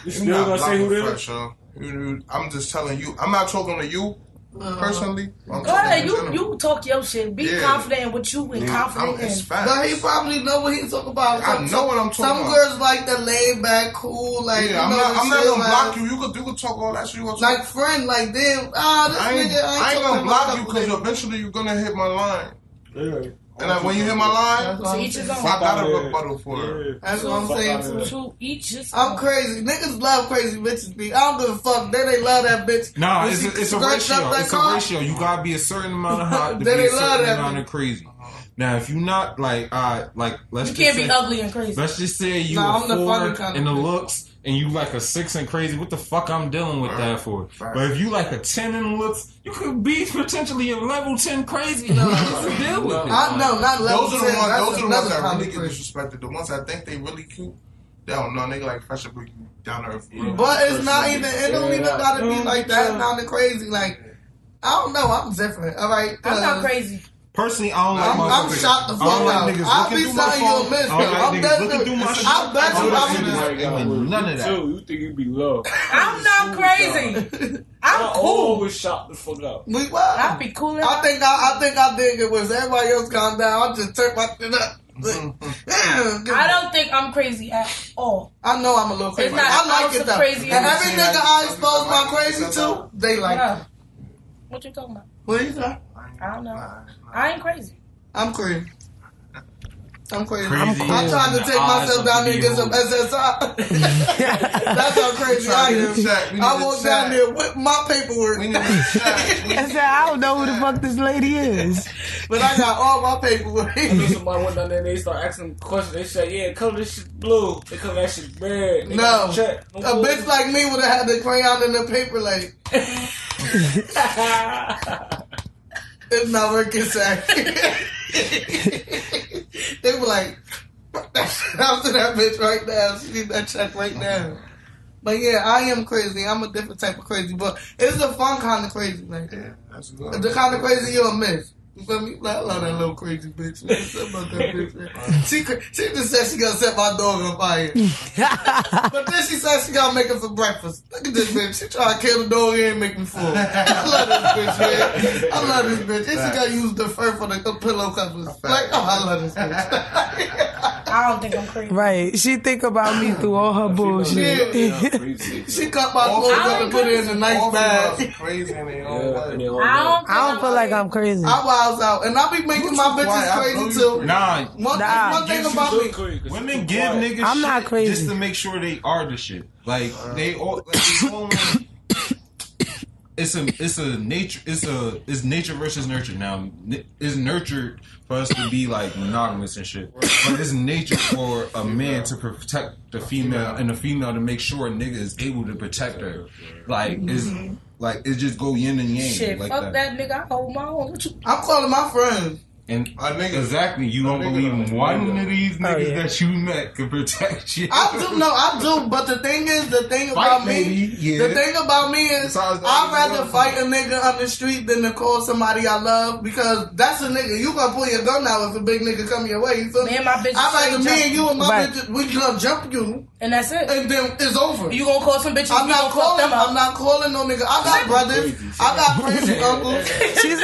S6: You
S8: still gonna say who it
S6: fresh, yo. You- you- I'm just telling you. I'm not talking to you
S3: Uh-huh.
S6: personally. I'm
S4: Go ahead,
S6: talking in
S4: you
S6: general.
S4: you talk your shit. Be
S6: Yeah.
S4: confident in what you and confident
S6: I'm- it's
S4: in.
S6: facts.
S3: But he probably know what he talking about.
S6: I know what I'm talking
S3: Some
S6: about.
S3: girls like the laid back, cool, like
S6: yeah, I'm
S3: you know,
S6: not.
S3: the
S6: I'm not
S3: shit,
S6: gonna
S3: like,
S6: block you. You could. You could talk all that shit. You gonna talk.
S3: Like friend, like damn, ah, this
S6: I ain't,
S3: nigga.
S6: I ain't gonna
S3: talking
S6: block
S3: about
S6: you
S3: that
S6: because
S3: nigga.
S6: eventually you're gonna hit my line.
S8: Yeah.
S6: And like, when you hit my line,
S3: That's what
S4: To
S3: I'm
S4: each his
S3: saying.
S6: I
S4: own.
S6: got a rebuttal for it.
S3: That's what I'm
S4: Fuck
S3: saying.
S8: outta here.
S3: too.
S4: To
S8: Yeah.
S4: each his
S3: I'm
S4: own.
S3: crazy. Niggas love crazy bitches. B. I don't give a fuck. They they love that bitch.
S1: Nah,
S3: When
S1: it's
S3: she
S1: a, it's a
S3: scratched
S1: ratio.
S3: up that
S1: It's a
S3: car,
S1: ratio. You gotta be a certain amount of hot to be
S3: They
S1: a
S3: love
S1: certain
S3: that
S1: amount
S3: bitch.
S1: of crazy. Now, if you not like, uh, like let's
S4: You
S1: just
S4: can't be
S1: say-
S4: ugly and crazy.
S1: Let's just say you
S3: Nah,
S1: a
S3: I'm the funny
S1: four
S3: kind
S1: in the
S3: of bitch.
S1: looks, and you like a six and crazy. What the fuck I'm dealing with that for? But if you like a ten in the looks, you could be potentially a level ten crazy. Now, what's the deal with it?
S3: I know, not level
S6: Those are the
S3: 10.
S6: ones.
S3: That's
S6: Those are the
S3: another
S6: ones that
S3: kind
S6: really
S3: of
S6: get
S3: crazy.
S6: disrespected. The ones I think they really cute. They don't know. Nigga like fresh bring you down to earth. real
S3: But it's
S6: person.
S3: not even. It don't even gotta be like that. Not the crazy. Like I don't know. I'm different. All right.
S4: I'm not
S3: 'cause
S4: crazy.
S1: Personally, I don't like
S3: I'm, I'm
S1: motherfuckers.
S3: shocked the
S1: I
S3: fuck
S1: don't like
S3: out.
S1: niggas
S3: I'll
S1: looking
S3: be
S1: through my
S3: something you'll
S1: phone.
S3: miss.
S1: I don't like
S3: I'm
S1: niggas looking through
S3: definitely.
S1: my
S3: I
S1: shit.
S3: bet
S1: I
S3: you.
S1: don't
S3: I'm
S1: like uh, niggas
S9: Ain't
S1: doing none of that.
S9: You, too. you think you be low.
S4: I'm not crazy. I'm
S9: I
S4: cool.
S9: always shot the fuck up.
S3: We was.
S4: I be cool.
S3: I think I, I think I did it was everybody else calm down. I just turned my shit up.
S1: Mm-hmm.
S4: I
S3: I
S4: don't think I'm crazy at all.
S3: I know I'm a little crazy.
S4: It's not
S3: I like
S4: ounce
S3: it
S4: of
S3: though.
S4: crazy
S3: and
S4: in it.
S3: every nigga I expose my crazy to, they like.
S4: No.
S3: it.
S4: What you talking about?
S3: What you say?
S4: I don't know. I ain't crazy.
S3: I'm crazy. I'm crazy.
S1: Crazy
S3: I'm trying to
S1: in
S3: take
S1: the
S3: myself
S1: eyes of
S3: down there
S1: the
S3: and get some SSI. That's how crazy I
S6: Try to get a
S3: am.
S6: check. We need a
S3: I walk
S6: check.
S3: down there with my paperwork,
S6: We need a check. We
S5: I said, I don't know who the fuck this lady is.
S3: but I got all my paperwork.
S9: I know somebody went down there and they start asking questions. They said, "Yeah, color this shit blue. They color that shit red." They
S3: No,
S9: gotta check.
S3: a bitch like me would have had the crayon and the paper. Like it's not working, sir. they were like, "Fuck that shit out to that bitch right now. She need that check right now." But yeah, I am crazy. I'm a different type of crazy, but it's a fun kind of crazy. Like
S6: Yeah, that's good.
S3: the kind of crazy you'll miss. You feel me? Like, I love that little crazy bitch. What's up about that bitch? man? She, cra- she just said she gonna set my dog on fire. But then she said she gotta make it for breakfast. Look at this bitch. She trying to kill the dog and make me full. I love this bitch, man. I love this bitch. And she gotta use the fur for the co- pillow covers. Like, oh, I love this bitch.
S4: I don't think I'm crazy.
S5: Right. She think about me through all her bullshit.
S3: she cut my clothes up and put it in a nice
S6: All females are
S3: bag.
S6: crazy in their own way.
S4: I
S9: I
S4: don't.
S5: I don't feel like I'm crazy.
S3: I wild out. And I be making my
S6: quiet. I
S3: bitches
S6: know you
S3: crazy too.
S6: crazy.
S1: Nah,
S3: One,
S5: Nah.
S3: one thing about me.
S1: Women give niggas
S5: I'm not
S1: shit
S5: crazy.
S1: just to make sure they are the shit. Like they all like, they all wanna- It's a it's a nature it's a it's nature versus nurture. Now n- it's nurtured for us to be like monogamous and shit, but it's nature for a man to protect the female and the female to make sure a nigga is able to protect her. Like it's like it just go yin and yang
S4: Shit,
S1: like
S4: fuck
S1: that.
S4: that. nigga. I hold my own. What you?
S3: I'm calling my friends.
S1: And
S6: A nigga-
S1: exactly, you don't
S6: nigga don't-
S1: believe one
S6: nigga.
S1: of these niggas
S5: yeah.
S1: that you met can protect you.
S3: I do no, I do. But the thing is, the thing about me,
S1: maybe, yeah.
S3: the thing about me is,
S1: Besides that,
S3: I'd
S1: you
S3: rather
S1: love
S3: fight a nigga on the street than to call somebody I love because that's a nigga. You gonna pull your gun out if a big nigga come your way. You feel me?
S4: Me and my bitch
S3: I'd rather me
S4: straight jump.
S3: and you and my
S5: Right.
S3: bitch, we gonna jump you,
S4: And that's it.
S3: and then it's over.
S4: You gonna call some bitches?
S3: I'm
S4: you
S3: not
S4: gonna fuck
S3: calling.
S4: them up.
S3: I'm not calling no nigga. I got brothers. I got crazy uncles.
S5: She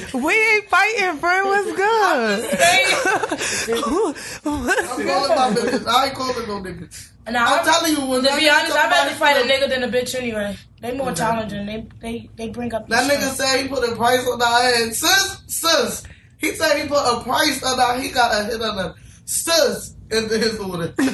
S5: said, we ain't fighting, friend. What's good?
S3: I'm calling my bitches. I ain't calling no niggas.
S4: Nah,
S3: I'm
S4: I'm
S3: telling you, when
S4: To
S3: that
S4: be
S3: nigga
S4: honest,
S3: come
S4: I'd rather
S3: by,
S4: fight a
S3: he
S4: nigga than a bitch anyway. They more challenging. They they they bring up the
S3: That
S4: shit.
S3: nigga said he put a price on our head. Sis, sis. He said he put a price on our he got a hit on her. Sis in his order. she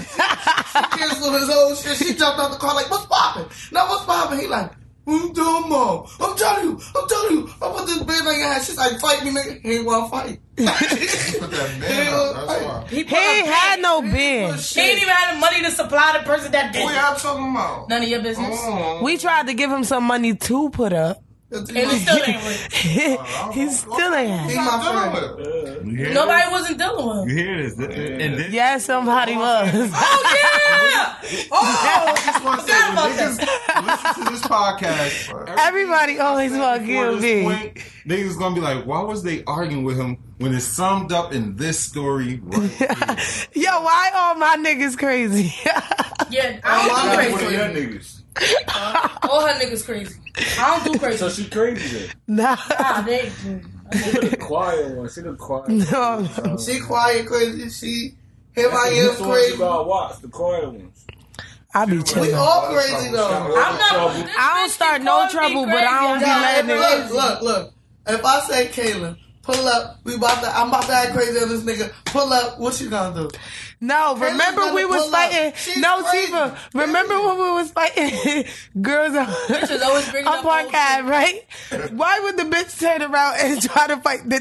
S3: canceled his whole shit. She jumped out the car like, what's poppin'? Now what's poppin'? He like, I'm doing mom. I'm telling you, I'm telling you, I put this bitch on your head. She's like, fight me, nigga. He ain't wanna fight.
S6: Put that man up. That's why.
S4: He,
S5: He ain't had no
S3: But
S5: bin.
S4: He ain't
S3: shit. Oh,
S4: even had the money to supply the person that did.
S6: What
S4: it.
S6: y'all talking about?
S4: None of your business.
S6: Oh,
S5: We tried to give him some money to put up.
S4: and it still ain't work.
S5: he still ain't had.
S3: He
S5: it.
S3: my friend.
S4: Nobody wasn't dealing with. him.
S1: You hear this? And then
S5: Yeah, somebody was.
S4: Oh yeah!
S6: I
S4: Oh,
S6: just want to say,
S4: Forgot about
S6: niggas listen to this podcast. bro.
S5: Everybody always want
S6: Before this
S5: guilty.
S6: point,
S1: niggas gonna be like, why was they arguing with him when it's summed up in this story? Right here?
S5: Yo, why all my niggas crazy?
S4: yeah. I
S6: I'm
S4: don't do
S6: with
S4: crazy.
S6: you.
S7: niggas.
S3: Oh.
S4: All her niggas crazy. I don't do crazy.
S9: So she crazy
S5: nah.
S4: Nah, they.
S9: then. She the quiet one. She the quiet.
S5: No.
S9: one.
S3: She quiet, crazy. She him
S9: That's
S3: I
S9: the-
S3: am
S9: that's the ones
S3: crazy.
S9: You gotta watch the quiet ones.
S5: I be
S3: We
S5: chilling.
S3: all crazy though.
S4: I'm not. this
S5: I don't
S4: bitch
S5: start
S4: keep
S5: no
S4: calling me
S5: trouble, but
S4: crazy.
S5: I don't be
S3: Nah,
S4: I'm
S5: letting
S4: not
S5: it-
S3: look,
S4: crazy.
S3: look, look. If I say Kayla, pull up, we about to I'm about to act crazy on this nigga. Pull up, what you gonna do?
S5: No,
S3: Kayla's
S5: remember
S3: gonna
S5: we was
S3: pull up.
S5: fighting.
S3: She's
S5: No,
S3: crazy.
S5: Tifa, remember when we was fighting girls on,
S4: Bitches always bringing
S5: on
S4: up
S5: Park
S4: old shit.
S5: Ave, right? Why would the bitch turn around and try to fight the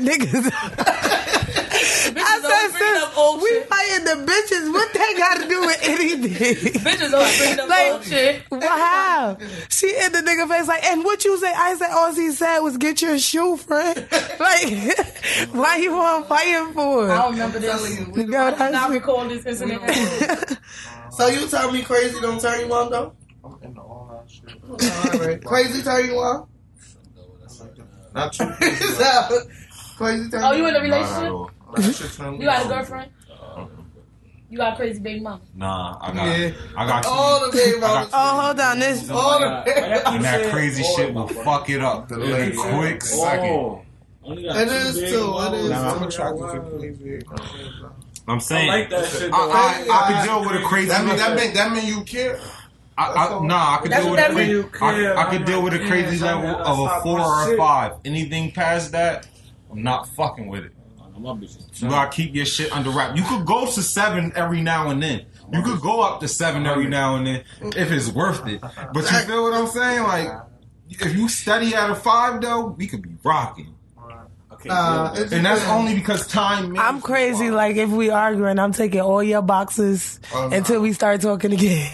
S5: niggas? I
S4: Bitches always bringing
S5: said,
S4: up old
S5: sis, we
S4: shit.
S5: fighting the bitches. What they got to do with anything?
S4: Bitches always bringing up
S5: Like-
S4: old shit.
S5: Wow. She in the nigga face like, and what you say? I said, all he said was get your shoe, friend. like, why you want fighting
S4: I
S5: for?
S4: don't remember this.
S3: Telling
S5: You
S3: you.
S5: know what
S4: I do not
S5: I'm
S4: recall this incident.
S3: So you turn me crazy, don't turn you on though?
S6: I'm in the all-out shit.
S3: Alright. Crazy turn you on?
S6: uh, Not too crazy.
S3: Is that what- crazy turn
S4: oh, you in a
S1: Not at
S4: relationship?
S1: all.
S6: That shit turned me
S4: You got a
S6: on.
S4: girlfriend? You got a crazy baby mama.
S1: Nah, I got,
S6: Yeah.
S1: I got.
S3: All the baby
S1: I
S3: mamas.
S1: got-
S5: Oh, hold on. This
S3: All the
S9: Nah,
S3: baby
S9: that keep
S1: and that
S9: saying,
S1: crazy
S9: oh,
S1: shit
S9: my
S1: will
S9: God.
S1: fuck it up in a
S6: lady.
S1: quick
S6: Oh.
S1: second.
S9: Only got
S3: It
S9: two
S3: is
S9: big
S3: too, it
S9: ones.
S3: is
S6: Nah,
S3: too.
S6: I'm attracted to crazy. girls.
S1: I'm
S9: I
S1: saying,
S9: like that shit.
S1: I,
S9: though.
S1: I, I could deal with a crazy.
S6: That mean
S1: nigga.
S6: that mean that mean you care.
S1: I, I, nah, I could
S4: That's what
S1: deal with a
S4: that
S1: crazy.
S9: mean.
S1: I, I could deal with a
S9: Yeah,
S1: crazy
S9: yeah,
S1: level
S9: yeah,
S1: of
S9: that's
S1: a four
S9: my
S1: or a
S9: shit.
S1: five. Anything past that, I'm not fucking with it.
S9: My bitch is
S1: You gotta keep your shit under wrap. You could go to seven every now and then. You could go up to seven every now and then if it's worth it. But you feel what I'm saying? Like, if you steady at a five though, we could be rocking,
S9: Okay,
S3: Nah,
S9: yeah.
S3: it's
S1: and that's
S3: good.
S1: only because time.
S5: I'm
S1: matters.
S5: crazy. Like if we arguing, I'm taking all your boxes
S6: Oh, no.
S5: until we start talking again.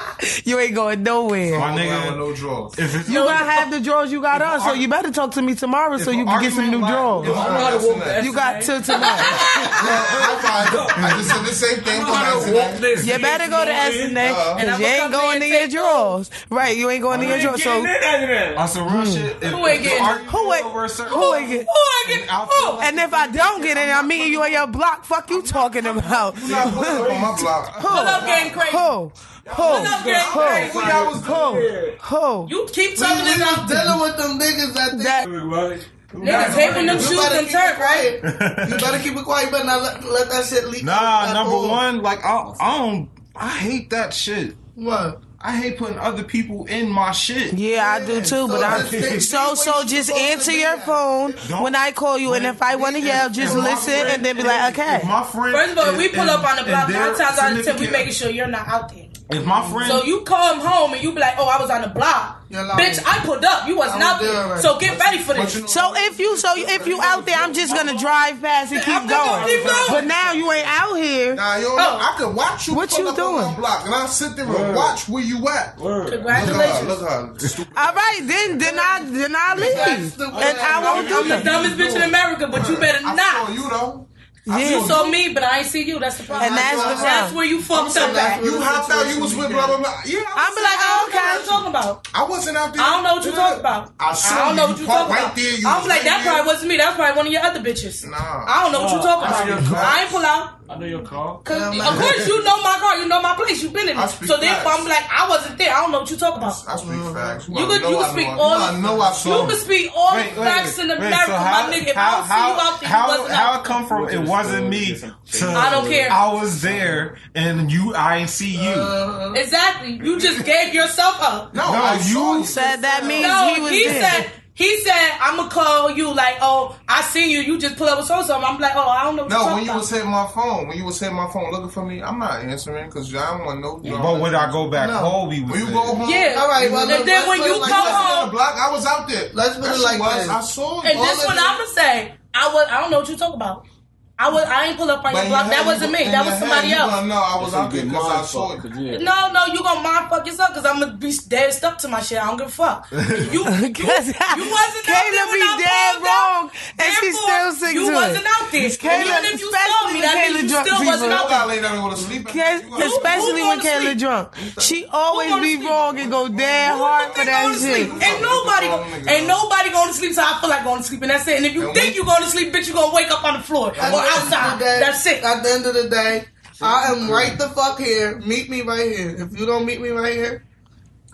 S5: you ain't going nowhere.
S1: My
S6: My nigga with
S1: nigga,
S6: no drawers.
S1: if it's
S5: You gotta have the drawers you got on, so
S1: arg-
S5: you better talk to me tomorrow so you can get some new
S1: If
S5: drawers.
S9: I know how to walk the
S5: You got
S9: SNA.
S5: till tomorrow.
S6: I just said the same thing.
S9: I know how to walk this.
S5: You better go to
S9: SNA.
S5: SNA because
S4: And
S5: you
S4: I'ma
S5: ain't
S4: come
S5: going
S4: in
S5: to
S4: and
S5: your
S4: take
S5: drawers. Right, you ain't going to your
S9: Ain't
S5: drawers.
S9: getting
S5: So
S9: in after that.
S1: on some real shit, if,
S4: Who ain't
S1: if you
S4: getting-
S1: argue
S5: who ain't-
S1: over a certain-
S5: who ain't get-
S4: Oh, I get.
S1: I'll-
S4: Oh,
S5: and if I don't get in, I'm meeting you on your block. Fuck you talking about.
S6: I'm not putting up on my block.
S4: pull up oh, game crazy.
S5: Who?
S4: up
S5: Who?
S4: getting
S5: Who?
S4: crazy.
S5: Who? Who?
S4: You keep
S3: We,
S4: talking
S3: we was
S4: about
S3: dealing with them niggas that think
S5: That
S9: Everybody.
S4: niggas taping them
S3: You
S4: shoes
S3: better
S4: and
S3: keep it
S4: turf, right?
S3: quiet. You better keep it quiet. You better not let, let that shit leak.
S1: Nah,
S3: out at
S1: number
S3: all.
S1: one, like I, I don't, I hate that shit.
S3: What?
S1: I hate putting other people in my shit.
S5: Yeah, I do
S3: Yeah,
S5: too, but
S3: so
S5: I'm
S3: just-
S5: so so.
S3: you supposed
S5: Just
S3: to
S5: answer
S3: do
S5: your
S3: that.
S5: phone
S1: Don't-
S5: when I call you, and if I want to yell, just
S1: If my
S5: listen
S1: friend-
S5: and then be like,
S1: if-
S5: okay.
S1: If my friend,
S4: First of all, if we
S1: and-
S4: pull up on the
S1: and
S4: block
S1: their
S4: nine times out of ten. We
S1: significant-
S4: making sure you're not out there.
S1: If my friend,
S4: So you come home and you be like, "Oh, I was on the block,
S3: You're lying.
S4: bitch. I pulled up. You wasn't
S3: I was
S4: out
S3: there
S4: there.
S3: already.
S4: So get ready for
S6: But
S4: this."
S6: you know,
S5: So if you so if you out there, I'm just gonna drive past and keep
S4: I'm gonna
S5: going.
S4: keep going.
S5: But now you ain't out here.
S6: nah, yo, I could watch you.
S5: What
S6: pull
S5: you
S6: up on
S5: doing?
S6: my block, and I sit there and watch where you at. Look
S9: Word.
S6: how,
S4: Congratulations.
S6: look how stupid.
S5: All right, then then I then I leave,
S3: stupid.
S5: and I won't do
S4: I'm the
S5: that.
S4: dumbest bitch in America, but you better
S6: I saw
S4: not.
S6: you though.
S5: Yeah.
S4: You saw me, but I ain't see you. That's the problem.
S5: And that's the
S4: That's
S5: problem.
S4: where you fucked up at.
S6: You hopped out. You was with blah blah blah. Yeah, I was,
S5: I'm be like,
S4: I
S5: oh,
S4: don't know what
S5: okay.
S4: you're talking about.
S6: I wasn't out there.
S4: I don't know what you're talking about.
S6: I saw you.
S4: don't know
S6: You
S4: what you're
S6: parked
S4: talking
S6: right
S4: about.
S6: there. You
S4: I'm
S6: was
S4: like, that
S6: right there.
S4: probably wasn't me. That was probably one of your other bitches.
S6: Nah.
S4: I don't know what you're talking
S9: I
S4: about.
S9: see your
S4: I ain't pull out.
S9: I know your car.
S4: Cause of course you know my car, you know my place, you've been in
S6: I
S4: it.
S6: speak
S4: So therefore
S6: facts.
S4: I'm like, I wasn't there. I don't know what you're talking about.
S6: I speak facts.
S4: You could,
S6: know
S4: you
S6: I know
S4: could speak
S6: I-
S4: all.
S6: You I know I saw
S4: you could speak all the facts in America,
S1: so
S4: my nigga. If I don't see you out there,
S1: how,
S4: you wasn't
S1: how
S4: out
S1: it come from? It wasn't me. To,
S4: I don't care.
S1: I was there, and you. I ain't see you.
S4: there. Exactly. You just gave yourself up.
S6: No,
S1: No,
S6: I saw
S1: you
S5: Said that means he
S4: No, he,
S5: was
S4: said
S5: there.
S4: he said I'ma call you like, oh, I seen you. You just pull up with so something. I'm like, oh, I don't know. What
S6: No,
S4: you're
S6: when you
S4: talking
S6: was hitting my phone, when you was hitting my phone looking for me, I'm not answering because I don't want no.
S1: But when I go back
S3: No.
S1: home, we was
S6: When you
S1: there.
S6: go home,
S4: about. yeah.
S3: All right, well,
S4: and
S3: look,
S4: then
S3: let's
S4: when
S3: put it
S4: you
S3: like
S4: come
S3: this.
S6: I was on
S4: home,
S6: the block. I was out there.
S3: Let's put it
S6: That shit
S3: like
S6: was,
S3: this.
S6: I saw you.
S4: and this
S3: all
S4: one
S3: of
S4: I'ma say, I was. I don't know what you talking about. I was I ain't pull up on your block. That wasn't me. That was somebody else.
S6: No, I was
S7: That's
S6: out
S7: a
S6: there
S7: good
S6: because I
S7: mindfuck,
S6: saw it.
S7: 'cause, yeah.
S4: No, no, you gonna mind fuck yourself because I'm gonna be dead stuck to my shit. I don't give a fuck. You, you, you wasn't out there
S5: Kayla
S4: when
S5: be
S4: I
S5: dead
S4: pulled up.
S5: wrong, and she still
S4: Therefore,
S5: sings
S4: You
S5: to
S4: wasn't
S5: it.
S4: out there.
S5: Kayla-
S4: and even if you saw me, that
S5: especially
S4: means you
S5: Kayla
S4: still
S5: drunk people.
S4: wasn't
S6: I
S4: out there.
S6: gotta lay down and go to sleep.
S5: Yes,
S6: You gotta-
S5: especially
S4: who
S5: when
S4: gonna
S5: Kayla
S4: sleep?
S5: drunk, she always
S4: gonna
S5: be
S4: sleep?
S5: wrong and go dead hard for
S4: Ain't
S5: that
S4: nobody
S5: shit.
S4: gonna sleep. Ain't nobody, gon- ain't nobody going to sleep, so I feel like going to sleep, and that's it. And if you
S6: And
S4: think
S6: we-
S4: you're going to sleep, bitch, you're going to wake up on the floor or
S3: At the end of the
S4: outside.
S3: day-
S4: That's it.
S3: At the end of the day, I am right the fuck here. Meet me right here. If you don't meet me right here,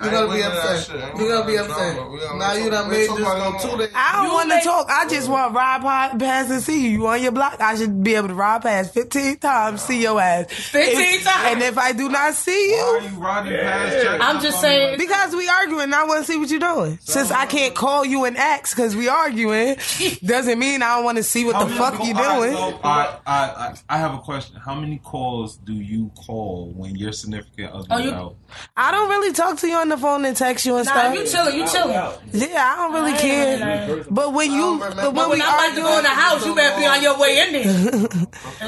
S6: I
S3: you're
S6: ain't
S3: gonna be
S6: with that
S3: upset.
S6: shit. I ain't
S3: You're gonna
S6: with
S3: be
S6: that
S3: upset.
S6: drama. We don't
S3: Now
S6: wanna
S3: you done
S6: talk-
S3: made
S6: we
S3: this
S6: talk
S3: go
S6: about
S3: two
S6: no
S3: days.
S5: I
S4: You
S5: don't want to
S4: make-
S5: talk. I just want to ride pa- past and see you. You on your block? I should be able to ride past fifteen times, see your ass
S4: 15
S5: If-
S4: times.
S5: and if I do not see
S1: Why
S5: you,
S1: are you riding past Jack?
S4: I'm just saying.
S5: because we arguing, I want to see what you're doing. Since I can't call you and ask because we arguing, doesn't mean I don't want to see what
S1: How
S5: the
S4: Oh,
S1: many
S5: fuck
S1: call-
S5: you
S1: I-
S5: doing.
S1: so, I, I, I, I have a question. How many calls do you call when your significant other
S4: Oh,
S1: is
S4: you-
S1: out?
S5: I don't really talk to you on the phone and text you and
S4: Nah,
S5: stuff.
S4: you chilling, you chilling.
S5: yeah, I don't really
S4: I ain't
S5: care.
S4: really like-
S5: But when you,
S3: remember.
S5: but when
S4: But when
S5: we
S4: I'm about to
S5: argue,
S4: go in the house, you better be on your way in there.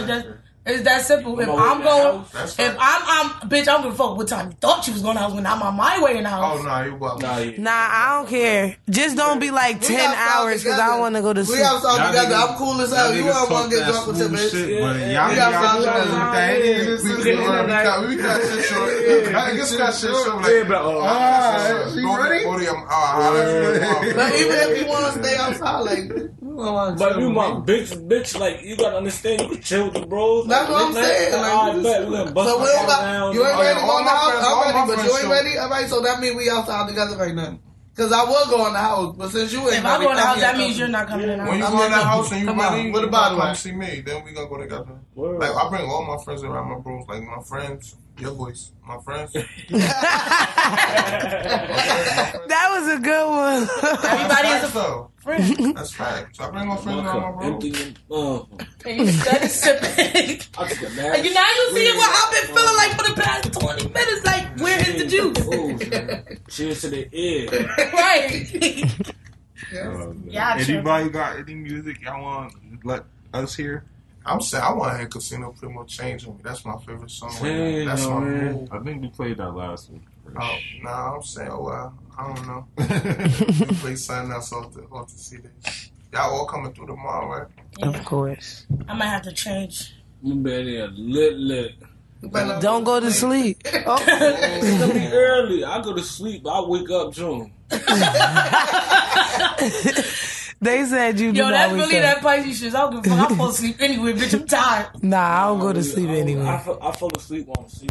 S4: It's that, it's that simple. If
S9: on my way
S4: I'm
S9: in the
S4: going,
S9: house?
S6: That's
S4: if I'm,
S6: fine.
S4: I'm, bitch, I'm gonna fuck what time you thought you was going to house when I'm on my way in the house.
S6: Oh no, you about
S7: Nah, yeah.
S5: nah, I don't care. Just don't be like
S3: We
S5: ten
S3: outside
S5: hours because I
S3: together.
S5: want to go to
S3: We
S5: sleep.
S1: Y'all
S3: outside together.
S1: niggas-
S3: I'm cool as
S1: y'all
S4: Oh,
S3: hell. You
S1: niggas
S3: don't
S1: talk
S3: want to get
S1: that
S3: drunk with your
S1: smooth
S3: bitch.
S1: shit, but
S9: Yeah,
S1: y'all
S3: we
S1: be out
S3: outside
S1: there
S3: together.
S1: with that in this
S6: We
S1: is-
S6: we got we got shit short. Niggas got shit short. Like,
S7: but, uh,
S6: ah,
S1: you ready?
S6: Forty, I'm ah,
S3: But even if you want to stay outside, like, you don't want
S9: But you my bitch, bitch. Like you gotta understand, you can chill with the bros.
S3: That's what I'm
S9: relax,
S3: saying,
S9: like,
S3: like,
S9: all that, we done bust
S3: So we
S9: my
S3: don't
S9: head
S3: got,
S9: down,
S3: you ain't
S6: Oh, yeah,
S3: ready to go
S6: all
S3: in the
S6: my
S3: house.
S6: friends- all
S3: I'm
S6: my
S3: ready, but
S6: friends
S3: you ain't
S6: show.
S3: ready. All right, so that means we outside together right now. Cause I will go in the house, but since you ain't
S4: If I
S3: ready,
S4: go in the
S3: come
S4: house,
S3: here,
S4: that
S3: come
S4: means you're not coming in the
S6: When you
S4: house.
S3: I'm
S6: go in
S3: just-
S6: that house and you
S3: come
S6: ready,
S3: on, what
S6: you
S3: about
S6: gotta
S3: like-
S6: come see me. Then we gonna go together.
S9: Word.
S6: Like I bring all my friends around, my bros, like my friends, your boys, my friends.
S5: That was a good one.
S4: Everybody
S6: That's
S4: is a
S6: fact, though.
S4: friend.
S6: That's fact. So I bring my friends
S7: One
S6: around,
S7: cup,
S4: uh-huh.
S6: my
S9: Empty
S6: bros.
S9: them. Uh,
S4: and you study sipping.
S9: I took a
S4: And
S9: nap.
S4: you, now you see what I've
S9: Uh-huh.
S4: been feeling like for the past 20 minutes. Like, where is the juice?
S9: juice? Cheers to the ear.
S4: right. Yeah, true.
S1: Anybody got any music y'all want to let us hear?
S6: I'm saying I want to hear Casino Primo change on me. That's my favorite song. right now.
S9: Change
S6: That's my
S9: on me.
S6: move.
S1: I think we played that last week.
S6: Oh, nah, I'm saying, oh, well, I don't know.
S1: That's
S6: We play something else off the, off the CD. Y'all all coming through tomorrow, right?
S5: Of course.
S4: I might have to change.
S9: You better lit lit.
S3: But
S5: Don't go to sleep. Oh,
S9: It's gonna be early. I go to sleep. I wake up June.
S5: they said you do
S4: Yo,
S5: not
S4: that's
S5: wake
S4: really
S5: up.
S4: that Pisces shit. I don't give a fuck. I fall asleep anyway, bitch. I'm tired.
S5: Nah, I don't go
S9: I
S5: to sleep
S9: don't- I,
S5: anyway.
S9: fall- I fall asleep on sleep.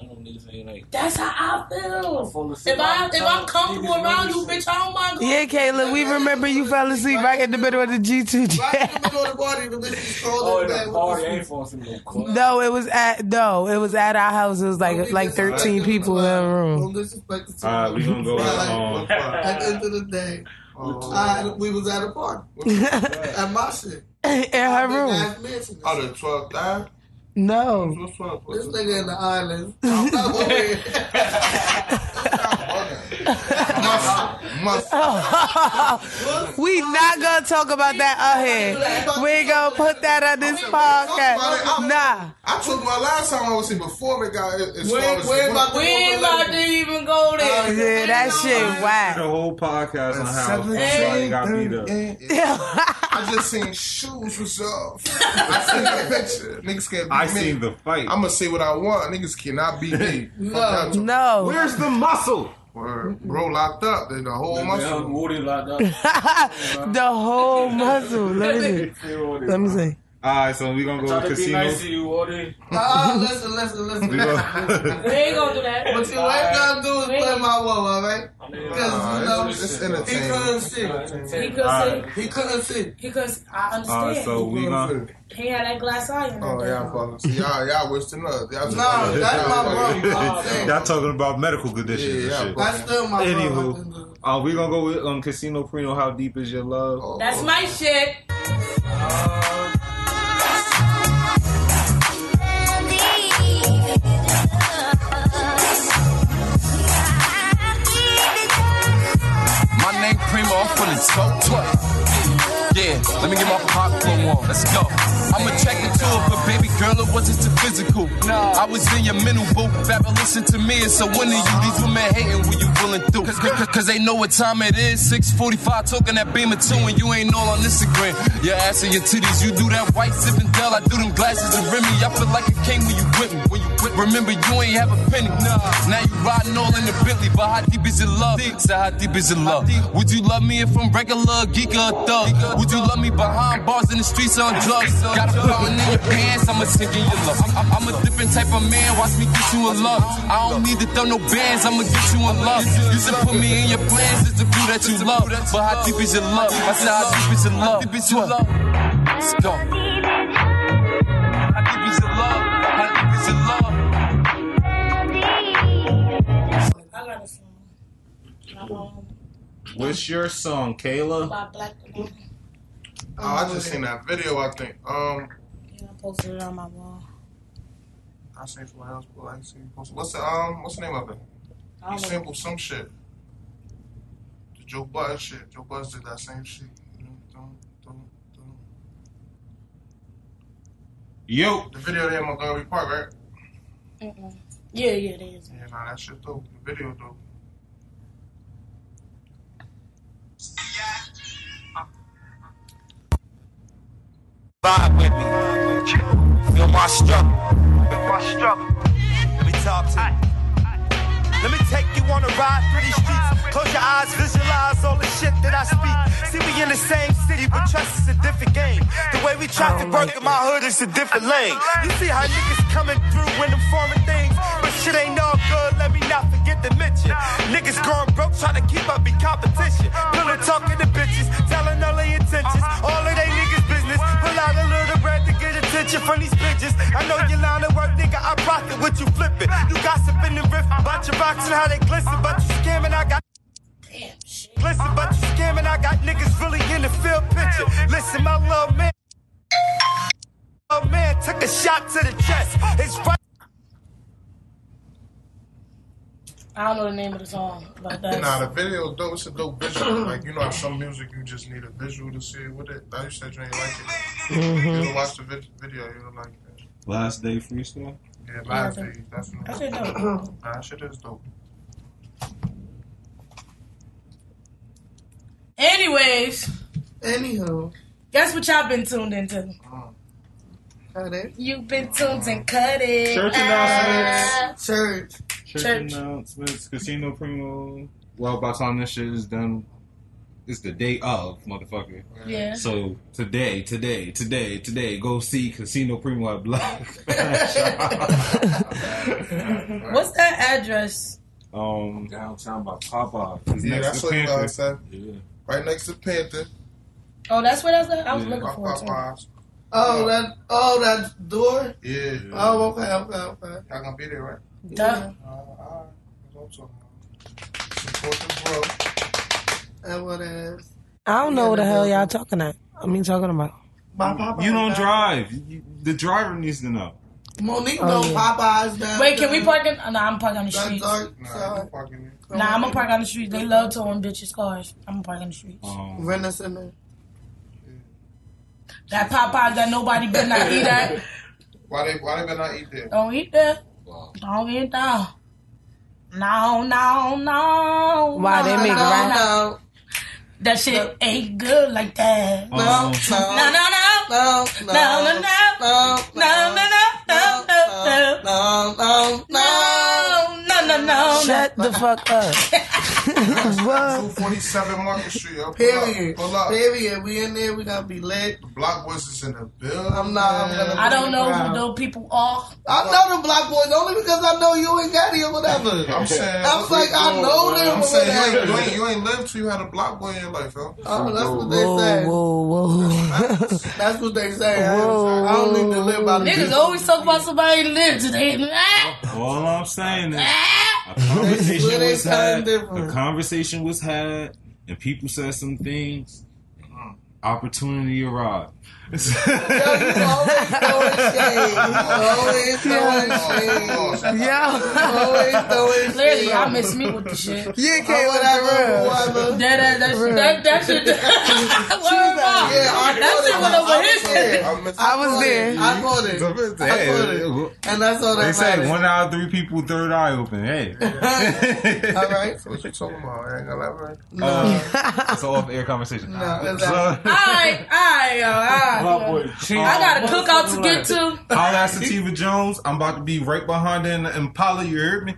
S9: I don't need to say like.
S4: That's how I
S9: I
S4: feel.
S9: fall asleep.
S4: If I if I'm
S9: tired.
S4: comfortable
S9: Niggas
S4: around
S9: know
S4: you,
S9: this
S4: bitch, I don't mind going.
S5: Yeah, Kayla, we remember you fell asleep right in the middle of the
S3: right
S5: G2
S3: in the
S5: jam.
S3: middle of the party, the bitch is
S9: Oh,
S3: strolling
S9: in
S3: back
S9: the
S3: with
S9: party,
S8: eh?
S3: the
S9: I ain't falling asleep in no club.
S5: No, it was at no, it was at our house. It was like like thirteen people in a room.
S3: Don't disrespect the
S1: All right, we gonna go.
S3: Right,
S1: Um,
S3: At the end of the day,
S6: Oh,
S3: I, we was at a party at my shit.
S5: in her
S3: Big
S5: room.
S3: ass mansion.
S6: oh, the 12th, eh?
S5: No.
S6: What's 12th?
S3: This
S6: What's
S3: nigga in the island. I'm not over here.
S6: Must, must.
S5: we not gonna talk about that out here. We gonna put that on this podcast. Nah.
S6: I took my last time I was here before it got as far
S3: Where-
S6: as
S3: where
S6: what-
S3: my-
S4: We ain't about to even go there.
S5: Yeah, that shit
S1: the
S5: whack.
S1: whole podcast on how somebody got beat up.
S6: I just seen shoes was up. I seen that picture. Niggas can't beat
S1: I
S6: me.
S1: seen the fight.
S6: I'm gonna say what I want. Niggas cannot beat me. Fuck that.
S5: No.
S1: Where's the muscle?
S6: Word. Bro locked up. Then the whole
S9: Yeah,
S6: muscle.
S9: Woody locked up.
S5: the whole muscle. Let me see. Let me see.
S1: All right, so we gonna go
S9: Try
S1: to
S9: to be
S1: casino.
S9: nice to you, Woody.
S3: Ah, listen, listen, listen.
S1: We gonna-
S4: We ain't gonna do that.
S3: What you ain't gonna do is play my woe, all right?
S6: Nah,
S3: Because, you know,
S6: it's, it's
S3: he
S6: entertainment.
S3: couldn't see.
S4: He
S9: Entertainment.
S4: could
S1: Alright.
S4: say
S3: He couldn't see.
S4: he could. I
S1: All right,
S4: understand.
S1: so we gonna.
S4: he had that glass eye. in
S6: Oh
S4: that
S6: yeah,
S4: day.
S6: I'm fucking. See, y'all, y'all wasting up. Y'all
S3: No, that's my bro.
S6: fucking-
S1: Y'all talking about medical conditions
S6: Yeah,
S1: and shit.
S6: yeah.
S3: That's still my
S1: Anywho. Uh, we gonna go with um, Casino Primo. How deep is your love?
S6: Oh,
S4: That's my shit.
S10: My name Primo, I'm from the top 12. Yeah, let me get my popcorn on. Let's go. I'ma check the tour, but baby girl, it wasn't too physical. I was in your mental booth, rapper, listen to me. So when are you these women hating when you willing through? Cause, cause, cause they know what time it is. 645 talking that beam of two, and you ain't all on Instagram. Your ass and your titties, you do that white sipping Dell. I do them glasses and Remy. I feel like a king when you with me. When you with, remember you ain't have a penny. Now you riding all in the Bentley, but how deep is your love? So how deep is your love? Would you love me if I'm regular, geek or thug? Would you love me behind bars in the streets on drugs? Got a problem in your pants, I'ma sink in your love. I'm, I'm a different type of man, watch me get you in love. I don't need to throw no bands, I'ma get you in love. You should put me in your plans, it's the view that you love. But how deep is your love? I said, how deep is your love? How deep is your love? Let's go. How deep is your love? How deep is your love?
S4: I got a song. My own,
S1: What's your song, Kayla?
S4: by Black Alone.
S6: Oh, I just seen that video. I think. Um,
S4: Yeah, I posted it on my wall.
S6: I seen someone else, but I seen. What's the um? What's the name of it?
S4: I
S6: He
S4: don't know.
S6: sampled some shit. The Joe Budden shit. Joe Budden did that same shit. Dun, dun, dun.
S1: Yo,
S6: The video there in Montgomery Park, right?
S4: Mm-mm. Yeah, yeah, it is.
S6: Yeah, nah, that shit dope. The video dope.
S10: vibe with me. Feel my struggle. Feel my struggle. Let me talk to you. Let me take you on a ride through these streets. Close your eyes, visualize all the shit that I speak. See, we in the same city, but trust is a different game. The way we try to work in my hood is a different lane. You see how niggas coming through when them foreign things, but shit ain't all good. Let me not forget to mention. Niggas going broke trying to keep up in competition. Pillar talking to bitches, telling all their intentions. All of they niggas business. Pull out a little bread to get attention from these bitches. I know your line of work, nigga. I profit with you flipping. You gossiping and riffing about your rocks and how they glisten, but you scamming. I got.
S4: Damn shit.
S10: Listen, but you scamming. I got niggas really in the field picture. Listen, my love man. Lil' man took a shot to the chest. It's right.
S4: I don't know the name of the song, but that's
S6: Nah, the video dope. It's a dope visual. like you know, how some music you just need a visual to see it with it. Like you said, you ain't like it.
S3: Mm-hmm.
S6: You don't watch the vid- video, you don't like it.
S1: last day freestyle.
S6: Yeah, live
S4: Yeah, I
S6: feed, definitely.
S4: that shit dope.
S6: Nah, that shit is dope.
S4: Anyways,
S3: Anywho,
S4: guess what y'all been tuned into?
S3: got it.
S4: You've been tuned and cut it. Ah. out.
S1: Church announcements.
S3: Church.
S1: Church,
S4: Church.
S1: announcements. Casino Primo. Well, by the time this shit is done, it's the day of, motherfucker.
S4: Yeah.
S1: So today, today, today, today, go see Casino Primo at Black.
S4: What's that address?
S1: um,
S8: Downtown by Papa.
S1: it's
S6: Yeah,
S1: next
S6: that's
S1: to
S6: what uh,
S1: Panther.
S6: I said.
S8: Yeah.
S6: Right next to Panther.
S4: Oh, that's where that's at. I was
S1: Yeah.
S4: looking
S6: Rock
S4: for it. too.
S6: Popeyes.
S3: Oh, that. Oh, that door.
S6: Yeah.
S3: Oh, okay, okay, okay.
S6: Y'all gonna be there, right?
S4: Duh.
S6: Uh, alright. That's what I'm talking about. Support the uh, bro.
S3: That what it is.
S5: I don't know what the hell y'all talking at. I mean, talking about.
S3: My Popeyes.
S1: You don't
S3: down.
S1: drive. You- you- the driver needs to know.
S3: Monique
S5: Oh,
S3: don't
S5: yeah.
S3: Popeyes down.
S4: Wait, can
S3: there.
S4: we park in? No, I'm parking on the
S3: That's
S4: streets.
S3: dark.
S6: Nah,
S3: so-
S6: you parking there.
S4: Nah, I'm gonna park on the streets. They love towing bitches' cars. I'm gonna park on the streets.
S1: Um,
S3: Rent us in there.
S4: That Popeyes that nobody better not eat at.
S6: Why they why they better not eat there?
S4: Don't eat that.
S8: Wow.
S4: Don't eat that. No, no, no.
S5: Why, they
S4: no,
S5: make
S4: no,
S5: rap-
S4: no.
S3: No,
S4: That shit ain't good like that.
S3: no, no,
S6: Oh.
S1: um,
S4: No, no, no.
S3: no,
S4: No, no, no.
S3: no,
S4: No, no, no, no, no, no.
S3: no, no, no.
S4: No, no, no, no.
S5: Shut the fuck up.
S6: Two
S5: what?
S6: forty seven Market Street. Yo, pull up,
S3: Oh. Period.
S6: Pull up.
S3: Period. We in there. We gonna be lit.
S6: Block Boys is in the building.
S3: I'm not- I'm gonna-
S4: I don't know who those people are.
S3: I know the black boys only because I know you and Gaddy or whatever.
S6: I'm saying.
S3: I was like, I know them.
S6: I'm
S3: or
S6: saying you ain't,
S3: whatever.
S6: you ain't you ain't lived till you had a block boy in your life, yo.
S3: Oh, that's what
S5: Whoa,
S3: they say.
S5: whoa, whoa.
S3: That's what they say. I-
S5: Whoa.
S3: I don't need to live by the
S4: Niggas
S3: beat.
S4: always talk about somebody that lives today.
S1: all I'm saying is a conversation
S3: Really
S1: was had.
S3: something different.
S1: A conversation was had, and people said some things. Opportunity arrived.
S5: Yo.
S4: Clearly, I miss me with the shit.
S5: Yeah, Kayla, for real.
S4: That, that, that, shit- that, that shit. Word about. That shit went over his head.
S5: I was there.
S3: I caught it. I caught it. And that's all that
S1: They say
S3: matters.
S1: one out of three people, third eye open. Hey.
S3: all right.
S6: So what you talking about? I ain't gonna lie, man.
S1: Uh, it's an off air conversation.
S3: No, it's
S1: so,
S4: Alright, alright, yo, alright. I got a cookout to get to.
S1: I'll ask Sativa Jones. I'm about to be right behind her in the Impala. You heard me?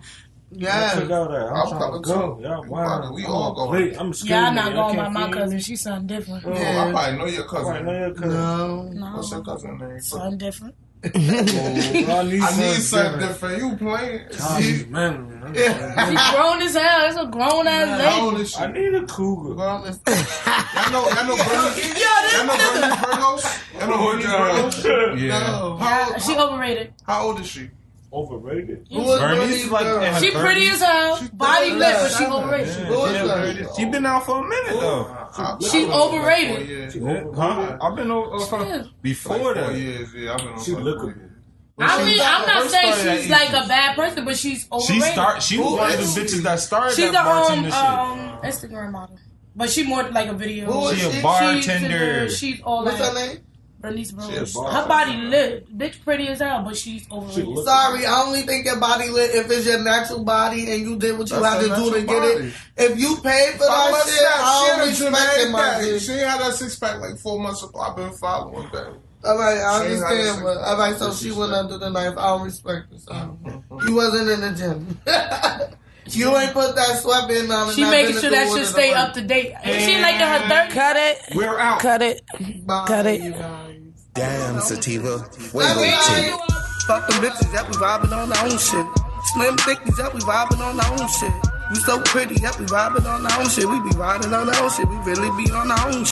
S3: Yeah.
S8: Check out that.
S6: I'm
S8: I'm trying to
S6: coming
S8: go.
S6: too.
S8: Y'all
S6: We
S8: wild.
S6: probably- we all going.
S8: Wait, I'm scared.
S4: Yeah, I'm not
S8: Y'all
S4: going by
S8: can't
S4: my
S8: feed me.
S4: cousin. She's something different.
S8: Oh,
S6: I probably know your
S8: I
S6: cousin.
S8: know your cousin.
S3: No.
S6: What's your
S4: No,
S6: cousin name?
S4: something different.
S8: I need
S6: I need
S8: something
S6: something different. You playing?
S8: different. Man, man.
S4: She grown as hell. It's a grown ass
S6: How
S4: lady.
S6: old is she?
S8: I need a cougar.
S6: Well, if- Y'all know, y'all know Bernie, y'all know Bernie Burgos? Y'all know Bernie Burgos?
S1: Yeah.
S6: No. How, old-
S4: She overrated.
S6: how old is she?
S8: Overrated.
S6: Who is
S1: Bernie's
S6: Bernie's
S1: like-
S6: girl?
S4: She pretty as hell. Body
S6: thirty
S4: lit, but she
S6: seven.
S4: overrated.
S6: Who is her?
S1: She been out for a minute though.
S6: I- I-
S4: She
S6: I been on
S4: overrated.
S6: for years.
S1: Huh? I've been over uh,
S4: Yeah.
S1: for-
S6: Like
S1: before
S6: four
S1: that.
S6: years, yeah, I've been on
S8: She
S6: for
S8: look
S6: four
S8: at-
S6: years.
S4: I mean, I'm not
S1: First
S4: saying
S1: started
S4: she's
S1: at
S4: like a bad person, but she's
S1: She
S4: overrated.
S1: start. She was
S6: Who
S1: one of
S6: is
S1: the
S6: she?
S1: bitches that started
S4: She's the
S1: that
S4: um,
S1: bartender shit.
S4: um Instagram model, but she more like a video.
S3: Who is She a
S4: She's-
S1: bartender.
S4: She's all
S3: What's her
S4: that.
S3: name?
S4: Bernice Burrows.
S6: a
S4: Her body lit, bitch, pretty as hell, but she's
S8: She
S4: overrated.
S8: look-
S3: Sorry, I only think your body lit if it's your natural body and you did what you
S6: That's
S3: had
S6: her
S3: to do to
S6: natural
S3: get
S6: body.
S3: it. If you paid for
S6: Five
S3: that
S6: months
S3: shit, I don't
S6: out, she had a
S3: respect it,
S6: Jamaican
S3: my
S6: back. She
S3: bitch.
S6: had that six pack like four months ago. I've been following that.
S3: All right, I
S6: She ain't had
S3: understand,
S6: a
S3: but
S6: six-
S3: all right, so she went under the knife. I don't respect it. So you wasn't in the gym. you ain't put that sweat in on.
S4: She making sure that should stay up to date. She like in her thirties.
S5: Cut it.
S1: We're out.
S5: Cut it. Cut it.
S2: Damn, Sativa. Wait,
S3: Fuck them bitches that we vibing on our own shit. Slim thickies that we vibing on our own shit. You so pretty that we vibing on our own shit. We be riding on our own shit. We really be on our own shit.